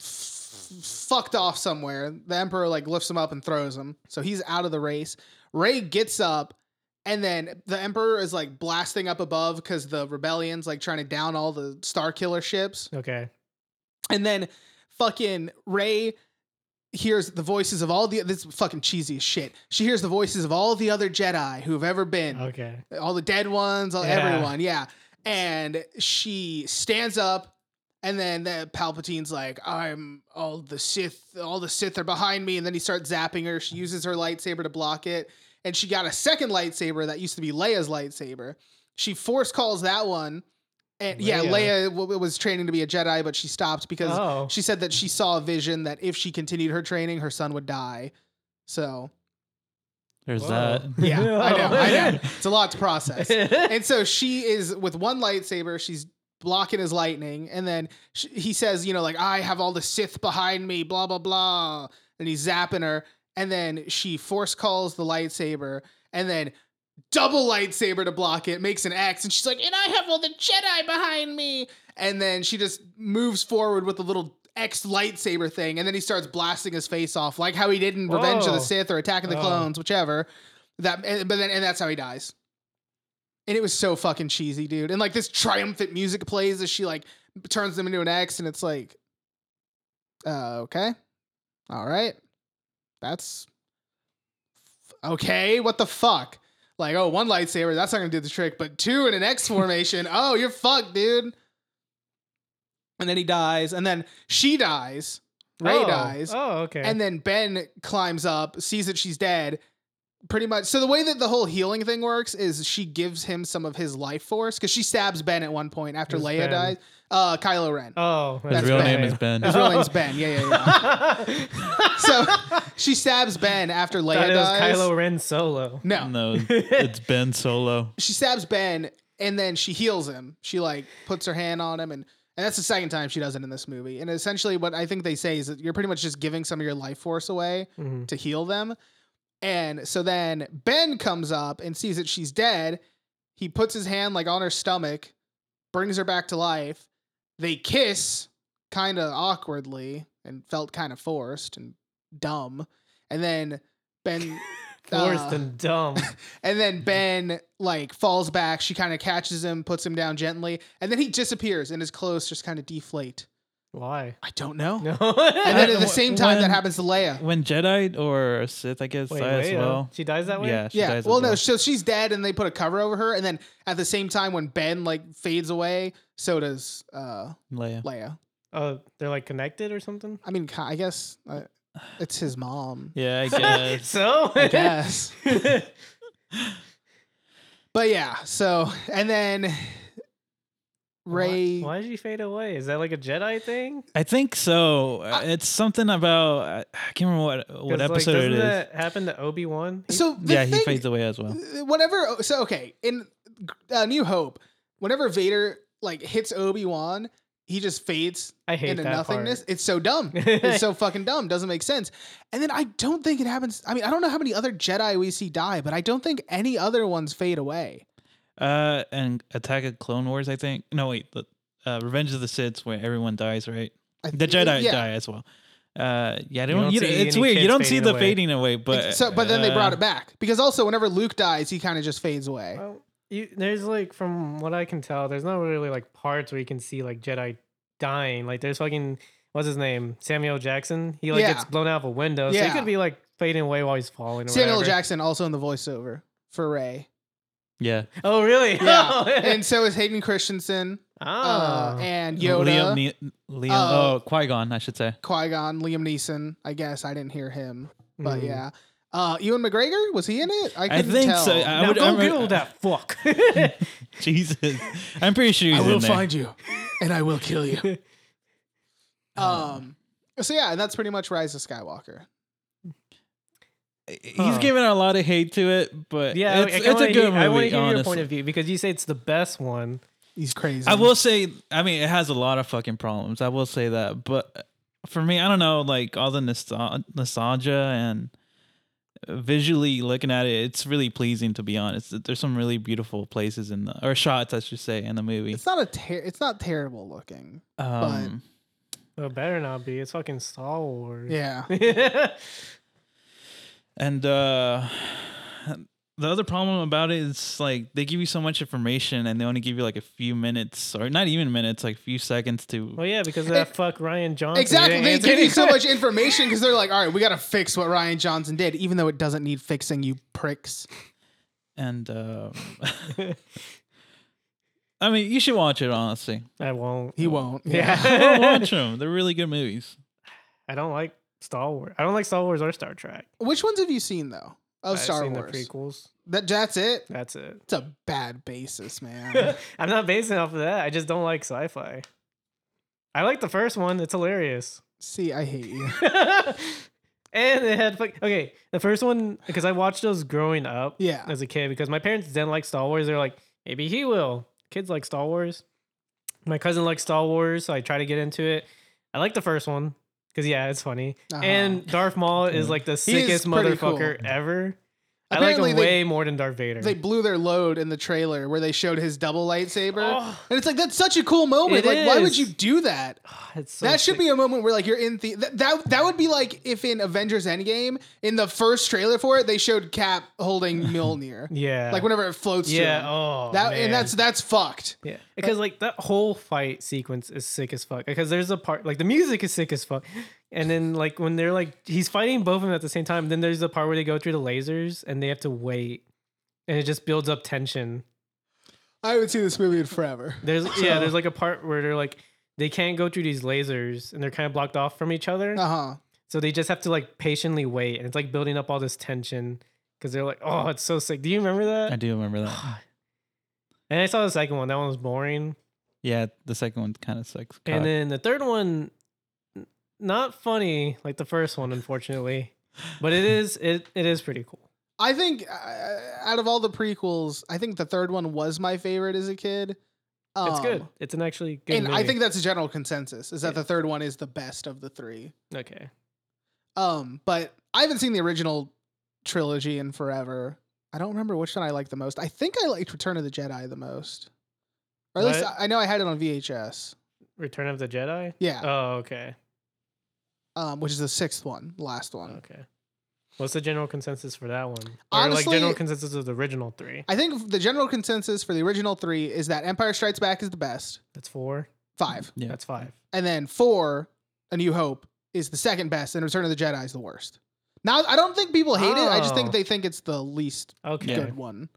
Speaker 3: f- fucked off somewhere. The Emperor like lifts him up and throws him, so he's out of the race. Ray gets up. And then the Emperor is like blasting up above because the rebellion's like trying to down all the Star Killer ships.
Speaker 1: Okay.
Speaker 3: And then fucking Ray hears the voices of all the this is fucking cheesy as shit. She hears the voices of all the other Jedi who have ever been,
Speaker 1: Okay.
Speaker 3: all the dead ones, all,
Speaker 1: Yeah.
Speaker 3: everyone, yeah. And she stands up, and then the Palpatine's like, "I'm all the Sith, all the Sith are behind me." And then he starts zapping her. She uses her lightsaber to block it, and she got a second lightsaber that used to be Leia's lightsaber. She force calls that one. And yeah,
Speaker 1: Leia.
Speaker 3: Leia w- was training to be a Jedi, but she stopped because
Speaker 1: Oh.
Speaker 3: she said that she saw a vision that if she continued her training, her son would die. So
Speaker 2: There's
Speaker 1: Whoa.
Speaker 2: that.
Speaker 3: yeah, I know, I know.
Speaker 1: Oh.
Speaker 3: It's a lot to process. And so she is with one lightsaber. She's blocking his lightning, and then sh he says, you know, like I have all the Sith behind me, blah blah blah, and he's zapping her, and then she force calls the lightsaber, and then. Double lightsaber to block it makes an X, and she's like, "And I have all the Jedi behind me." And then she just moves forward with the little X lightsaber thing, and then he starts blasting his face off, like how he did in Revenge of the
Speaker 1: Whoa.
Speaker 3: Sith or Attack of the
Speaker 1: Oh.
Speaker 3: Clones, whichever. That, and, but then, and that's how he dies. And it was so fucking cheesy, dude. And like this triumphant music plays as she like turns them into an X, and it's like, uh, okay, all right, that's okay. What the fuck? Like, oh, one lightsaber, that's not gonna do the trick, but two in an X formation, oh, you're fucked, dude. And then he dies, and then she dies, Ray
Speaker 1: Oh.
Speaker 3: dies,
Speaker 1: Oh, okay.
Speaker 3: and then Ben climbs up, sees that she's dead. Pretty much. So the way that the whole healing thing works is she gives him some of his life force because she stabs Ben at one point after
Speaker 1: Who's
Speaker 3: Leia
Speaker 1: Ben?
Speaker 3: dies. Uh, Kylo Ren.
Speaker 1: oh,
Speaker 3: That's
Speaker 2: His real
Speaker 3: Ben.
Speaker 2: name is Ben.
Speaker 3: His real name's Ben. Yeah, yeah, yeah. so she stabs Ben after
Speaker 1: Thought
Speaker 3: Leia
Speaker 1: it was
Speaker 3: dies.
Speaker 1: Kylo Ren solo.
Speaker 3: no,
Speaker 2: No, it's Ben Solo.
Speaker 3: she stabs Ben and then she heals him. She like puts her hand on him and and that's the second time she does it in this movie. And essentially what I think they say is that you're pretty much just giving some of your life force away
Speaker 1: Mhm.
Speaker 3: to heal them. And so then Ben comes up and sees that she's dead. He puts his hand like on her stomach, brings her back to life. They kiss kind of awkwardly and felt kind of forced and dumb. And then Ben
Speaker 1: Forced
Speaker 3: Uh,
Speaker 1: and dumb.
Speaker 3: and then Ben like falls back. She kind of catches him, puts him down gently, and then he disappears and his clothes just kind of deflate.
Speaker 1: Why?
Speaker 3: I don't know.
Speaker 1: No.
Speaker 3: And then at the same time, that
Speaker 2: When-
Speaker 3: happens to Leia.
Speaker 2: When Jedi or Sith, I guess,
Speaker 1: Wait,
Speaker 2: die as
Speaker 1: Leia,
Speaker 2: well.
Speaker 1: She dies that way?
Speaker 2: Yeah, she
Speaker 3: Yeah.
Speaker 2: dies
Speaker 3: Well,
Speaker 2: as
Speaker 3: no. So she's dead, and they put a cover over her. And then at the same time, when Ben like fades away, so does uh,
Speaker 2: well. Leia.
Speaker 3: Leia.
Speaker 1: Oh, they're like connected or something?
Speaker 3: I mean, ki- I guess uh, it's his mom.
Speaker 2: Yeah, I guess.
Speaker 1: So?
Speaker 3: I guess. But yeah. So and then Ray.
Speaker 1: Why, why did she fade away? Is that like a Jedi thing?
Speaker 2: I think so. Uh, it's something about I I can't remember what
Speaker 1: 'Cause,
Speaker 2: what
Speaker 1: like,
Speaker 2: episode
Speaker 1: doesn't
Speaker 2: it is.
Speaker 1: that happen to Obi Wan?
Speaker 3: So the
Speaker 2: yeah, he
Speaker 3: thing- uh,
Speaker 2: fades away as well.
Speaker 3: whenever so okay in uh, New Hope, whenever Vader like hits Obi Wan, he just fades
Speaker 1: I hate
Speaker 3: into
Speaker 1: that
Speaker 3: nothingness.
Speaker 1: part.
Speaker 3: It's so dumb. it's so fucking dumb. Doesn't make sense. And then I don't think it happens. I mean, I don't know how many other Jedi we see die, but I don't think any other ones fade away.
Speaker 2: Uh, and Attack of Clone Wars, I think. No, wait, the, uh, Revenge of the Sith's where everyone dies, right?
Speaker 3: I
Speaker 2: The
Speaker 3: th-
Speaker 2: Jedi
Speaker 3: yeah.
Speaker 2: die as well. Uh, yeah, I don't.
Speaker 1: don't
Speaker 2: You
Speaker 1: see
Speaker 2: it's
Speaker 1: any
Speaker 2: weird. You
Speaker 1: kids
Speaker 2: don't see
Speaker 1: fading
Speaker 2: the
Speaker 1: away.
Speaker 2: fading away, but uh,
Speaker 3: so, but then they brought it
Speaker 2: back.
Speaker 3: back because also whenever Luke dies, he kind of just fades away.
Speaker 1: Well, you, there's like, from what I can tell, there's not really like parts where you can see like Jedi dying. Like, there's fucking, what's his name? Samuel Jackson. He like
Speaker 3: Yeah.
Speaker 1: gets blown out of a window. So
Speaker 3: Yeah.
Speaker 1: he could be like fading away while he's falling. Or
Speaker 3: Samuel
Speaker 1: whatever.
Speaker 3: Jackson also in the voiceover for Ray.
Speaker 2: Yeah,
Speaker 1: Oh, really?
Speaker 3: Yeah,
Speaker 1: Oh.
Speaker 3: and so is Hayden Christensen uh,
Speaker 1: Ah.
Speaker 3: and Yoda.
Speaker 2: Liam, ne- Liam.
Speaker 3: Uh,
Speaker 2: oh, Qui Gon, I should say.
Speaker 3: Qui Gon, Liam Neeson. I guess I didn't hear him, but
Speaker 1: Mm.
Speaker 3: yeah. Uh, Ewan McGregor was he in it? I
Speaker 2: I
Speaker 3: couldn't
Speaker 2: think
Speaker 3: tell.
Speaker 2: so.
Speaker 3: I,
Speaker 2: I
Speaker 1: now
Speaker 2: would-
Speaker 1: go
Speaker 2: I'm-
Speaker 1: Google that fuck.
Speaker 2: Jesus, I'm pretty sure he's in
Speaker 3: will
Speaker 2: there.
Speaker 3: find you, and I will kill you. um. So yeah, and that's pretty much Rise of Skywalker.
Speaker 2: he's giving a lot of hate to it, but
Speaker 1: Yeah,
Speaker 2: it's,
Speaker 1: I,
Speaker 2: it's a
Speaker 1: hear,
Speaker 2: good
Speaker 1: I want to
Speaker 2: movie.
Speaker 1: hear your point
Speaker 2: Honestly,
Speaker 1: of view because you say it's the best one.
Speaker 3: He's crazy.
Speaker 2: I will say, I mean, it has a lot of fucking problems. I will say that, but for me, I don't know, like all the nostal- nostalgia and visually looking at it, it's really pleasing to be honest. There's some really beautiful places in the or shots, I should say, in the movie.
Speaker 3: It's not a ter- It's not terrible looking.
Speaker 2: Um,
Speaker 1: Well, it better not be. It's fucking Star Wars.
Speaker 3: Yeah.
Speaker 2: And uh the other problem about it is like they give you so much information and they only give you like a few minutes or not even minutes, like a few seconds to
Speaker 1: well, yeah, because of that
Speaker 3: It-
Speaker 1: fuck Ryan Johnson.
Speaker 3: Exactly.
Speaker 1: didn't
Speaker 3: They
Speaker 1: answer
Speaker 3: give
Speaker 1: any
Speaker 3: you so much
Speaker 1: questions.
Speaker 3: information because they're like, all right, we got to fix what Ryan Johnson did, even though it doesn't need fixing, you pricks.
Speaker 2: and uh I mean you should watch it honestly.
Speaker 1: I won't.
Speaker 3: He won't.
Speaker 1: Yeah.
Speaker 2: Go watch them. They're really good movies.
Speaker 1: I don't like Star Wars. I don't like Star Wars or Star Trek.
Speaker 3: Which ones have you seen, though, of
Speaker 1: I've
Speaker 3: Oh, Star
Speaker 1: seen
Speaker 3: Wars?
Speaker 1: the prequels.
Speaker 3: That, that's it?
Speaker 1: That's it.
Speaker 3: It's a bad basis, man.
Speaker 1: I'm not basing it off of that. I just don't like sci-fi. I like the first one. It's hilarious.
Speaker 3: See, I hate you.
Speaker 1: and it had fuck- okay. The first one because I watched those growing up
Speaker 3: Yeah.
Speaker 1: as a kid because my parents didn't like Star Wars. They're like, maybe he will. Kids like Star Wars. My cousin likes Star Wars, so I try to get into it. I like the first one because yeah, it's funny.
Speaker 3: Uh-huh.
Speaker 1: And Darth Maul is
Speaker 2: Yeah.
Speaker 1: like the
Speaker 3: He is
Speaker 1: sickest
Speaker 3: pretty cool.
Speaker 1: motherfucker ever. I like
Speaker 3: Apparently
Speaker 1: him
Speaker 3: they-
Speaker 1: way more than Darth Vader.
Speaker 3: They blew their load in the trailer where they showed his double lightsaber.
Speaker 1: Oh.
Speaker 3: And it's like, that's such a cool moment.
Speaker 1: It
Speaker 3: like, why would
Speaker 1: is.
Speaker 3: you do that?
Speaker 1: It's so
Speaker 3: that should
Speaker 1: sick.
Speaker 3: be a moment where like you're in the that, that that would be like if in Avengers Endgame in the first trailer for it they showed Cap holding Mjolnir
Speaker 1: yeah,
Speaker 3: like whenever it floats to
Speaker 1: yeah.
Speaker 3: him.
Speaker 1: Oh,
Speaker 3: that
Speaker 1: man.
Speaker 3: and that's that's fucked.
Speaker 1: Yeah, because like that whole fight sequence is sick as fuck. Because there's a part like the music is sick as fuck, and then like when they're like he's fighting both of them at the same time. Then there's the part where they go through the lasers and they have to wait, and it just builds up tension.
Speaker 3: I would see this movie in forever.
Speaker 1: There's yeah, there's like a part where they're like they can't go through these lasers and they're kind of blocked off from each other,
Speaker 3: Uh huh.
Speaker 1: so they just have to like patiently wait, and it's like building up all this tension because they're like, oh, it's so sick. Do you remember
Speaker 2: I
Speaker 1: that?
Speaker 2: do remember that.
Speaker 1: And I saw the second one. That one was boring.
Speaker 2: Yeah, the second one kind of sucks.
Speaker 1: And then the third one, n- not funny like the first one, unfortunately, but it is it it is pretty cool.
Speaker 3: I think uh, out of all the prequels, I think the third one was my favorite as a kid. Um,
Speaker 1: It's good. It's an actually good.
Speaker 3: and I
Speaker 1: movie.
Speaker 3: think that's a general consensus is that
Speaker 1: Yeah.
Speaker 3: the third one is the best of the three.
Speaker 1: okay.
Speaker 3: Um, but I haven't seen the original trilogy in forever. I don't remember which one I liked the most. I think I liked Return of the Jedi the most. Or at least
Speaker 1: What?
Speaker 3: I I know I had it on VHS.
Speaker 1: Return of the Jedi.
Speaker 3: Yeah.
Speaker 1: Oh, okay,
Speaker 3: Um, which is the sixth one, last one.
Speaker 1: okay. What's the general consensus for that one? Or like
Speaker 3: Honestly-
Speaker 1: general consensus of the original three?
Speaker 3: I think the general consensus for the original three is that Empire Strikes Back is the best.
Speaker 1: That's four.
Speaker 3: Five.
Speaker 2: Yeah.
Speaker 1: That's five.
Speaker 3: And then four, A New Hope, is the second best, and Return of the Jedi is the worst. Now I don't think people hate it. I just
Speaker 1: Oh.
Speaker 3: think they think it's the least
Speaker 1: Okay.
Speaker 3: good one.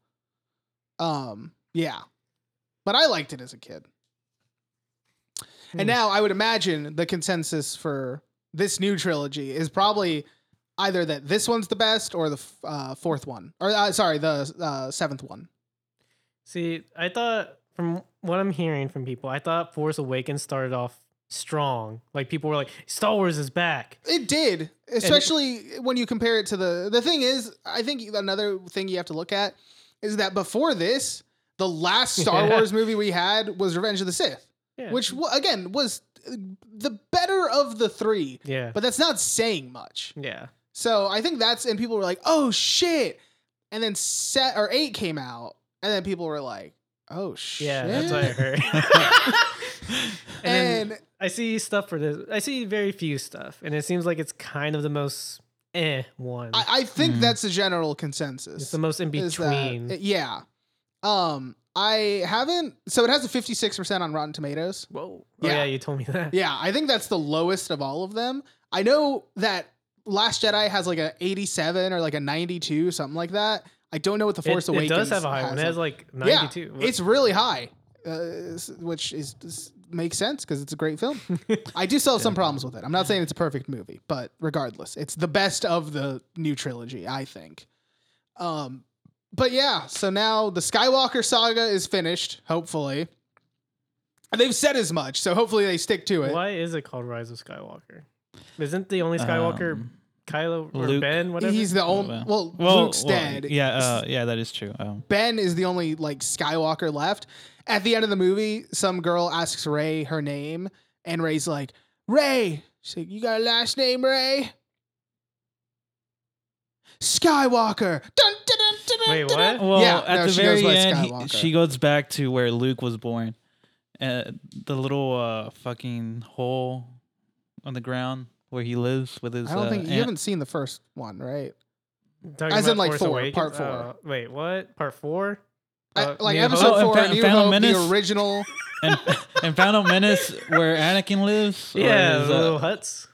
Speaker 3: Um, yeah. But I liked it as a kid.
Speaker 1: Hmm.
Speaker 3: And now I would imagine the consensus for this new trilogy is probably either that this one's the best or the f- uh, fourth one, or uh, sorry, the uh, seventh one.
Speaker 1: See, I thought from what I'm hearing from people, I thought Force Awakens started off strong. Like people were like, Star Wars is back.
Speaker 3: It did, especially when you compare it to the. The thing is, I think another thing you have to look at is that before this, the last Star
Speaker 1: Yeah.
Speaker 3: Wars movie we had was Revenge of the Sith,
Speaker 1: Yeah.
Speaker 3: which wa- again was uh, the better of the three.
Speaker 1: Yeah.
Speaker 3: But that's not saying much.
Speaker 1: yeah.
Speaker 3: So I think that's and people were like, "Oh shit," and then set or eight came out, and then people were like, "Oh shit."
Speaker 1: Yeah, that's what I heard. and
Speaker 3: And,
Speaker 1: then I see stuff for this. I see very few stuff, and it seems like it's kind of the most eh one.
Speaker 3: I, I think
Speaker 2: Mhm.
Speaker 3: that's the general consensus.
Speaker 1: it's the most in
Speaker 3: is that-
Speaker 1: between.
Speaker 3: yeah. Um, I haven't. So it has a fifty-six percent on Rotten Tomatoes.
Speaker 1: Whoa. Oh,
Speaker 3: Yeah.
Speaker 1: yeah, you told me that.
Speaker 3: Yeah, I think that's the lowest of all of them. I know that Last Jedi has like a eighty-seven or like a ninety-two, something like that. I don't know what the
Speaker 1: It-
Speaker 3: Force
Speaker 1: it,
Speaker 3: Awakens
Speaker 1: does have a high one. It has like
Speaker 3: Yeah,
Speaker 1: 92.
Speaker 3: It's really high, uh, s- which is, s- makes sense because it's a great film. I do still have some problems with it. I'm not saying it's a perfect movie, but regardless, it's the best of the new trilogy, I think. Um, but yeah, so now the Skywalker saga is finished, hopefully. And they've said as much, so hopefully they stick to it.
Speaker 1: Why is it called Rise of Skywalker? Isn't the only Skywalker
Speaker 2: Um,
Speaker 1: Kylo or
Speaker 2: Luke.
Speaker 1: Ben, whatever.
Speaker 3: He's the only.
Speaker 2: wow.
Speaker 3: Well,
Speaker 2: Well,
Speaker 3: Luke's
Speaker 2: well,
Speaker 3: dead.
Speaker 2: Yeah, uh, yeah, that is true. Um,
Speaker 3: Ben is the only like Skywalker left. At the end of the movie, some girl asks Ray her name, and Ray's like, "Ray." She's like, "You got a last name, Ray?" Skywalker. Dun, dun, dun, dun, dun,
Speaker 1: Wait,
Speaker 3: dun,
Speaker 1: what?
Speaker 3: dun.
Speaker 2: Well,
Speaker 3: Yeah,
Speaker 2: at
Speaker 3: no,
Speaker 2: the
Speaker 3: she goes
Speaker 2: very
Speaker 3: by
Speaker 2: end, he-
Speaker 3: Skywalker.
Speaker 2: she goes back to where Luke was born, uh, the little uh, fucking hole on the ground where he lives with his.
Speaker 3: I don't
Speaker 2: uh,
Speaker 3: think you
Speaker 2: aunt.
Speaker 3: haven't seen the first one, right?
Speaker 1: Talking
Speaker 3: As in,
Speaker 1: about
Speaker 3: like,
Speaker 1: Force
Speaker 3: four,
Speaker 1: Awakens?
Speaker 3: part four.
Speaker 1: Uh, wait, what? Part four?
Speaker 3: I-
Speaker 1: Uh,
Speaker 3: like
Speaker 1: New
Speaker 3: episode
Speaker 1: Hope?
Speaker 2: Oh, and
Speaker 3: four,
Speaker 2: Fa-
Speaker 3: New
Speaker 2: Phantom
Speaker 3: Hope,
Speaker 2: Menace?
Speaker 3: the original.
Speaker 2: and, and Final Menace, where Anakin lives. or
Speaker 1: Yeah,
Speaker 2: is
Speaker 1: the
Speaker 2: that-
Speaker 1: little huts.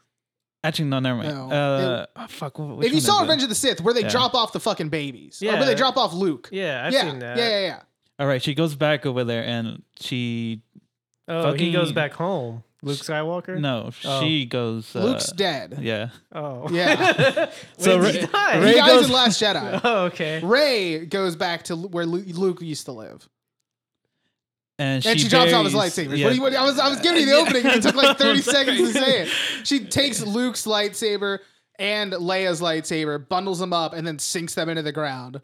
Speaker 2: actually, no, never mind.
Speaker 3: No.
Speaker 2: uh, oh, fuck. wh- which
Speaker 3: if you
Speaker 2: one
Speaker 3: saw
Speaker 2: is it?
Speaker 3: Revenge of the Sith, where they
Speaker 2: Yeah.
Speaker 3: drop off the fucking babies, or where
Speaker 1: Yeah.
Speaker 3: they drop off Luke.
Speaker 1: Yeah, I've
Speaker 3: yeah,
Speaker 1: seen that.
Speaker 3: yeah, yeah, yeah.
Speaker 2: All right, she goes back over there, and she
Speaker 1: Oh, he goes
Speaker 2: Fucking-
Speaker 1: back home. Luke Skywalker.
Speaker 2: no,
Speaker 1: Oh.
Speaker 2: she goes. Uh,
Speaker 3: Luke's dead.
Speaker 2: Yeah.
Speaker 1: Oh. so
Speaker 3: Yeah.
Speaker 2: So
Speaker 1: Ray,
Speaker 2: Ray-
Speaker 3: he
Speaker 2: Ray
Speaker 3: dies
Speaker 2: goes-
Speaker 3: in Last Jedi.
Speaker 1: Oh, okay.
Speaker 3: Ray goes back to l- where Lu- Luke used to live,
Speaker 2: And she,
Speaker 3: and she, drops off his
Speaker 2: buries-
Speaker 3: lightsabers.
Speaker 2: yeah.
Speaker 3: What do you, what, I was I was giving you the
Speaker 2: Yeah.
Speaker 3: opening, and it took like thirty
Speaker 2: I'm sorry.
Speaker 3: seconds to say it. She takes Luke's lightsaber and Leia's lightsaber, bundles them up, and then sinks them into the ground.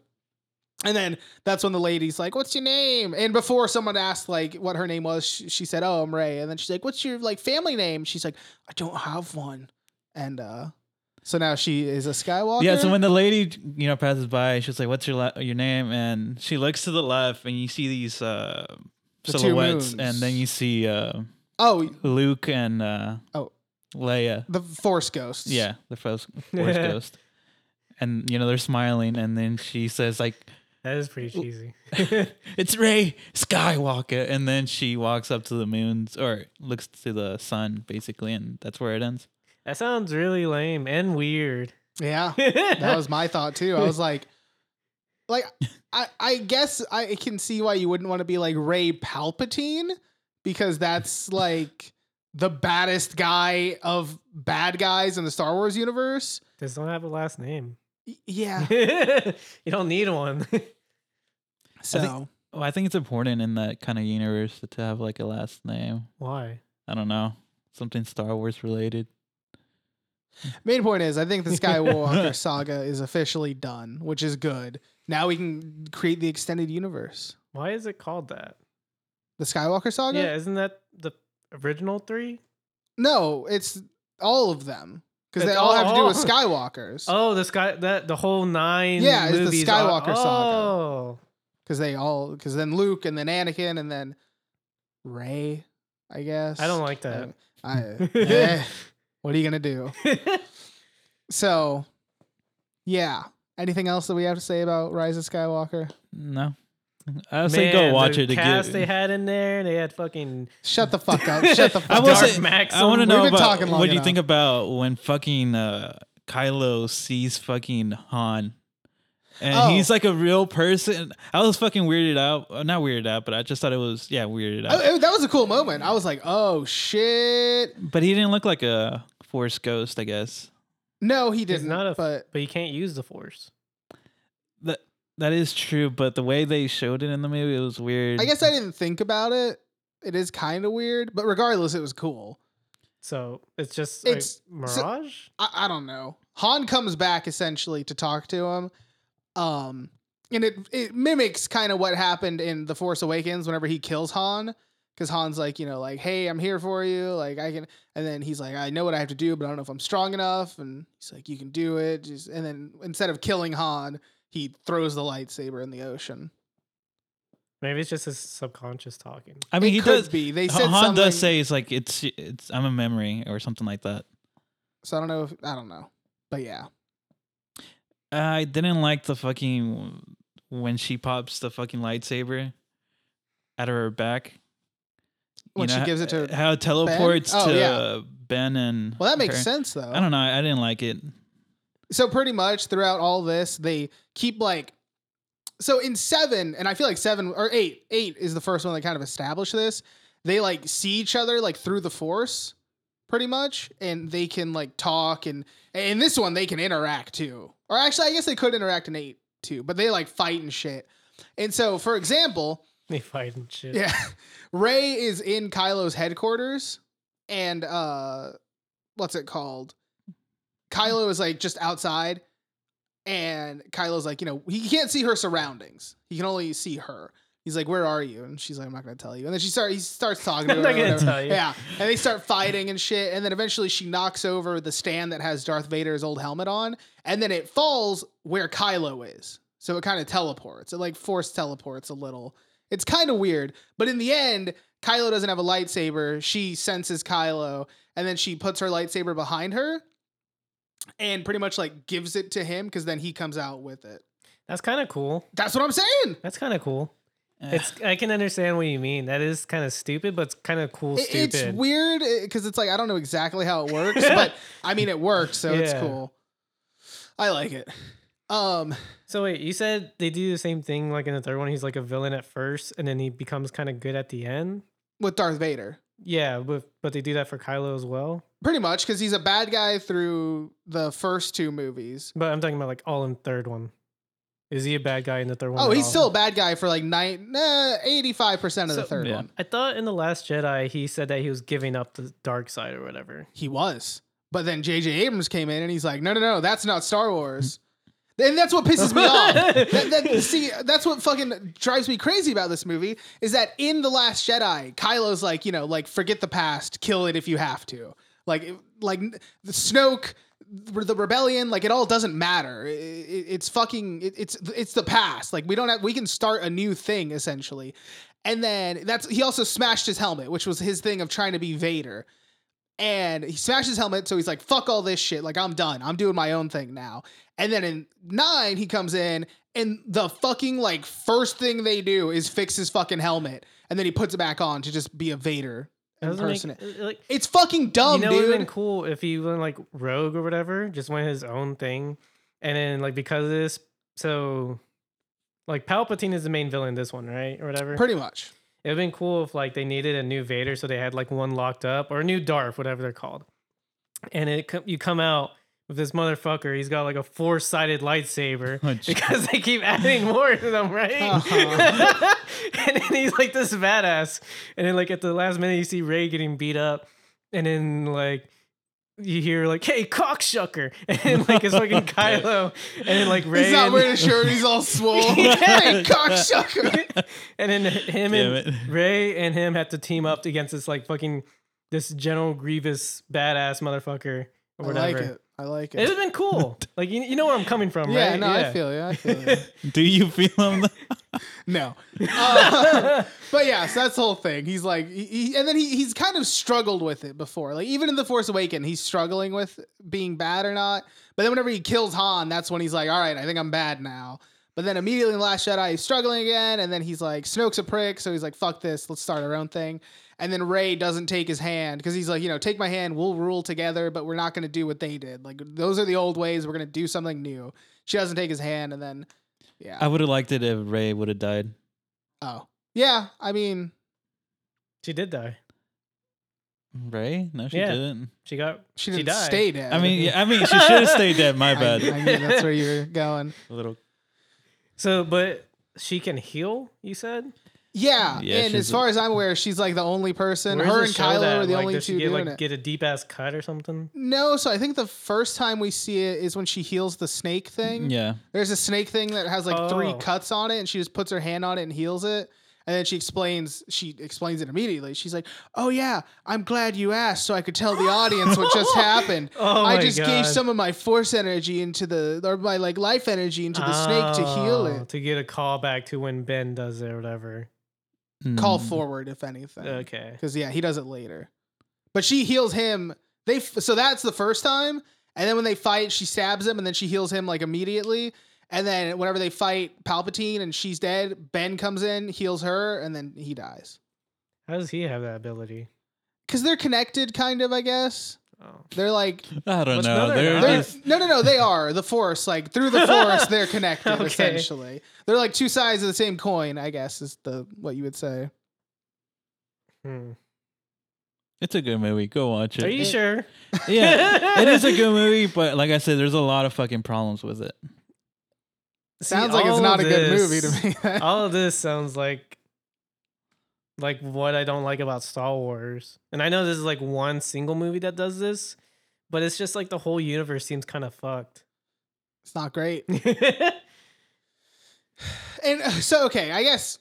Speaker 3: And then that's when the lady's like, "What's your name?" And before someone asked like what her name was, she, she said, "Oh, I'm Ray." And then she's like, "What's your like family name?" She's like, "I don't have one." And uh, so now she is a Skywalker.
Speaker 2: Yeah, so when the lady, you know, passes by, she's like, "What's your la- your name?" And she looks to the left, and you see these uh,
Speaker 3: The two
Speaker 2: silhouettes,
Speaker 3: moons.
Speaker 2: and then you see uh,
Speaker 3: oh
Speaker 2: Luke and uh,
Speaker 3: Oh.
Speaker 2: Leia.
Speaker 3: the Force ghosts.
Speaker 2: Yeah, the first Force ghost, and you know they're smiling, and then she says like,
Speaker 1: That is pretty cheesy.
Speaker 2: "It's Ray Skywalker," and then she walks up to the moons or looks to the sun, basically, and that's where it ends.
Speaker 1: That sounds really lame and weird.
Speaker 3: yeah. that
Speaker 1: that
Speaker 3: was my thought too. I was like, like I, I guess I can see why you wouldn't want to be like Ray Palpatine because that's like the baddest guy of bad guys in the Star Wars universe.
Speaker 1: Just don't have a last name.
Speaker 3: Y- Yeah.
Speaker 1: you don't need one.
Speaker 3: So
Speaker 2: Well, Oh, I think it's important in that kind of universe to have like a last name.
Speaker 1: Why?
Speaker 2: I don't know. Something Star Wars related.
Speaker 3: main point is, I think the Skywalker saga is officially done, which is good. Now we can create the extended universe.
Speaker 1: Why is it called that?
Speaker 3: The Skywalker saga?
Speaker 1: Yeah, isn't that the original three?
Speaker 3: No, it's all of them because they
Speaker 1: It's
Speaker 3: all have to do with
Speaker 1: all-
Speaker 3: Skywalkers.
Speaker 1: Oh, the sky that the whole nine.
Speaker 3: Yeah, it's the
Speaker 1: movies
Speaker 3: Skywalker
Speaker 1: are,
Speaker 3: saga.
Speaker 1: Oh,
Speaker 3: because they all because then Luke and then Anakin and then Ray, I guess.
Speaker 1: I don't like that.
Speaker 3: I, eh, what are you gonna do? So, yeah. Anything else that we have to say about Rise of Skywalker?
Speaker 2: No. I would say go
Speaker 1: Man,
Speaker 2: watch
Speaker 1: the
Speaker 2: it to
Speaker 1: Cast
Speaker 2: get.
Speaker 1: they had in there. They had fucking.
Speaker 3: Shut the fuck up. Shut the fuck
Speaker 2: I
Speaker 3: up.
Speaker 2: will
Speaker 1: Darth
Speaker 2: say,
Speaker 1: Maxim.
Speaker 2: I want to
Speaker 1: We've
Speaker 2: know
Speaker 3: been
Speaker 2: about
Speaker 3: talking long
Speaker 2: what do you
Speaker 3: enough.
Speaker 2: think about when fucking uh, Kylo sees fucking Han, and
Speaker 3: Oh.
Speaker 2: he's like a real person. I was fucking weirded out. uh, Not weirded out, but I just thought it was yeah weirded out.
Speaker 3: I- I- that was a cool moment. I was like, oh shit.
Speaker 2: but he didn't look like a Force ghost, I guess.
Speaker 3: No, he didn't.
Speaker 1: not a-
Speaker 3: but
Speaker 1: But you can't use the force.
Speaker 2: That that is true, but the way they showed it in the movie it was weird.
Speaker 3: I guess I didn't think about it. It is kind of weird, but regardless, it was cool.
Speaker 1: So it's just a
Speaker 3: It's- so-
Speaker 1: mirage.
Speaker 3: I, I don't know. Han comes back essentially to talk to him. Um and it it mimics kind of what happened in The Force Awakens whenever he kills Han cuz Han's like, you know, like, "Hey, I'm here for you. Like I can." And then he's like, "I know what I have to do, but I don't know if I'm strong enough." And he's like, "You can do it." Just, and then instead of killing Han, he throws the lightsaber in the ocean.
Speaker 1: Maybe it's just his subconscious talking.
Speaker 2: I mean,
Speaker 3: it
Speaker 2: he
Speaker 3: could
Speaker 2: does.
Speaker 3: be. They
Speaker 2: Han
Speaker 3: said something.
Speaker 2: does say it's like it's it's I'm a memory or something like that.
Speaker 3: so I don't know if I don't know. But yeah.
Speaker 2: I didn't like the fucking when she pops the fucking lightsaber out of her back. You
Speaker 3: When she
Speaker 2: know, uh,
Speaker 3: gives it to
Speaker 2: how it teleports
Speaker 3: Oh,
Speaker 2: to
Speaker 3: yeah.
Speaker 2: Ben and
Speaker 3: Well, that makes
Speaker 2: her.
Speaker 3: sense though.
Speaker 2: I don't know. I didn't like it.
Speaker 3: so pretty much throughout all this they keep like so in seven and i feel like seven or eight eight is the first one that kind of established this they like see each other like through the force pretty much and they can like talk and and this one they can interact too or actually i guess they could interact in eight too but they like fight and shit and so for example
Speaker 1: They fight and shit.
Speaker 3: yeah. Ray is in Kylo's headquarters and uh what's it called?
Speaker 1: Mm.
Speaker 3: Kylo is like just outside, and Kylo's like, you know, he can't see her surroundings. He can only see her. He's like, "Where are you?" And she's like, "I'm not gonna tell you." And then she start he starts talking to her.
Speaker 1: I'm not
Speaker 3: or
Speaker 1: gonna
Speaker 3: whatever.
Speaker 1: tell you.
Speaker 3: Yeah, and they start fighting and shit. And then eventually she knocks over the stand that has Darth Vader's old helmet on, and then it falls where Kylo is. So it kind of teleports. It like force teleports a little. It's kind of weird, but in the end, Kylo doesn't have a lightsaber. She senses Kylo, and then she puts her lightsaber behind her, and pretty much like gives it to him because then he comes out with it.
Speaker 1: That's kind of cool.
Speaker 3: That's what I'm saying.
Speaker 1: That's kind of cool.
Speaker 2: Eh,
Speaker 1: It's I can understand what you mean. That is kind of stupid, but it's kind of cool.
Speaker 3: It-
Speaker 1: stupid.
Speaker 3: It's weird because it's like I don't know exactly how it works, but I mean it works, so it's
Speaker 1: Yeah.
Speaker 3: cool. I like it. Um,
Speaker 1: So wait, you said they do the same thing like in the third one. He's like a villain at first, and then he becomes kind of good at the end.
Speaker 3: with Darth Vader,
Speaker 1: Yeah, but but they do that for Kylo as well.
Speaker 3: pretty much, because he's a bad guy through the first two movies.
Speaker 1: But I'm talking about like all in third one. Is he a bad guy in the third one?
Speaker 3: Oh,
Speaker 1: at
Speaker 3: he's
Speaker 1: all?
Speaker 3: still a bad guy for like nine, eh, eighty-five percent of the
Speaker 1: So-
Speaker 3: third
Speaker 2: Yeah.
Speaker 3: one.
Speaker 1: I thought in the Last Jedi he said that he was giving up the dark side or whatever.
Speaker 3: He was, but then J.J. Abrams came in and he's like, no, no, no, that's not Star Wars. And that's what pisses me off. That- that- see, that's what fucking drives me crazy about this movie is that in The Last Jedi, Kylo's like, you know, like forget the past, kill it if you have to. Like, like the Snoke, the rebellion, like it all doesn't matter. I- I- it's fucking, it, it's it's the past. Like we don't have, we can start a new thing essentially. And then that's he also smashed his helmet, which was his thing of trying to be Vader and he smashes his helmet so he's like fuck all this shit like i'm done i'm doing my own thing now and then in nine he comes in and the fucking like first thing they do is fix his fucking helmet and then he puts it back on to just be a vader
Speaker 1: That doesn't make-
Speaker 3: impersonate
Speaker 1: like
Speaker 3: it's fucking dumb
Speaker 1: you know, it would
Speaker 3: Um, dude
Speaker 1: have been cool if he went like rogue or whatever, just went his own thing. And then, like, because of this, so like Palpatine is the main villain in this one, right? Or whatever.
Speaker 3: pretty much
Speaker 1: it would have been cool if like they needed a new Vader, so they had like one locked up or a new Darth, whatever they're called. And it co- you come out with this motherfucker, he's got like a four sided lightsaber.
Speaker 2: Oh, gee.
Speaker 1: Because they keep adding more to them, right?
Speaker 3: Uh-huh.
Speaker 1: and then he's like this badass. And then like at the last minute you see Ray getting beat up. And then like you hear like, hey, cocksucker. And then, like it's fucking Kylo. And then like Ray
Speaker 3: he's not
Speaker 1: and,
Speaker 3: wearing a shirt he's all swole hey cocksucker
Speaker 1: and then him
Speaker 2: Damn
Speaker 1: and
Speaker 2: it.
Speaker 1: Ray and him have to team up against this like fucking this General Grievous badass motherfucker
Speaker 3: i
Speaker 1: or
Speaker 3: like
Speaker 1: whatever.
Speaker 3: it i like
Speaker 1: It would
Speaker 3: it
Speaker 1: have been cool. like you, you know where I'm coming from,
Speaker 3: yeah,
Speaker 1: right?
Speaker 3: no, I feel you. I feel you.
Speaker 2: Do you feel him?
Speaker 3: No. Uh, but yeah, so that's the whole thing. He's like, he, he- and then he, he's kind of struggled with it before. Like, even in The Force Awakens, he's struggling with being bad or not. But then whenever he kills Han, that's when he's like, all right, I think I'm bad now. But then immediately in The Last Jedi, he's struggling again. And then he's like, Snoke's a prick. So he's like, fuck this. Let's start our own thing. And then Ray doesn't take his hand because he's like, you know, take my hand. We'll rule together, but we're not going to do what they did. Like, those are the old ways. We're going to do something new. She doesn't take his hand. And then, yeah.
Speaker 2: I would have liked it if Ray would have died.
Speaker 3: Oh. Yeah, I mean,
Speaker 1: She did die.
Speaker 2: Ray? No, she
Speaker 1: Yeah.
Speaker 2: didn't.
Speaker 1: She got
Speaker 3: she
Speaker 1: she,
Speaker 3: didn't
Speaker 1: died.
Speaker 3: stay dead.
Speaker 2: I mean, yeah, I mean, she should have stayed dead. My
Speaker 3: I,
Speaker 2: bad.
Speaker 3: I knew that's where you were going.
Speaker 2: A little.
Speaker 1: So but she can heal, you said?
Speaker 3: Yeah,
Speaker 2: Yeah,
Speaker 3: and as
Speaker 2: she's a-
Speaker 3: far as I'm aware, she's like the only person.
Speaker 1: Where
Speaker 3: her
Speaker 1: does
Speaker 3: and
Speaker 1: it show
Speaker 3: Kylo
Speaker 1: that?
Speaker 3: are the
Speaker 1: Like,
Speaker 3: only
Speaker 1: does she
Speaker 3: two
Speaker 1: get,
Speaker 3: doing
Speaker 1: like,
Speaker 3: it.
Speaker 1: Get a deep ass cut or something?
Speaker 3: No, so I think the first time we see it is when she heals the snake thing.
Speaker 2: Yeah.
Speaker 3: There's a snake thing that has like three
Speaker 1: Oh.
Speaker 3: cuts on it, and she just puts her hand on it and heals it. And then she explains. She explains it immediately. She's like, "Oh yeah, I'm glad you asked, so I could tell the audience what just happened.
Speaker 1: Oh
Speaker 3: I
Speaker 1: my
Speaker 3: just
Speaker 1: God.
Speaker 3: gave some of my force energy into the, or my like life energy into the snake to heal
Speaker 1: Oh,
Speaker 3: it.
Speaker 1: To get a call back to when Ben does it or whatever.
Speaker 3: call
Speaker 2: Mm.
Speaker 3: forward if anything
Speaker 1: Okay.
Speaker 3: because yeah he does it later but she heals him they f- so that's the first time and then when they fight she stabs him and then she heals him like immediately and then whenever they fight palpatine and she's dead ben comes in heals her and then he dies
Speaker 1: How does he have that ability?
Speaker 3: because they're connected kind of i guess
Speaker 1: Oh.
Speaker 3: they're like
Speaker 2: I don't
Speaker 1: What's
Speaker 2: know.
Speaker 1: another guy?
Speaker 2: They're,
Speaker 3: they're,
Speaker 2: just-
Speaker 3: no no no they are the force like through the force they're connected
Speaker 1: Okay.
Speaker 3: essentially they're like two sides of the same coin i guess is the what you would say
Speaker 1: Hmm.
Speaker 2: it's a good movie. Go watch it.
Speaker 1: Are you sure?
Speaker 2: yeah, it is a good movie, but like I said, there's a lot of fucking problems with it.
Speaker 1: See,
Speaker 3: sounds like it's
Speaker 1: all
Speaker 3: not a
Speaker 1: of
Speaker 3: good movie
Speaker 1: this-
Speaker 3: to me
Speaker 1: all of this sounds like like what I don't like about Star Wars. And I know this is like one single movie that does this, but it's just like the whole universe seems kind of fucked.
Speaker 3: It's not great.
Speaker 1: yeah,
Speaker 3: And uh, so, okay, I guess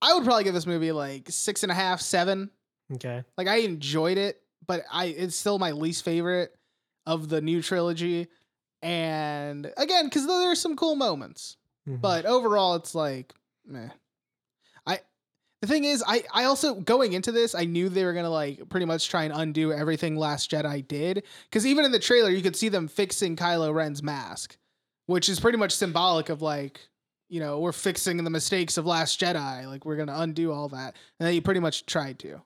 Speaker 3: I would probably give this movie like six and a half, seven.
Speaker 1: okay,
Speaker 3: Like I enjoyed it, but I it's still my least favorite of the new trilogy. And again, because there are some cool moments,
Speaker 1: Mhm.
Speaker 3: but overall, it's like, meh. I the thing is, I I also going into this, I knew they were gonna like pretty much try and undo everything Last Jedi did, because even in the trailer, you could see them fixing Kylo Ren's mask, which is pretty much symbolic of like. You know, we're fixing the mistakes of Last Jedi. Like, we're going to undo all that. And they pretty much tried to.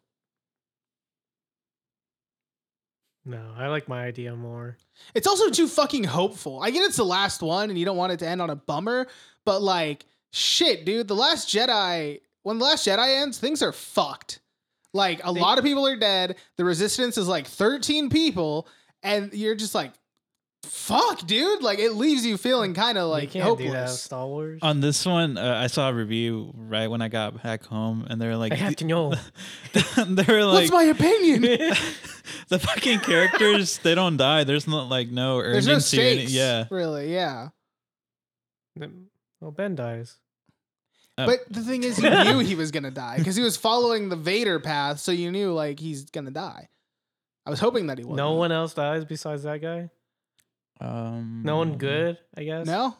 Speaker 1: no, I like my idea more.
Speaker 3: It's also too fucking hopeful. I get it's the last one and you don't want it to end on a bummer, but like, shit, dude, The Last Jedi, when The Last Jedi ends, things are fucked. Like, a
Speaker 1: They-
Speaker 3: lot of people are dead. The resistance is like 13 people, and you're just like, fuck, dude. Like, it leaves you feeling kind of
Speaker 1: Like,
Speaker 3: like
Speaker 1: you can't do that with
Speaker 3: hopeless.
Speaker 1: Star Wars.
Speaker 2: On this one, uh, I saw a review right when I got back home, and they were like,
Speaker 1: I have to know.
Speaker 2: they were like,
Speaker 3: What's my opinion?
Speaker 2: the fucking characters they don't die. There's not like no
Speaker 3: There's
Speaker 2: urgency.
Speaker 3: no
Speaker 2: or any-
Speaker 3: stakes.
Speaker 2: yeah,
Speaker 3: Really, yeah.
Speaker 1: well, Ben dies. Oh.
Speaker 2: Um,
Speaker 3: But the thing is, you knew he was gonna die because he was following the Vader path, so you knew like he's gonna die. I was hoping that he would.
Speaker 1: No one else dies besides that guy.
Speaker 2: um,
Speaker 1: No one good, I guess.
Speaker 3: No.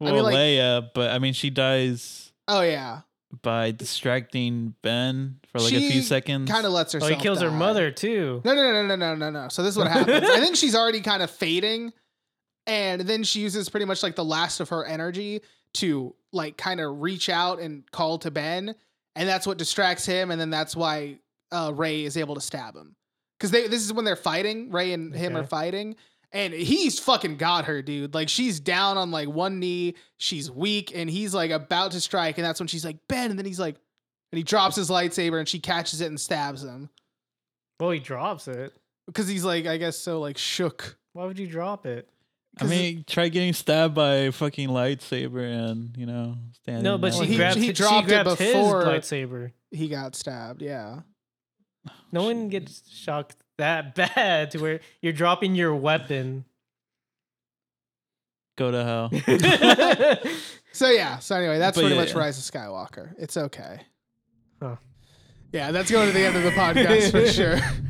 Speaker 3: I
Speaker 2: Well,
Speaker 3: mean, like-
Speaker 2: Leia, but I mean, she dies
Speaker 3: Oh yeah.
Speaker 2: by distracting Ben for like a
Speaker 3: She
Speaker 2: few seconds.
Speaker 3: Kind of lets
Speaker 1: Oh,
Speaker 3: herself.
Speaker 1: he kills her
Speaker 3: die.
Speaker 1: mother too.
Speaker 3: No, no, no, no, no, no, no. So this is what happens. I think she's already kind of fading, and then she uses pretty much like the last of her energy to like kind of reach out and call to Ben, and that's what distracts him, and then that's why uh, Ray is able to stab him because they this is when they're fighting. Ray and him
Speaker 1: Okay.
Speaker 3: are fighting. And he's fucking got her, dude. Like she's down on like one knee, she's weak, and he's like about to strike, and that's when she's like Ben, and then he's like, and he drops his lightsaber, and she catches it and stabs him
Speaker 1: Well, he drops it.
Speaker 3: because he's like I guess so like shook.
Speaker 1: Why would you drop it?
Speaker 2: I
Speaker 3: 'Cause
Speaker 2: mean, try getting stabbed by a fucking lightsaber and you know standing.
Speaker 1: No, but
Speaker 2: there
Speaker 1: she
Speaker 3: Well,
Speaker 2: like-
Speaker 3: he-
Speaker 1: grabbed.
Speaker 3: he
Speaker 1: He,
Speaker 3: dropped
Speaker 1: she
Speaker 3: it
Speaker 1: grabbed
Speaker 3: before-
Speaker 1: his lightsaber.
Speaker 3: he got stabbed. Yeah,
Speaker 1: No one gets shocked that bad to where you're dropping your weapon.
Speaker 2: go to hell.
Speaker 1: That's
Speaker 3: so yeah, so anyway, that's
Speaker 2: But
Speaker 3: pretty
Speaker 2: yeah,
Speaker 3: much
Speaker 2: yeah.
Speaker 3: Rise of Skywalker. It's okay.
Speaker 1: Huh.
Speaker 3: Yeah, that's going to the end of the podcast for sure.